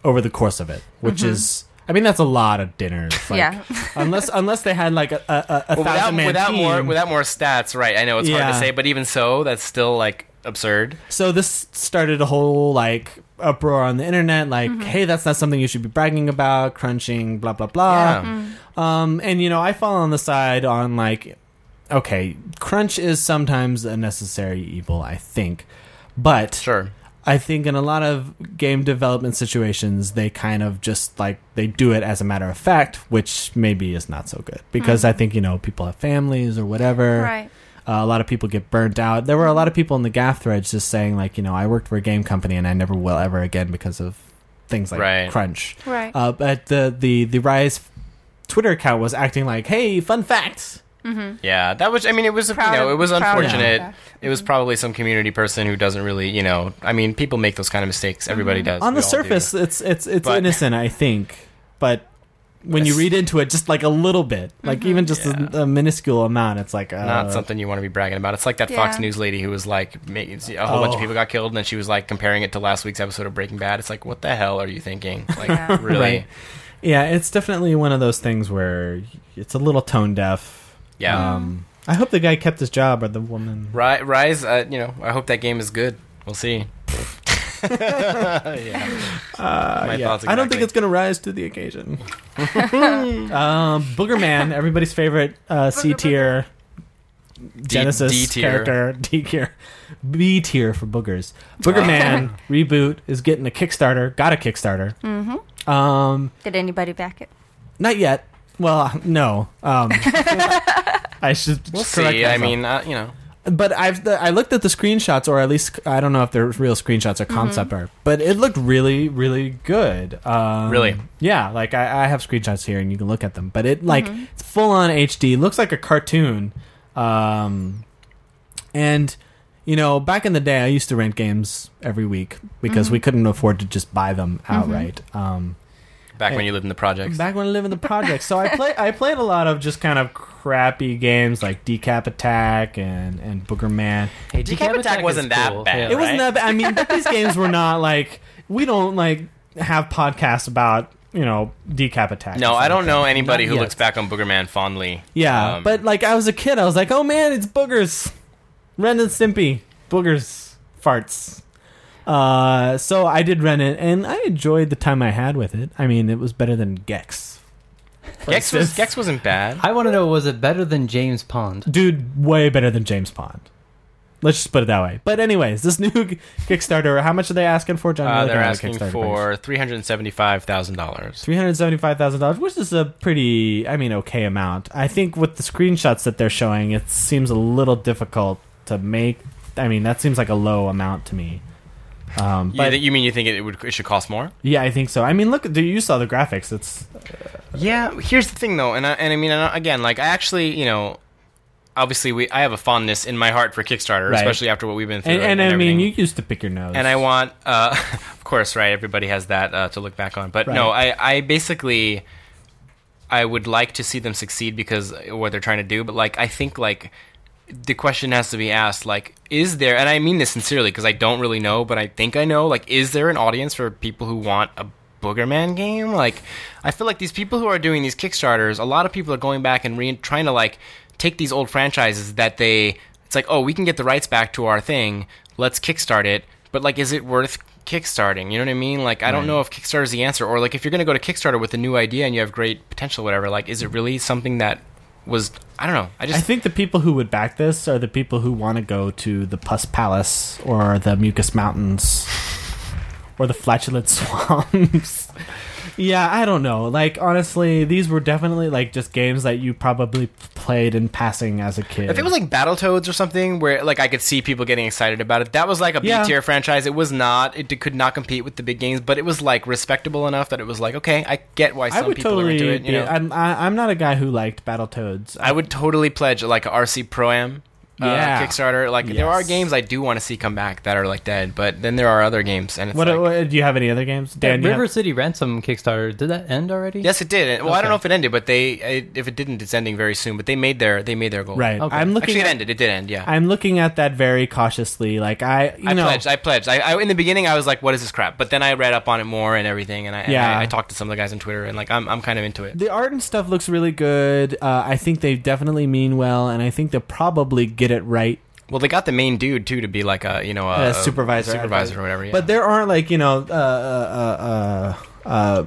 Speaker 1: over the course of it, which is, I mean, that's a lot of dinners. Like,
Speaker 3: Yeah.
Speaker 1: unless unless they had like a, a, a, a
Speaker 2: Well, without,
Speaker 1: thousand man
Speaker 2: without
Speaker 1: team.
Speaker 2: more without more stats, right? I know it's hard
Speaker 1: Yeah.
Speaker 2: to say, but even so, that's still like absurd.
Speaker 1: So this started a whole like uproar on the internet, like, hey, that's not something you should be bragging about, crunching, blah blah blah.
Speaker 3: mm-hmm.
Speaker 2: Yeah.
Speaker 1: Um, and you know, I fall on the side on like, okay, crunch is sometimes a necessary evil, I think, but
Speaker 2: Sure.
Speaker 1: I think in a lot of game development situations, they kind of just like they do it as a matter of fact, which maybe is not so good because I think you know people have families or whatever.
Speaker 3: Right.
Speaker 1: Uh, a lot of people get burnt out. There were a lot of people in the gaff threads just saying like, you know, I worked for a game company and I never will ever again because of things like
Speaker 2: Right.
Speaker 1: crunch.
Speaker 3: Right.
Speaker 1: Uh, but the the the rise Twitter account was acting like, hey, fun fact.
Speaker 2: Yeah, that was. I mean, it was.
Speaker 3: Mm-hmm. Proud
Speaker 2: you know,
Speaker 3: of-
Speaker 2: it was
Speaker 3: proud of
Speaker 2: unfortunate.
Speaker 3: that. Mm-hmm.
Speaker 2: It was probably some community person who doesn't really, you know. I mean, people make those kind of mistakes. Everybody does.
Speaker 1: Mm-hmm. On
Speaker 2: We
Speaker 1: the
Speaker 2: all do.
Speaker 1: surface, it's it's it's
Speaker 2: But-
Speaker 1: innocent, I think, but. When you
Speaker 2: Yes. Mm-hmm.
Speaker 1: read into it, just like a little bit, like even just a, a minuscule amount, it's like uh,
Speaker 2: not something you want to be bragging about. It's like that Fox
Speaker 3: Yeah.
Speaker 2: News lady who was like, ma- a whole bunch
Speaker 1: Oh.
Speaker 2: of people got killed, and then she was like comparing it to last week's episode of Breaking Bad. It's like, what the hell are you thinking? Like,
Speaker 3: Yeah.
Speaker 2: really?
Speaker 1: Right. Yeah, it's definitely one of those things where it's a little tone deaf.
Speaker 2: Yeah.
Speaker 1: Um, I hope the guy kept his job or the woman.
Speaker 2: Ri- Rise, uh, you know, I hope that game is good. We'll see. yeah.
Speaker 1: Uh,
Speaker 2: My
Speaker 1: yeah.
Speaker 2: thoughts
Speaker 1: I don't
Speaker 2: exactly.
Speaker 1: think it's going to rise to the occasion. um, Booger Man, everybody's favorite uh, C tier Genesis
Speaker 2: D tier.
Speaker 1: character, D tier, B tier for boogers. Booger Man
Speaker 2: Oh.
Speaker 1: reboot is getting a Kickstarter. Got a Kickstarter. Mm-hmm. Um,
Speaker 3: Did anybody back it?
Speaker 1: not yet. Well, no. Um, I should
Speaker 2: We'll
Speaker 1: correct
Speaker 2: see. I
Speaker 1: myself.
Speaker 2: mean, uh, you know,
Speaker 1: but I've the, I looked at the screenshots, or at least I don't know if they're real screenshots or concept art, but it looked really, really good. Um,
Speaker 2: Really?
Speaker 1: yeah. Like I, I have screenshots here, and you can look at them. But it like
Speaker 3: Mm-hmm.
Speaker 1: it's full on HD. Looks like a cartoon. Um, and you know, back in the day, I used to rent games every week because we couldn't afford to just buy them outright. Um,
Speaker 2: Back when you lived in the projects.
Speaker 1: back when I lived in the projects, so I play I played a lot of just kind of crappy games like Decap Attack and and Booger Man.
Speaker 4: Hey,
Speaker 2: Decap Attack
Speaker 4: is
Speaker 2: wasn't that bad,
Speaker 1: It
Speaker 2: right?
Speaker 1: wasn't that. bad. I mean, but these games were not like we don't like have podcasts about you know decap attacks.
Speaker 2: no, I don't know anybody
Speaker 4: Not
Speaker 2: who
Speaker 4: yet.
Speaker 2: looks back on Boogerman fondly.
Speaker 1: Yeah,
Speaker 2: Um,
Speaker 1: but like I was a kid, I was like, oh man, it's boogers, Ren and Stimpy, boogers, farts. Uh, so I did rent it, and I enjoyed the time I had with it. I mean, it was better than Gex. for
Speaker 2: Gex was
Speaker 1: instance.
Speaker 2: Gex wasn't bad.
Speaker 4: I want to know was it better than James Pond?
Speaker 1: dude, way better than James Pond. Let's just put it that way. But anyways, this new Kickstarter, how much are they asking for, John?
Speaker 2: Uh, they're asking for three hundred seventy-five thousand dollars.
Speaker 1: three hundred seventy-five thousand dollars, which is a pretty, I mean, okay amount. I think with the screenshots that they're showing, it seems a little difficult to make. I mean, that seems like a low amount to me. Um,
Speaker 2: You,
Speaker 1: but
Speaker 2: th- you mean you think it, would it should cost more?
Speaker 1: yeah, I think so. I mean, look, dude, you saw the graphics. It's
Speaker 2: Yeah. Here's the thing, though, and I, and I mean, and I- again, like I actually, you know, obviously, we I have a fondness in my heart for Kickstarter,
Speaker 1: Right.
Speaker 2: especially after what we've been through.
Speaker 1: and, and I mean,
Speaker 2: everything.
Speaker 1: you used to pick your nose,
Speaker 2: and I want, uh, of course, right? Everybody has that uh, to look back on. But no, I, I basically, I would like to see them succeed because of what they're trying to do. But like, I think like the question has to be asked: like, is there? And I mean this sincerely because I don't really know, but I think I know. Like, is there an audience for people who want a Boogerman game? Like, I feel like these people who are doing these Kickstarters, a lot of people are going back and re- trying to like take these old franchises that they. It's like, oh, we can get the rights back to our thing. Let's kickstart it but like is it worth kickstarting you know what i mean like i don't know if kickstarter is the answer or like if you're going to go to kickstarter with a new idea and you have great potential whatever like is it really something that was i don't know i just
Speaker 1: I think the people who would back this are the people who want to go to the Puss Palace or the Mucus Mountains or the Flatulent Swamps. yeah, I don't know. Like, honestly, these were definitely like just games that you probably played in passing as a kid.
Speaker 2: if it was like Battletoads or something where like I could see people getting excited about it, that was like a B
Speaker 1: Yeah.
Speaker 2: tier franchise. It was not, it d- could not compete with the big games, but it was like respectable enough that it was like, okay, I get why
Speaker 1: I
Speaker 2: some
Speaker 1: would
Speaker 2: people are
Speaker 1: totally.
Speaker 2: into it. You
Speaker 1: be-
Speaker 2: know? I,
Speaker 1: I'm, I, I'm not a guy who liked Battletoads. I,
Speaker 2: would totally pledge like a RC Pro Am uh,
Speaker 1: Yeah.
Speaker 2: Kickstarter. Like there are
Speaker 1: Yes.
Speaker 2: games I do want to see come back that are like dead, but then there are other games and it's
Speaker 1: what,
Speaker 2: like,
Speaker 1: what- do you have any other games, Dan? you have-
Speaker 4: River City Ransom Kickstarter did that end already?
Speaker 2: Yes, it did. Well, I
Speaker 4: Okay.
Speaker 2: don't know if it ended, but they I, if it didn't, it's ending very soon. But they made their they made their goal.
Speaker 1: right.
Speaker 4: Okay.
Speaker 1: I'm looking.
Speaker 2: Actually, it
Speaker 1: at,
Speaker 2: ended. It did end. Yeah.
Speaker 1: I'm looking at that very cautiously. Like I, you
Speaker 2: I
Speaker 1: know,
Speaker 2: pledged. I pledged. I, I in the beginning I was like, "What is this crap?" But then I read up on it more and everything, and I, and
Speaker 1: Yeah.
Speaker 2: I, I talked to some of the guys on Twitter, and like I'm I'm kind of into it.
Speaker 1: The art and stuff looks really good. Uh, I think they definitely mean well, and I think they'll probably get it right.
Speaker 2: Well, they got the main dude too to be like a you know a,
Speaker 1: Uh, supervisor,
Speaker 2: supervisor or whatever. Yeah.
Speaker 1: But there aren't like you know, uh, uh, uh, uh, uh,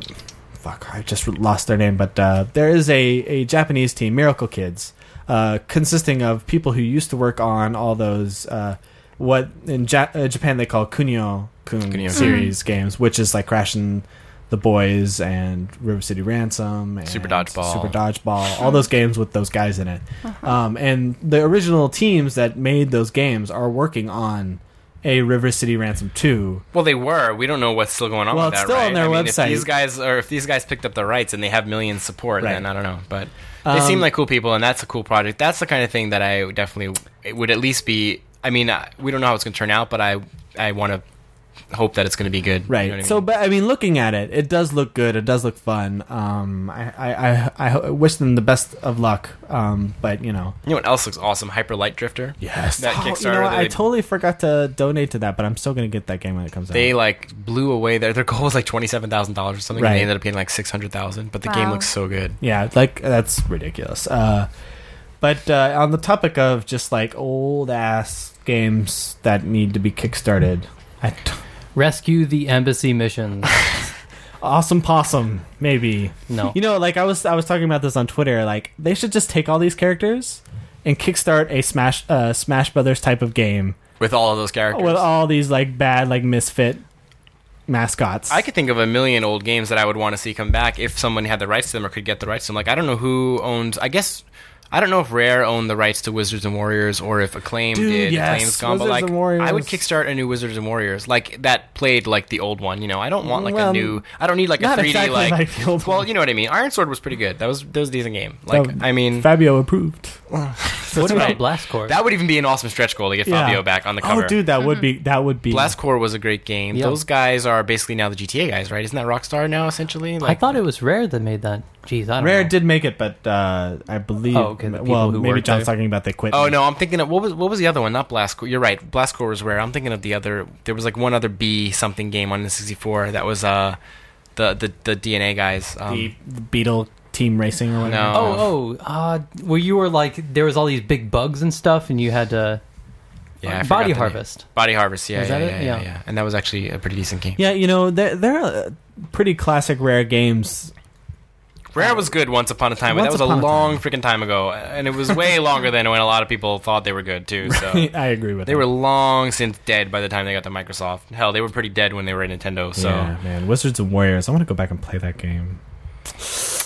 Speaker 1: fuck, I just lost their name. But uh, there is a a Japanese team, Miracle Kids, uh, consisting of people who used to work on all those uh, what in ja- uh, Japan they call kunio kun
Speaker 2: Kunio-kun.
Speaker 1: series games, which is like Crash and the Boys and River City Ransom and
Speaker 2: Super Dodgeball.
Speaker 1: Super Dodgeball, all those games with those guys in it.
Speaker 2: Uh-huh.
Speaker 1: Um, and the original teams that made those games are working on a River City Ransom 2.
Speaker 2: well, they were. We don't know what's still going on.
Speaker 1: Well,
Speaker 2: with
Speaker 1: it's
Speaker 2: that,
Speaker 1: still on
Speaker 2: right?
Speaker 1: their
Speaker 2: I mean,
Speaker 1: website.
Speaker 2: If these guys or if these guys picked up the rights and they have million support,
Speaker 1: Right.
Speaker 2: then I don't know. But they
Speaker 1: Um,
Speaker 2: seem like cool people, and that's a cool project. That's the kind of thing that I would definitely it would at least be. I mean, I- we don't know how it's going to turn out, but I I want to hope that it's going to be good. You
Speaker 1: Right.
Speaker 2: know what I
Speaker 1: So,
Speaker 2: mean?
Speaker 1: but I mean, looking at it, it does look good. It does look fun. Um, I, I, I, I ho- wish them the best of luck. Um, but you know,
Speaker 2: you know what else looks awesome? Hyper Light Drifter.
Speaker 1: yes,
Speaker 2: That
Speaker 1: you know
Speaker 2: Kickstarter
Speaker 1: what?
Speaker 2: that
Speaker 1: I
Speaker 2: they-
Speaker 1: totally forgot to donate to that, but I'm still gonna get that game when it comes
Speaker 2: They
Speaker 1: out.
Speaker 2: like blew away their their goal was like twenty seven thousand dollars or something, and
Speaker 1: Right.
Speaker 2: they ended up getting like six hundred thousand. But the game
Speaker 3: Wow.
Speaker 2: looks so good.
Speaker 1: Yeah, like that's ridiculous. Uh, but uh, on the topic of just like old ass games that need to be kickstarted, I t-
Speaker 4: Rescue the Embassy Mission.
Speaker 1: awesome possum maybe.
Speaker 4: No.
Speaker 1: You know, like I was I was talking about this on Twitter. Like they should just take all these characters and kickstart a Smash uh, Smash Brothers type of game
Speaker 2: With all
Speaker 1: Oh,
Speaker 2: of those characters,
Speaker 1: with all these like bad like misfit mascots.
Speaker 2: I could think of a million old games that I would want to see come back if someone had the rights to them or could get the rights to them. Like I don't know who owns. I guess I don't know if Rare owned the rights to Wizards and Warriors or if Acclaim
Speaker 1: Dude,
Speaker 2: did.
Speaker 1: yes,
Speaker 2: Acclaim's gone, but
Speaker 1: Wizards
Speaker 2: like
Speaker 1: and Warriors.
Speaker 2: I would kickstart a new Wizards and Warriors, like that played like the old one. You know, I don't want like
Speaker 1: Well,
Speaker 2: a new. I don't need like a
Speaker 1: not
Speaker 2: 3D
Speaker 1: exactly
Speaker 2: like.
Speaker 1: like the old
Speaker 2: well,
Speaker 1: one.
Speaker 2: you know what I mean. Iron Sword was pretty good. That was that was a decent game. Like
Speaker 1: Um,
Speaker 2: I mean,
Speaker 1: Fabio approved.
Speaker 4: What
Speaker 2: right.
Speaker 4: about Blast Corps?
Speaker 2: that would even be an awesome stretch goal to get
Speaker 1: Yeah.
Speaker 2: Fabio back on the cover.
Speaker 1: Oh, dude, that would be that would be.
Speaker 2: Blast Corps was a great game.
Speaker 4: Yeah.
Speaker 2: Those guys are basically now the GTA guys, right? Isn't that Rockstar now essentially?
Speaker 4: I thought it was Rare that made that. Jeez, I don't
Speaker 1: Rare
Speaker 4: know.
Speaker 1: did make it, but uh, I believe.
Speaker 4: Oh, okay, the people
Speaker 1: well,
Speaker 4: who
Speaker 1: maybe
Speaker 4: worked
Speaker 1: John's
Speaker 4: there.
Speaker 1: talking about they quit.
Speaker 2: Oh no, I'm thinking of what was what was the other one? Not Blast Corps. You're right. Blast Corps was rare. I'm thinking of the other. There was like one other B something game on the 64 that was uh the the, the DNA guys. Um,
Speaker 1: the Beetle Team Racing or whatever.
Speaker 2: No.
Speaker 4: Oh, oh, uh, where you were like there was all these big bugs and stuff, and you had to
Speaker 2: yeah, I forgot
Speaker 4: body
Speaker 2: the name.
Speaker 4: harvest.
Speaker 2: Body Harvest. Yeah,
Speaker 4: Was
Speaker 2: yeah,
Speaker 4: that
Speaker 2: yeah,
Speaker 4: it?
Speaker 2: yeah,
Speaker 4: Yeah.
Speaker 2: yeah. And that was actually a pretty decent game.
Speaker 1: Yeah, you know they're, they're uh, pretty classic rare games.
Speaker 2: Rare was good once upon a time, but
Speaker 1: Once
Speaker 2: that was a
Speaker 1: upon a
Speaker 2: long freaking time ago, and it was way longer than when a lot of people thought they were good too. So.
Speaker 1: I agree with.
Speaker 2: They
Speaker 1: that.
Speaker 2: were long since dead by the time they got to Microsoft. Hell, they were pretty dead when they were at Nintendo. So,
Speaker 1: yeah, man, Wizards and Warriors. I want to go back and play that game.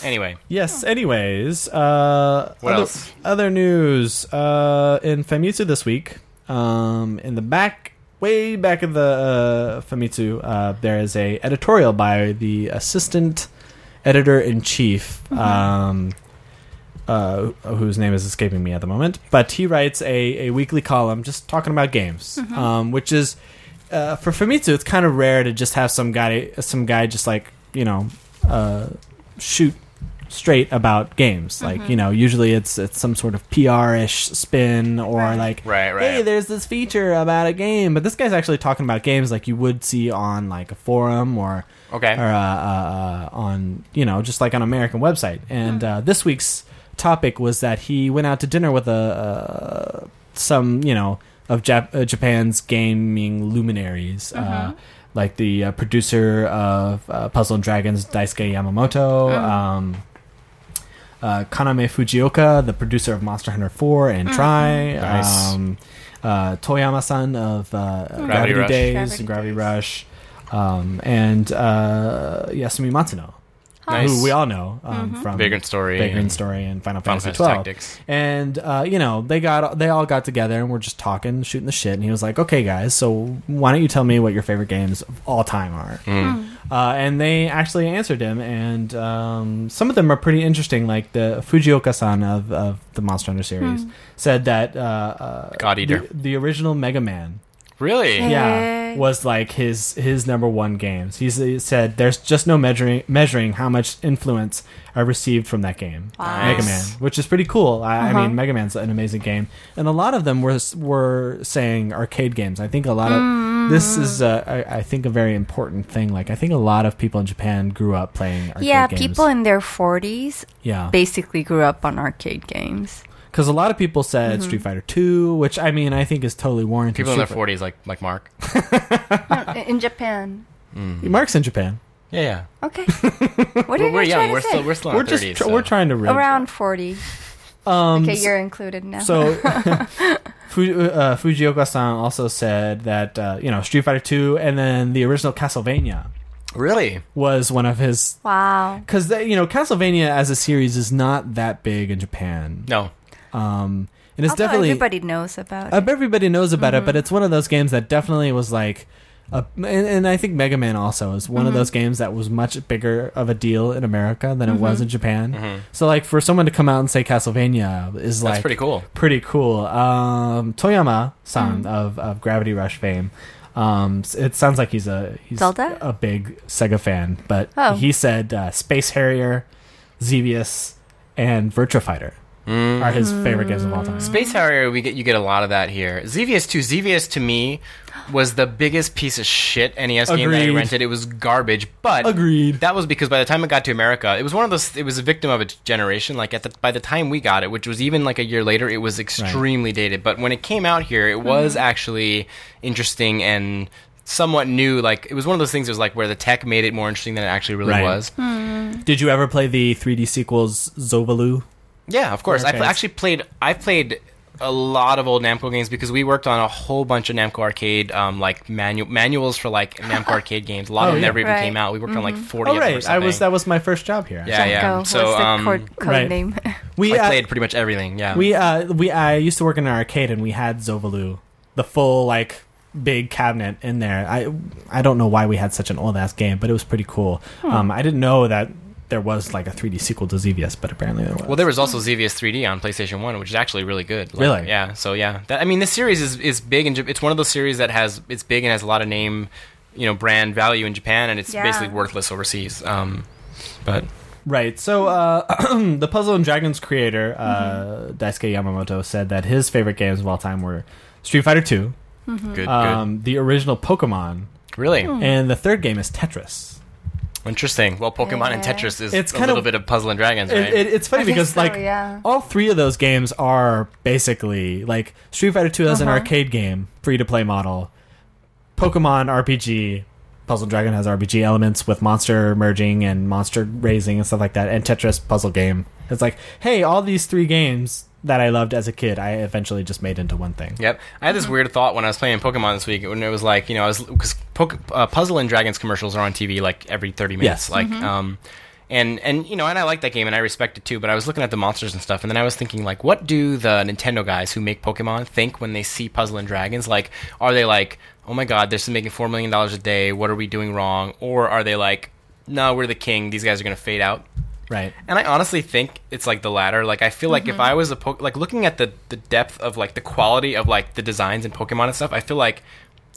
Speaker 2: anyway,
Speaker 4: Oh.
Speaker 1: Yes. Anyways, uh,
Speaker 2: What
Speaker 1: other,
Speaker 2: else?
Speaker 1: Other news uh, in Famitsu this week. Um, in the back, way back of the uh, Famitsu, uh, there is a editorial by the assistant editor in chief, um, uh, whose name is escaping me at the moment. But he writes a, a weekly column just talking about games, um, which is uh, for Famitsu. It's kind of rare to just have some guy, some guy just like you know, uh, shoot straight about games. Like you know, usually it's it's some sort of PR ish spin or
Speaker 3: Right.
Speaker 1: like
Speaker 2: right, right.
Speaker 1: hey, there's this feature about a game, but this guy's actually talking about games like you would see on like a forum or
Speaker 2: okay.
Speaker 1: or uh, uh, uh, on you know just like on American website.
Speaker 2: Hmm.
Speaker 1: And uh, this week's topic was that he went out to dinner with a uh, some you know of Jap- uh, Japan's gaming luminaries.
Speaker 2: Mm-hmm.
Speaker 1: Uh, like the uh, producer of uh, Puzzle and Dragons, Daisuke Yamamoto,
Speaker 2: Mm-hmm.
Speaker 1: um, uh, Kaname Fujioka, the producer of Monster Hunter 4 and
Speaker 2: Mm-hmm.
Speaker 1: Try,
Speaker 2: Nice.
Speaker 1: um, uh, Toyama-san of uh, Gravity,
Speaker 2: Hmm. Rush.
Speaker 1: Days
Speaker 3: Gravity
Speaker 1: and Gravity
Speaker 3: Days.
Speaker 1: Rush, um, and uh, Yasumi Matsuno,
Speaker 2: Nice.
Speaker 1: who we all know um,
Speaker 3: Mm-hmm.
Speaker 1: from
Speaker 2: Vagrant Story.
Speaker 1: Vagrant
Speaker 2: and
Speaker 1: Story and Final
Speaker 2: Final
Speaker 1: Fantasy
Speaker 2: Fantasy
Speaker 1: 12.
Speaker 2: Tactics.
Speaker 1: And uh, you know they got they all got together and were just talking, shooting the shit. And he was like, "Okay, guys, so why don't you tell me what your favorite games of all time are?"
Speaker 2: Hmm.
Speaker 3: Hmm. Mm.
Speaker 1: Uh, and they actually answered him, and um, some of them are pretty interesting. Like the Fujioka-san of, of the Monster Hunter series said that uh, uh,
Speaker 2: God Eater.
Speaker 1: the, the original Mega Man,
Speaker 2: Really?
Speaker 3: Yeah.
Speaker 1: yeah,
Speaker 3: Hey.
Speaker 1: was like his his number one games. He's, he said, "There's just no measuring measuring how much influence I received from that game."
Speaker 3: Wow.
Speaker 1: Mega Man,
Speaker 2: Nice.
Speaker 1: which is pretty cool. I, I
Speaker 3: Uh-huh.
Speaker 1: mean, Mega Man's an amazing game, and a lot of them were were saying arcade games. I think a lot of this
Speaker 3: Mm.
Speaker 1: is, uh, I, I think, a very important thing. Like, I think a lot of people in Japan grew up playing arcade
Speaker 3: yeah,
Speaker 1: games. Oh.
Speaker 3: people in their 40s
Speaker 1: yeah,
Speaker 3: basically grew up on arcade games.
Speaker 1: because a lot of people said
Speaker 3: Mm-hmm.
Speaker 1: Street Fighter Two, which I mean, I think is totally warranted.
Speaker 2: People in their
Speaker 1: Street
Speaker 2: 40s, like like Mark.
Speaker 3: in Japan.
Speaker 1: Fi- Mark's in Japan.
Speaker 2: Yeah, yeah.
Speaker 3: Okay. What
Speaker 2: We're,
Speaker 3: are you
Speaker 2: we're
Speaker 3: guys
Speaker 2: young.
Speaker 3: trying
Speaker 2: We're
Speaker 3: to
Speaker 2: still
Speaker 3: say?
Speaker 2: we're still in
Speaker 1: We're
Speaker 2: our
Speaker 1: just
Speaker 2: 30s.
Speaker 1: tr-
Speaker 2: so.
Speaker 1: we're trying to really
Speaker 3: Around 40.
Speaker 1: Um,
Speaker 3: Okay, you're included now.
Speaker 1: So, Fu- uh, Fujioka-san also said that uh, you know Street Fighter Two and then the original Castlevania
Speaker 2: really.
Speaker 1: was one of his
Speaker 3: wow.
Speaker 1: because you know Castlevania as a series is not that big in Japan.
Speaker 2: No,
Speaker 1: Um, and it's
Speaker 3: Although
Speaker 1: definitely
Speaker 3: everybody Mm-hmm. knows about
Speaker 1: uh,
Speaker 3: it.
Speaker 1: everybody knows about it, but it's one of those games that definitely was like. A, and, and I think Mega Man also is
Speaker 3: Mm-hmm.
Speaker 1: one of those games that was much bigger of a deal in America than it
Speaker 3: Mm-hmm.
Speaker 1: was in Japan. So, like, for someone to come out and say
Speaker 2: Mm-hmm.
Speaker 1: Castlevania is
Speaker 2: that's
Speaker 1: like
Speaker 2: pretty cool.
Speaker 3: Mm-hmm.
Speaker 1: pretty cool. Um, Toyama
Speaker 3: Mm.
Speaker 1: san of, of Gravity Rush fame. Um, s- it sounds like he's a he's
Speaker 3: Zelda?
Speaker 1: a big Sega fan, but
Speaker 3: Oh.
Speaker 1: he said uh, Space Harrier, Xevious, and Virtua Fighter are his favorite games of all time.
Speaker 3: Mm.
Speaker 2: Space Harrier, we get you get a lot of that here. Xevious too. Xevious to me was the biggest piece of shit NES game that I
Speaker 1: Agreed.
Speaker 2: rented. It was garbage, but
Speaker 1: Agreed.
Speaker 2: That was because by the time it got to America, it was one of those. It was a victim of its generation. Like at the by the time we got it, which was even like a year later, it was extremely dated. But when it came out here, it was
Speaker 1: Mm-hmm.
Speaker 2: actually interesting and somewhat new. Like it was one of those things. That was like where the tech made it more interesting than it actually really
Speaker 1: Right.
Speaker 2: was.
Speaker 1: Did you ever play the 3D sequels Zovalu?
Speaker 2: Yeah, of course. I
Speaker 1: Okay.
Speaker 2: pl- actually played. I played a lot of old Namco games because we worked on a whole bunch of Namco arcade um, like manual manuals for like Namco arcade games. A lot
Speaker 1: Oh,
Speaker 2: of them
Speaker 1: yeah.
Speaker 2: never even
Speaker 3: Right.
Speaker 2: came out. We worked on like forty.
Speaker 1: Oh
Speaker 2: of them or
Speaker 1: right, I was
Speaker 2: something.
Speaker 1: that was my first job here.
Speaker 2: Yeah, yeah.
Speaker 3: What's
Speaker 2: So
Speaker 3: the
Speaker 2: um,
Speaker 3: code, code
Speaker 1: right.
Speaker 3: name?
Speaker 1: we
Speaker 2: I
Speaker 1: uh,
Speaker 2: played pretty much everything. Yeah,
Speaker 1: we uh we I used to work in an arcade and we had Zovalu, the full like big cabinet in there. I I don't know why we had such an old ass game, but it was pretty cool. Um, I didn't know that there was like a 3D sequel to Xevious, but apparently there was.
Speaker 2: Well, there was also Xevious 3D on PlayStation One, which is actually really good. Like,
Speaker 1: Really?
Speaker 2: Yeah. So yeah, that, I mean, this series is is big and it's one of those series that has it's big and has a lot of name, you know, brand value in Japan, and it's
Speaker 3: Yeah.
Speaker 2: basically worthless overseas. Um, but
Speaker 1: Right. So uh, the Puzzle and Dragons creator uh, Daisuke Yamamoto said that his favorite games of all time were Street Fighter Two,
Speaker 3: Mm-hmm.
Speaker 2: good,
Speaker 1: um, the original Pokemon,
Speaker 2: good. Really
Speaker 1: and the third game is Tetris.
Speaker 2: interesting. Well, Pokemon and
Speaker 3: Yeah.
Speaker 2: Tetris is
Speaker 1: It's
Speaker 2: a
Speaker 1: kind
Speaker 2: little
Speaker 1: of-
Speaker 2: bit of Puzzle and Dragons, right?
Speaker 1: It, it, it's funny
Speaker 3: I guess
Speaker 1: because
Speaker 3: so,
Speaker 1: like
Speaker 3: yeah.
Speaker 1: all three of those games are basically like Street Fighter Two as
Speaker 2: Uh-huh.
Speaker 1: an arcade game, free to play model. Pokemon RPG, Puzzle Dragon has RPG elements with monster merging and monster raising and stuff like that, and Tetris puzzle game. It's like, hey, all these three games that I loved as a kid, I eventually just made into one thing.
Speaker 2: Yep. I had this weird thought when I was playing Pokemon this week when it was like, you know, I was because Poke, uh, Puzzle and Dragons commercials are on TV like every 30 minutes.
Speaker 1: Yes.
Speaker 2: Like, um, and, and, you know, and I like that game and I respect it too, but I was looking at the monsters and stuff and then I was thinking, like, what do the Nintendo guys who make Pokemon think when they see Puzzle and Dragons? Like, are they like, oh my God, they're still making $4 million a day. What are we doing wrong? Or are they like, no, we're the king. These guys are going to fade out.
Speaker 1: Right.
Speaker 2: And I honestly think it's like the latter. Like I feel like if I was a po- like looking at the the depth of like the quality of like the designs in Pokemon and stuff, I feel like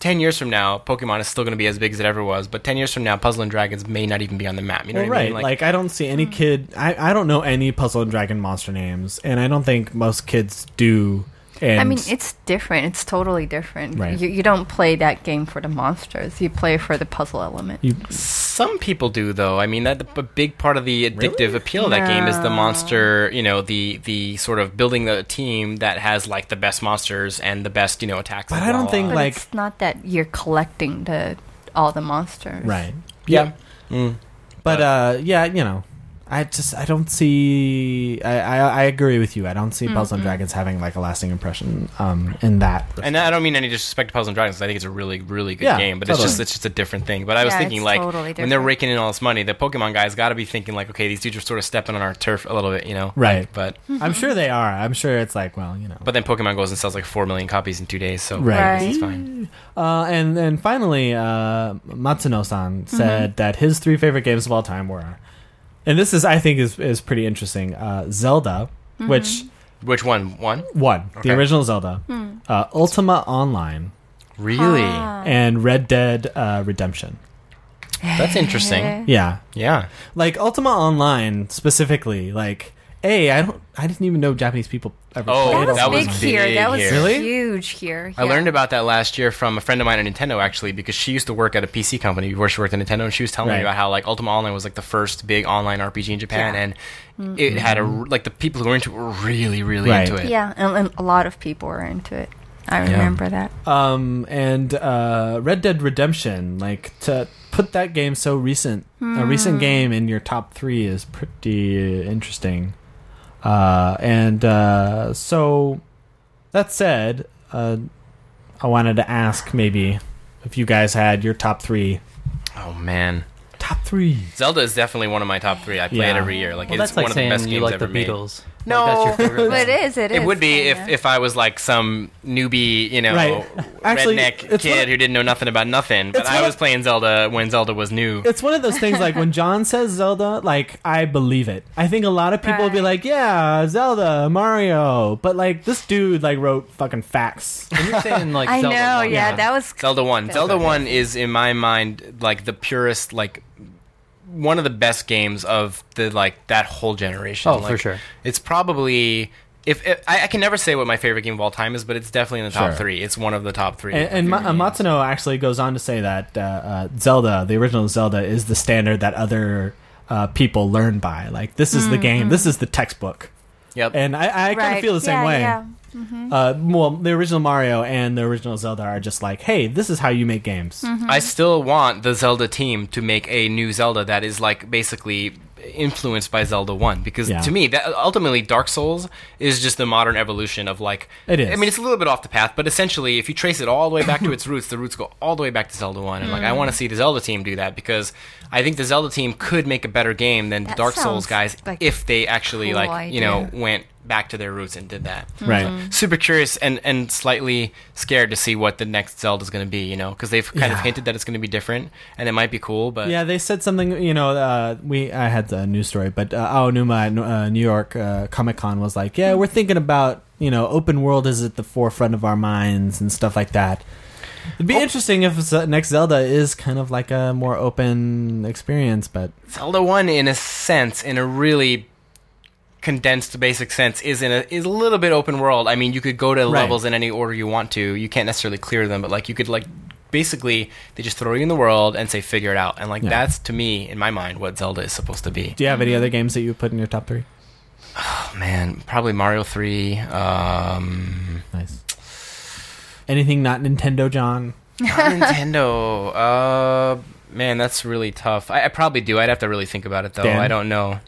Speaker 2: ten years from now, Pokemon is still going to be as big as it ever was. But ten years from now, Puzzle and Dragons may not even be on the map. You know
Speaker 1: Well,
Speaker 2: what I
Speaker 1: right.
Speaker 2: mean? uh.
Speaker 1: Like, I don't see any kid. I, I don't know any Puzzle and Dragon monster names, and I don't think most kids do. And
Speaker 3: I mean, it's different. It's totally different.
Speaker 1: Right.
Speaker 3: You, you don't play that game for the monsters. You play for the puzzle element.
Speaker 1: you,
Speaker 2: some people do though. I mean, that a big part of the addictive
Speaker 1: Really?
Speaker 2: appeal of that game is the
Speaker 3: No.
Speaker 2: monster. You know, the the sort of building the team that has like the best monsters and the best you know attacks.
Speaker 1: But
Speaker 2: and
Speaker 1: I don't
Speaker 2: blah,
Speaker 1: think,
Speaker 2: blah,
Speaker 3: but
Speaker 2: blah.
Speaker 1: like-
Speaker 3: it's not that you're collecting the all the monsters.
Speaker 1: right.
Speaker 2: yeah. Mm.
Speaker 1: But uh, yeah, you know, I just I don't see. I I, I agree with you. I don't see Puzzle and Dragons having like a lasting impression um, in that.
Speaker 2: And I don't mean any disrespect to Puzzle and Dragons. 'cause I think it's a really, really good
Speaker 1: Yeah,
Speaker 2: game, but
Speaker 1: totally.
Speaker 2: it's just it's just a different thing. But I was
Speaker 3: Yeah,
Speaker 2: thinking
Speaker 3: it's
Speaker 2: like
Speaker 3: totally
Speaker 2: when they're
Speaker 3: different.
Speaker 2: raking in all this money, the Pokemon guys got to be thinking like, okay, these dudes are sort of stepping on our turf a little bit, you know?
Speaker 1: Right.
Speaker 2: But
Speaker 1: I'm sure they are. I'm sure it's like well, you know.
Speaker 2: but then Pokemon goes and sells like four million copies in two days, so
Speaker 1: Right.
Speaker 2: I guess it's fine.
Speaker 1: Uh, and and finally, uh, Matsuno-san said that his three favorite games of all time were, and this is I think is is pretty interesting. Uh, Zelda, which
Speaker 2: Which one? One?
Speaker 1: one
Speaker 2: Okay.
Speaker 1: the original Zelda, uh, Ultima Online,
Speaker 2: Really?
Speaker 1: and Red Dead uh, Redemption.
Speaker 2: That's interesting.
Speaker 1: Yeah,
Speaker 2: Yeah.
Speaker 1: like Ultima Online specifically, like a I don't I didn't even know Japanese people ever.
Speaker 2: Oh,
Speaker 1: played
Speaker 3: That was
Speaker 2: that was
Speaker 3: big here.
Speaker 2: big
Speaker 3: That was
Speaker 2: here.
Speaker 1: Really?
Speaker 3: huge here.
Speaker 2: I
Speaker 3: yeah.
Speaker 2: learned about that last year from a friend of mine at Nintendo, actually, because she used to work at a PC company before she worked at Nintendo, and she was telling
Speaker 1: Right.
Speaker 2: me about how like Ultima Online was like the first big online RPG in Japan,
Speaker 3: Yeah.
Speaker 2: and it had a r- like the people who were into it were really, really
Speaker 1: Mm-hmm. Right.
Speaker 2: into it.
Speaker 3: Yeah, and, and a lot of people were into it. I remember that.
Speaker 1: Um, and uh, Red Dead Redemption, like to put that game so recent, a recent game in your top three is pretty interesting. Uh, and uh, so that said, uh, I wanted to ask maybe if you guys had your top three.
Speaker 2: Oh man,
Speaker 1: Top three.
Speaker 2: Zelda is definitely one of my top three. I play it
Speaker 1: Yeah.
Speaker 2: every year. Like
Speaker 4: Well,
Speaker 2: it's
Speaker 4: that's like
Speaker 2: one of the
Speaker 4: saying
Speaker 2: best
Speaker 4: you
Speaker 2: games
Speaker 4: like
Speaker 2: ever
Speaker 4: the
Speaker 2: made.
Speaker 4: Beatles. Like,
Speaker 2: No.
Speaker 4: that's your favorite
Speaker 3: But it
Speaker 4: band.
Speaker 3: is. It is.
Speaker 2: It would be if,
Speaker 3: kinda.
Speaker 2: if I was like some newbie, you know,
Speaker 1: Right. Actually,
Speaker 2: redneck
Speaker 1: it's one
Speaker 2: kid
Speaker 1: of-
Speaker 2: who didn't know nothing about nothing. But
Speaker 1: It's
Speaker 2: I
Speaker 1: one of-
Speaker 2: was playing Zelda when Zelda was new.
Speaker 1: It's one of those things like when John says Zelda, like I believe it. I think a lot of people will be
Speaker 3: Right.
Speaker 1: like, "Yeah, Zelda, Mario," but like this dude like wrote fucking facts.
Speaker 4: When you're saying like
Speaker 3: I know.
Speaker 4: Zelda
Speaker 3: Yeah,
Speaker 4: one,
Speaker 3: that was.
Speaker 2: Zelda One.
Speaker 3: Zelda
Speaker 2: Zelda One is in my mind like the purest, like one of the best games of the like that whole generation.
Speaker 4: Oh,
Speaker 2: Like,
Speaker 4: for sure.
Speaker 2: It's probably if, if I, I can never say what my favorite game of all time is, but it's definitely in the top
Speaker 1: Sure.
Speaker 2: three. It's one of the top three.
Speaker 1: And, and Ma- uh, Matsuno actually goes on to say that uh, uh, Zelda, the original Zelda, is the standard that other uh, people learn by. Like this is the game, this is the textbook.
Speaker 2: yep.
Speaker 1: And I, I kind of
Speaker 3: Mm-hmm. Right.
Speaker 1: feel the same
Speaker 3: Yeah,
Speaker 1: way.
Speaker 3: yeah.
Speaker 1: Uh, well, the original Mario and the original Zelda are just like, hey, this is how you make games.
Speaker 2: I still want the Zelda team to make a new Zelda that is like basically influenced by Zelda 1 because
Speaker 1: Yeah.
Speaker 2: to me that ultimately Dark Souls is just the modern evolution of like
Speaker 1: It is.
Speaker 2: I mean it's a little bit off the path but essentially if you trace it all the way back to its roots the roots go all the way back to Zelda 1 and like I
Speaker 3: Mm.
Speaker 2: want to see the Zelda team do that because I think the Zelda team could make a better game than the
Speaker 3: That
Speaker 2: Dark Souls
Speaker 3: sounds
Speaker 2: guys
Speaker 3: like
Speaker 2: if they actually
Speaker 3: cool
Speaker 2: like you know
Speaker 3: idea. Mm-hmm.
Speaker 2: went back to their roots and did that
Speaker 1: Right.
Speaker 2: super curious and, and slightly scared to see what the next Zelda is going to be, you know, because they've kind of
Speaker 1: Yeah.
Speaker 2: hinted that it's going to be different and it might be cool, but
Speaker 1: Yeah, they said something. You know, uh, we I had the news story, but uh, Aonuma at uh, New York uh, Comic Con was like, "Yeah, we're thinking about you know, open world is at the forefront of our minds and stuff like that." It'd be interesting if Z- next Zelda is kind of like a more open experience, but
Speaker 2: Zelda One, in a sense, in a really condensed basic sense, is in a is a little bit open world. I mean, you could go to
Speaker 1: Right.
Speaker 2: levels in any order you want to. You can't necessarily clear them, but like you could like basically they just throw you in the world and say figure it out. And like
Speaker 1: Yeah.
Speaker 2: that's to me, in my mind, what Zelda is supposed to be.
Speaker 1: do you have any other games that you put in your top three?
Speaker 2: Oh man, probably Mario Three. Um,
Speaker 1: Nice. Anything not Nintendo, John?
Speaker 2: Not Nintendo. Uh, man, that's really tough. I, I probably do. I'd have to really think about it though.
Speaker 1: Dan?
Speaker 2: I don't know.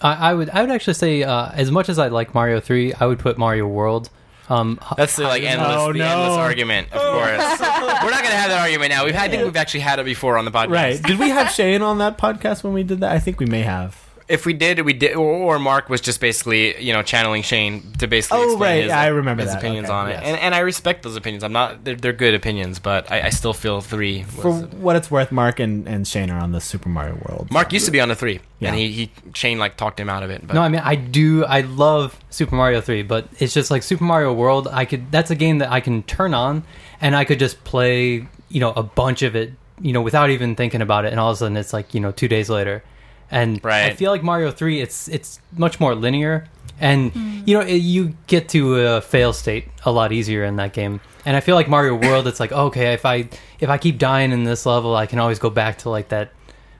Speaker 4: I, I would I would actually say uh, as much as I like Mario Three, I would put Mario World. Um,
Speaker 2: That's the like endless,
Speaker 1: Oh,
Speaker 2: the
Speaker 1: no.
Speaker 2: endless argument. Of
Speaker 1: Oh.
Speaker 2: course, we're not gonna have that argument now. We've, I think we've actually had it before on the podcast.
Speaker 1: Right. Did we have Shane on that podcast when we did that? I think we may have.
Speaker 2: If we did, we did. Or, or Mark was just basically, you know, channeling Shane to basically.
Speaker 1: Oh,
Speaker 2: explain
Speaker 1: right.
Speaker 2: His,
Speaker 1: I remember
Speaker 2: his
Speaker 1: that.
Speaker 2: opinions
Speaker 1: Okay,
Speaker 2: on it,
Speaker 1: yes.
Speaker 2: and, and I respect those opinions. I'm not. They're, they're good opinions, but I, I still feel three.
Speaker 1: For
Speaker 2: Was,
Speaker 1: what it's worth, Mark and, and Shane are on the Super Mario World.
Speaker 2: Mark used to be on the three,
Speaker 1: Yeah.
Speaker 2: and he, he Shane like talked him out of it. But
Speaker 4: No, I mean I do. I love Super Mario Three, but it's just like Super Mario World. I could. That's a game that I can turn on, and I could just play. You know, a bunch of it. You know, without even thinking about it, and all of a sudden it's like you know two days later, and I
Speaker 2: Right.
Speaker 4: feel like Mario Three. It's it's much more linear, and you know it, you get to a fail state a lot easier in that game. And I feel like Mario World. It's like okay, if I if I keep dying in this level, I can always go back to like that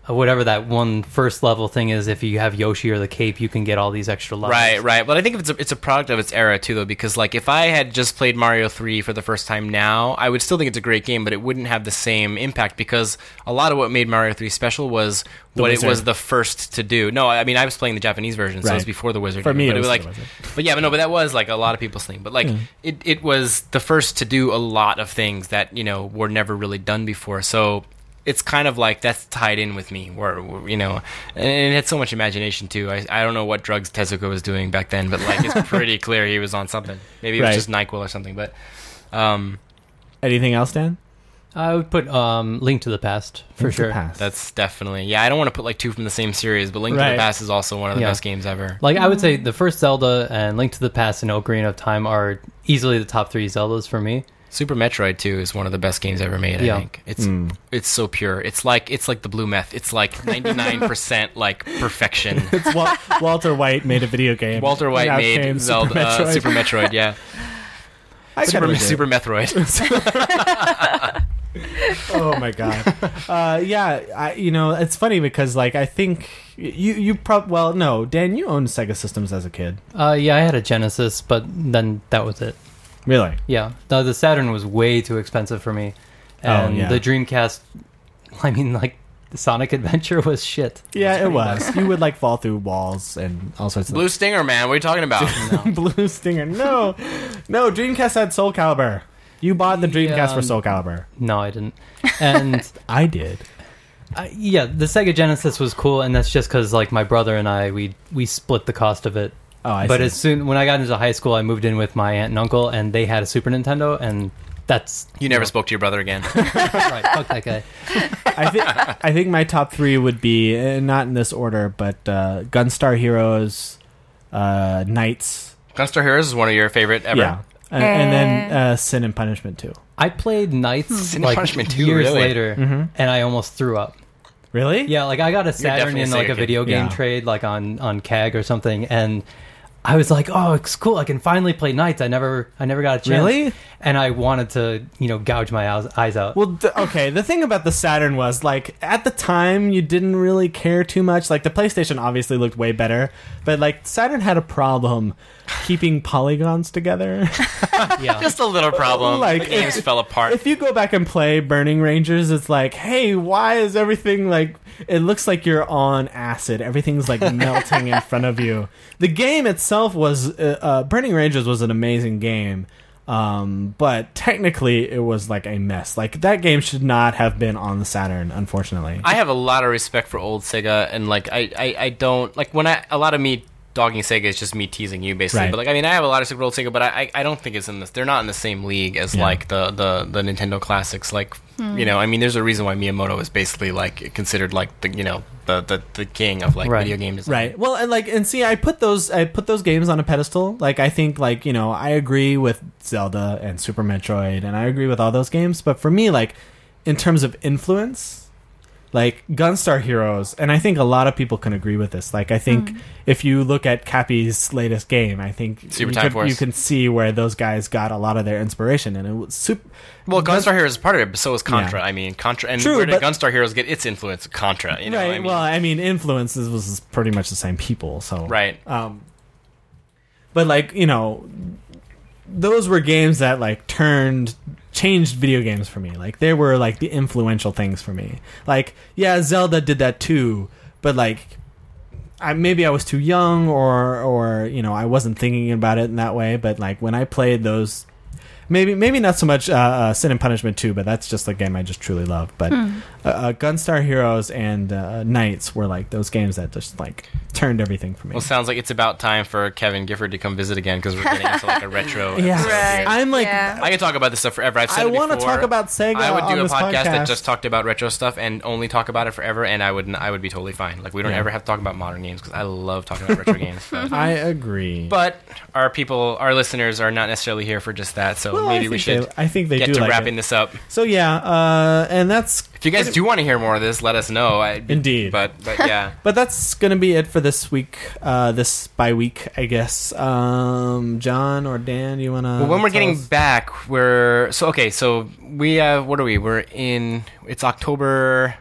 Speaker 4: uh, whatever that one first level thing is if you have yoshi or the cape you can get all these extra levels
Speaker 2: Right, right. But I think it's a, it's a product of its era too, though, because like if I had just played Mario three for the first time now, I would still think it's a great game, but it wouldn't have the same impact because a lot of what made Mario three special was what
Speaker 1: Wizard.
Speaker 2: it was the first to do. No, I mean I was playing the Japanese version, so it was
Speaker 1: Right.
Speaker 2: before the Wizard.
Speaker 1: For
Speaker 2: game,
Speaker 1: me,
Speaker 2: but
Speaker 1: it was
Speaker 2: like,
Speaker 1: the Wizard.
Speaker 2: but yeah, but no, but that was like a lot of people's thing. But like it it was the first to do a lot of things that you know were never really done before. So. It's kind of like that's tied in with me, where where, you know, and it had so much imagination too. I, I don't know what drugs Tezuka was doing back then, but like it's pretty clear he was on something. Maybe it was
Speaker 1: Right.
Speaker 2: just Nyquil or something. But um,
Speaker 1: Anything else, Dan?
Speaker 4: i would put um link to the past for
Speaker 1: Into the
Speaker 4: sure
Speaker 1: past.
Speaker 2: that's definitely yeah. I don't want to put like two from the same series, but Link to
Speaker 1: Right.
Speaker 2: the Past is also one of the
Speaker 4: Yeah.
Speaker 2: best games ever.
Speaker 4: like i would say the first zelda and link to the past and ocarina of time are easily the top three zeldas for me
Speaker 2: Super Metroid 2 is one of the best games ever made,
Speaker 4: Yeah.
Speaker 2: I think.
Speaker 1: Mm.
Speaker 2: It's
Speaker 1: Hmm.
Speaker 2: it's so pure. It's like it's like the blue meth. It's like 99% like perfection.
Speaker 1: It's Wal- Walter White made a video game.
Speaker 2: Walter White
Speaker 1: Now
Speaker 2: made
Speaker 1: came
Speaker 2: Zelda Uh, Super
Speaker 1: Super Metroid.
Speaker 2: Metroid, yeah.
Speaker 1: I kinda
Speaker 2: Super,
Speaker 1: agree.
Speaker 2: Super Metroid.
Speaker 1: oh my god. Uh, yeah, I, you know it's funny because like I think you you prob well no Dan you owned Sega systems as a kid
Speaker 4: uh yeah i had a genesis but then that was it
Speaker 1: really
Speaker 4: yeah the, the saturn was way too expensive for me
Speaker 1: Oh,
Speaker 4: and
Speaker 1: yeah.
Speaker 4: the dreamcast i mean like the sonic adventure was shit
Speaker 1: yeah it was you would like fall through walls and all sorts of
Speaker 2: blue Stinger, man. What are you talking about?
Speaker 1: blue stinger no no Dreamcast had Soul Calibur you bought the Dreamcast
Speaker 4: Yeah.
Speaker 2: um,
Speaker 1: for Soul Calibur
Speaker 4: no i didn't and
Speaker 1: I did
Speaker 4: Uh, yeah, the Sega Genesis was cool, and that's just because like my brother and I we we split the cost of it.
Speaker 1: oh I
Speaker 4: but
Speaker 1: see.
Speaker 4: as soon when I got into high school, I moved in with my aunt and uncle, and they had a Super Nintendo, and that's
Speaker 2: You never spoke to your brother again.
Speaker 4: right. Fuck that guy.
Speaker 1: I think I think my top three would be uh, not in this order, but uh, Gunstar Heroes, uh, Knights,
Speaker 2: Gunstar Heroes is one of your favorite ever.
Speaker 1: yeah, and, and then uh, Sin and Punishment too.
Speaker 4: I played Knights
Speaker 2: Sin and
Speaker 4: like
Speaker 2: Hmm. Punishment too,
Speaker 4: years
Speaker 2: really?
Speaker 4: later,
Speaker 1: Mm-hmm.
Speaker 4: and I almost threw up.
Speaker 1: Really?
Speaker 4: Yeah, like I got a Saturn
Speaker 2: definitely
Speaker 4: in like
Speaker 2: a Sega
Speaker 4: a video
Speaker 1: kid.
Speaker 4: game
Speaker 1: Yeah.
Speaker 4: trade, like on on CAG or something, and I was like, oh, it's cool. I can finally play nights. I never, I never got a chance.
Speaker 1: Really?
Speaker 4: And I wanted to, you know, gouge my eyes eyes out.
Speaker 1: Well, d- okay. The thing about the Saturn was like at the time you didn't really care too much. Like the PlayStation obviously looked way better, but like Saturn had a problem keeping polygons together.
Speaker 4: yeah.
Speaker 2: Just a little problem.
Speaker 1: Like,
Speaker 2: the games
Speaker 1: if-
Speaker 2: fell apart.
Speaker 1: if you go back and play Burning Rangers, it's like, hey, why is everything like? It looks like you're on acid. Everything's like melting in front of you. The game itself was uh, uh, Burning Rangers was an amazing game, um, but technically it was like a mess. Like that game should not have been on the Saturn, unfortunately.
Speaker 2: I have a lot of respect for old Sega, and like I, I, I don't like when I a lot of me dogging Sega is just me teasing you basically.
Speaker 1: Right.
Speaker 2: But like I mean, I have a lot of respect for old Sega, but I, I, I don't think it's in this. They're not in the same league as
Speaker 1: Yeah.
Speaker 2: like the, the the Nintendo classics. Like you know, I mean, there's a reason why Miyamoto is basically like considered like the you know the the, the king of like
Speaker 4: Right.
Speaker 2: video game design.
Speaker 1: Right. Well, and like, and see, I put those, I put those games on a pedestal. Like, I think, like, you know, I agree with Zelda and Super Metroid, and I agree with all those games. But for me, like, in terms of influence, like Gunstar Heroes, and I think a lot of people can agree with this. Like, I think if you look at Cappy's latest game, I think
Speaker 2: Super
Speaker 1: you,
Speaker 2: Time
Speaker 1: can,
Speaker 2: Force.
Speaker 1: you can see where those guys got a lot of their inspiration, and it was super.
Speaker 2: Well, Gunstar Heroes is part of it, but so is Contra. I mean, Contra. And
Speaker 1: True,
Speaker 2: where did
Speaker 1: but-
Speaker 2: Gunstar Heroes get its influence? Contra. You know.
Speaker 1: right.
Speaker 2: I mean,
Speaker 1: well, I mean, influences was pretty much the same people. So
Speaker 2: Right.
Speaker 1: Um, but like you know, those were games that like turned changed video games for me. Like they were like the influential things for me. Like yeah, Zelda did that too, but like. I, maybe I was too young, or or you know I wasn't thinking about it in that way. But like when I played those, maybe maybe not so much uh, uh, Sin and Punishment too, but that's just a game I just truly love. But uh, uh, Gunstar Heroes and uh, Knights were like those games that just like turned everything for me.
Speaker 2: Well, sounds like it's about time for Kevin Gifford to come visit again because we're getting into like a retro.
Speaker 1: yeah,
Speaker 2: episode here.
Speaker 3: Right.
Speaker 1: I'm like
Speaker 3: Yeah.
Speaker 2: I could talk about this stuff forever. I've said
Speaker 1: I
Speaker 2: it
Speaker 1: want to
Speaker 2: before.
Speaker 1: talk about Sega.
Speaker 2: I would
Speaker 1: on
Speaker 2: do a
Speaker 1: this
Speaker 2: podcast,
Speaker 1: podcast
Speaker 2: that just talked about retro stuff and only talk about it forever, and I would n- I would be totally fine. Like we don't
Speaker 1: Yeah.
Speaker 2: ever have to talk about modern games because I love talking about retro games. But,
Speaker 1: I agree.
Speaker 2: but our people, our listeners, are not necessarily here for just that, so
Speaker 1: Well, I
Speaker 2: maybe we
Speaker 1: think
Speaker 2: should
Speaker 1: they- I think they
Speaker 2: get
Speaker 1: do
Speaker 2: to
Speaker 1: like
Speaker 2: wrapping
Speaker 1: it.
Speaker 2: this up.
Speaker 1: so yeah, uh, and that's
Speaker 2: If you guys do want to hear more of this, let us know. I,
Speaker 1: Indeed.
Speaker 2: but but yeah,
Speaker 1: but that's gonna be it for this week. Uh, this by week, I guess. Um, John or Dan, you wanna?
Speaker 2: Well, when we're
Speaker 1: tell
Speaker 2: getting
Speaker 1: us?
Speaker 2: back, we're so okay. So we have what are we? We're in. It's October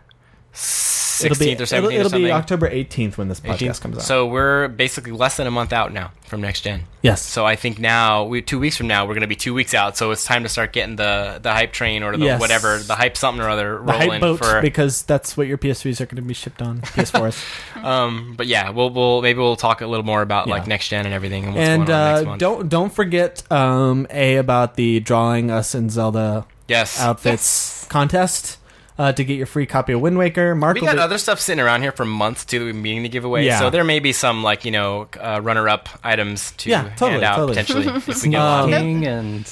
Speaker 1: It'll be-
Speaker 2: sixteenth or
Speaker 1: it'll-
Speaker 2: seventeenth.
Speaker 1: it'll,
Speaker 2: or something.
Speaker 1: be October 18th when this podcast
Speaker 2: 18th.
Speaker 1: comes out.
Speaker 2: So we're basically less than a month out now from next gen.
Speaker 1: yes,
Speaker 2: So I think now we two weeks from now we're gonna be two weeks out. So it's time to start getting the the hype train or the
Speaker 1: Yes.
Speaker 2: whatever the hype something or other
Speaker 1: the
Speaker 2: rolling
Speaker 1: hype boat
Speaker 2: for.
Speaker 1: because that's what your PS3s are going to be shipped on PS4s.
Speaker 2: um, but yeah, we'll we'll maybe we'll talk a little more about
Speaker 1: Yeah.
Speaker 2: like next gen and everything and what's
Speaker 1: and
Speaker 2: going on next
Speaker 1: uh,
Speaker 2: month.
Speaker 1: don't don't forget um, a about the drawing us in Zelda
Speaker 2: yes.
Speaker 1: outfits contest uh, to get your free copy of Wind Waker. Mark
Speaker 2: we
Speaker 1: will
Speaker 2: got
Speaker 1: be-
Speaker 2: other stuff sitting around here for months too that we've been meaning to give away.
Speaker 1: Yeah.
Speaker 2: So there may be some like you know uh, runner-up items to
Speaker 1: Yeah, totally,
Speaker 2: hand out
Speaker 1: totally.
Speaker 2: potentially. if we get a lot.
Speaker 1: Um,
Speaker 4: King and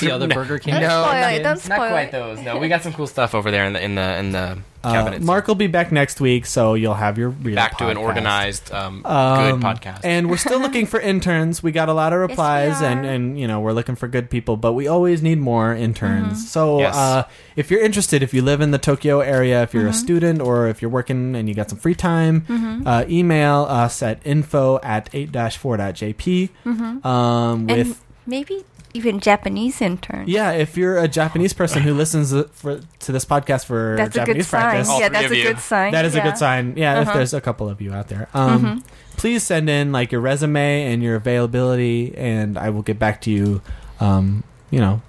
Speaker 4: the other Burger King.
Speaker 3: Don't
Speaker 2: No,
Speaker 3: spoil
Speaker 2: not-
Speaker 3: it. Don't
Speaker 2: not
Speaker 3: spoil
Speaker 2: quite
Speaker 3: it.
Speaker 2: those. No, we got some cool stuff over there in the in the in the
Speaker 1: uh,
Speaker 2: cabinets.
Speaker 1: Mark will be back next week, so you'll have your real
Speaker 2: back to an
Speaker 1: podcast.
Speaker 2: organized, um,
Speaker 1: Um,
Speaker 2: good podcast.
Speaker 1: and we're still looking for interns. We got a lot of
Speaker 3: we
Speaker 1: replies, and
Speaker 3: are.
Speaker 1: and you know we're looking for good people, but we always need more interns.
Speaker 3: Mm-hmm.
Speaker 1: So
Speaker 2: Yes.
Speaker 1: uh, if you're interested, if you live in the Tokyo area, if you're
Speaker 3: Mm-hmm.
Speaker 1: a student, or if you're working and you got some free time, uh, email us at info at eight dash four dot jp. Um, with
Speaker 3: Mm-hmm. And maybe even Japanese intern.
Speaker 1: yeah, if you're a Japanese person who listens for, to this podcast for
Speaker 3: That's a good
Speaker 1: Japanese
Speaker 3: sign.
Speaker 1: practice,
Speaker 2: All
Speaker 3: Yeah,
Speaker 2: three
Speaker 3: that's
Speaker 2: of
Speaker 3: a
Speaker 2: you.
Speaker 3: good sign.
Speaker 1: that is a
Speaker 3: Yeah.
Speaker 1: good sign. Yeah, if there's a couple of you out there, um, please send in like your resume and your availability, and I will get back to you. Um, you know,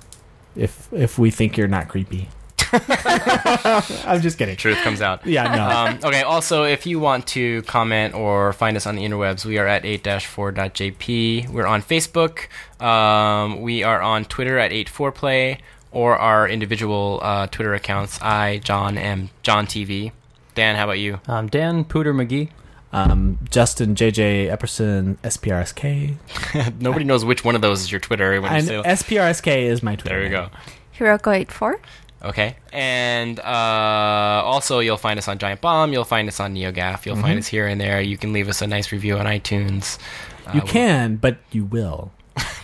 Speaker 1: if if we think you're not creepy, I'm just kidding.
Speaker 2: Truth comes out.
Speaker 1: Yeah, no.
Speaker 2: Um, okay. Also, if you want to comment or find us on the interwebs, we are at 8-4.jp. We're on Facebook. Um, we are on Twitter at 84play or our individual uh, Twitter accounts. I, John, am John TV. Dan, how about you?
Speaker 4: Um, Dan Pooter McGee.
Speaker 1: Um, Justin JJ Epperson SPRSK,
Speaker 2: Nobody knows which one of those is your Twitter. When you
Speaker 1: and
Speaker 2: say-
Speaker 1: SPRSK is my Twitter.
Speaker 2: there you
Speaker 1: name.
Speaker 2: go.
Speaker 3: Hiroko84.
Speaker 2: Okay. And uh, also, you'll find us on Giant Bomb. You'll find us on NeoGAF. You'll
Speaker 1: Mm-hmm.
Speaker 2: find us here and there. You can leave us a nice review on iTunes. Uh,
Speaker 1: You
Speaker 2: we-
Speaker 1: can, but you will.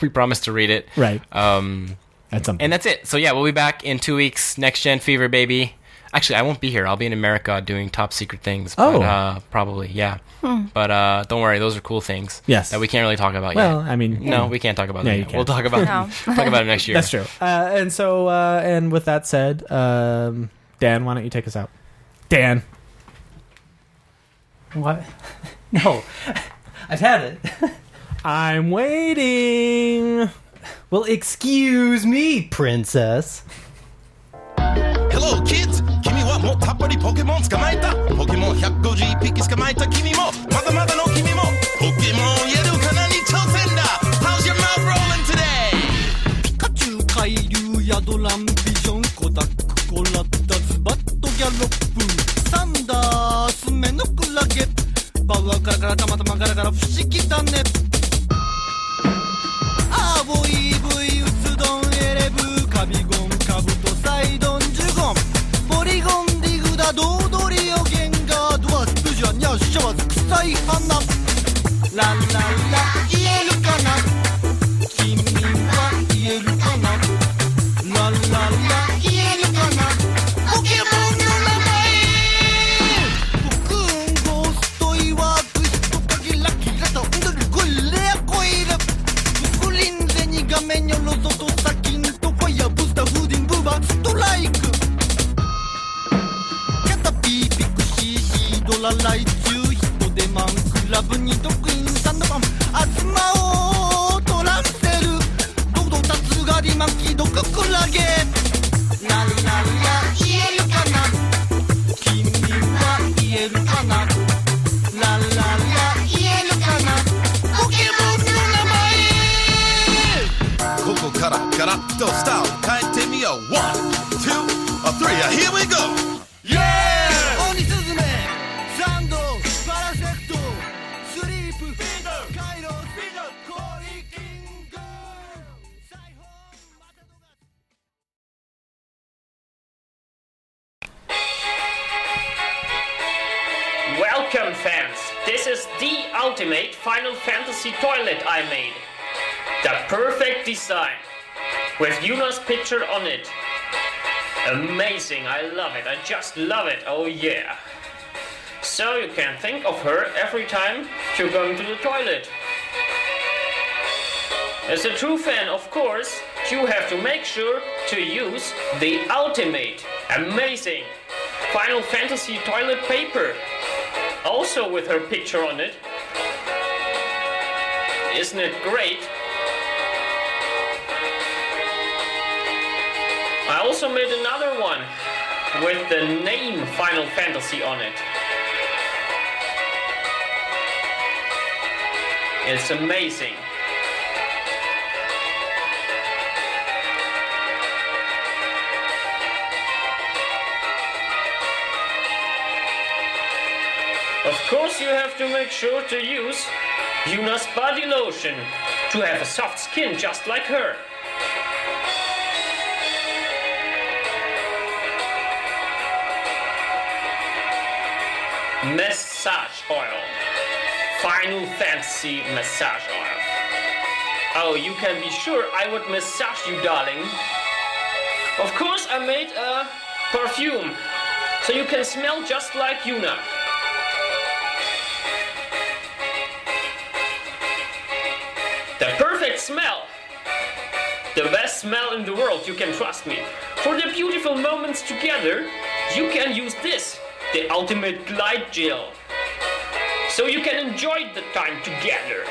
Speaker 2: We promise to read it.
Speaker 1: Right.
Speaker 2: Um,
Speaker 1: That's something.
Speaker 2: and that's it. So yeah, we'll be back in two weeks. Next Gen Fever, baby. I Actually, I won't be here. I'll be in America doing top secret things.
Speaker 1: Oh. Hmm.
Speaker 2: but, uh, probably, yeah. But uh, don't worry, those are cool things.
Speaker 1: Yes.
Speaker 2: that we can't really talk about
Speaker 1: Well,
Speaker 2: yet.
Speaker 1: I mean,
Speaker 2: no, we can't talk about
Speaker 1: Yeah,
Speaker 2: that.
Speaker 1: you
Speaker 2: Yet. We'll
Speaker 1: can't.
Speaker 2: talk about
Speaker 3: No.
Speaker 2: talk about it next year.
Speaker 1: That's true. Uh, and so, uh, and with that said, um, Dan, why don't you take us out? Dan,
Speaker 4: What? no, I've had it.
Speaker 1: I'm waiting.
Speaker 4: Well, excuse me, princess.
Speaker 5: Hello kids 君はもうたっぷりポケモン捕まえたポケモン150匹捕まえた君もまだまだの君もポケモンやるかなに挑戦だ How's your mouth rolling today?
Speaker 6: カチュウ海流ヤドランビジョンコダックコラッダズバットギャロップサンダースメノクラゲバウアーカラカラたまたまガラガラ不思議だねアーボイブイウツドンエレブカビゴンカブトサイドンジュゴンポリゴンリグダドードリオゲンガードワスプジャニャッシャワズ臭い花ラララ言えるかな君は言えるかなラララ言えるかなポケモンの名前僕ゴーストイワーク人影ラキラと踊るゴリラコイラスクリーンゼニ画面よろそとサキンとファイヤーブースターフーディンブーバーストライクキャタピーピクシーシードラライチューヒトデマンクラブにドクインサンドバンアズマオトランセルドドタツガリマキドククラゲラララ言えるかな君は言えるかなラララ言えるかなポケモンの名前
Speaker 5: ここからガラッとスタイル変えてみよう 1,2,3,here we go! Yeah!
Speaker 6: 鬼スズメサンドパラセクトスリープカイロス氷キング裁縫またのが
Speaker 7: Welcome, fans! This is the ultimate Final Fantasy toilet I made. The perfect design. With Yuna's picture on it. Amazing, I love it, I just love it, oh yeah. So you can think of her every time you're going to the toilet. As a true fan, of course, you have to make sure to use the ultimate, amazing Final Fantasy toilet paper also with her picture on it. Isn't it great? I also made another one with the name Final Fantasy on it. It's amazing. Of course, you have to make sure to use Yuna's body lotion to have a soft skin just like her. Massage oil. Final Fantasy massage oil. Oh, you can be sure I would massage you, darling. Of course, I made a perfume so you can smell just like Yuna. The perfect smell! The best smell in the world, you can trust me. For the beautiful moments together, you can use this the Ultimate Glide Gel. So you can enjoy the time together.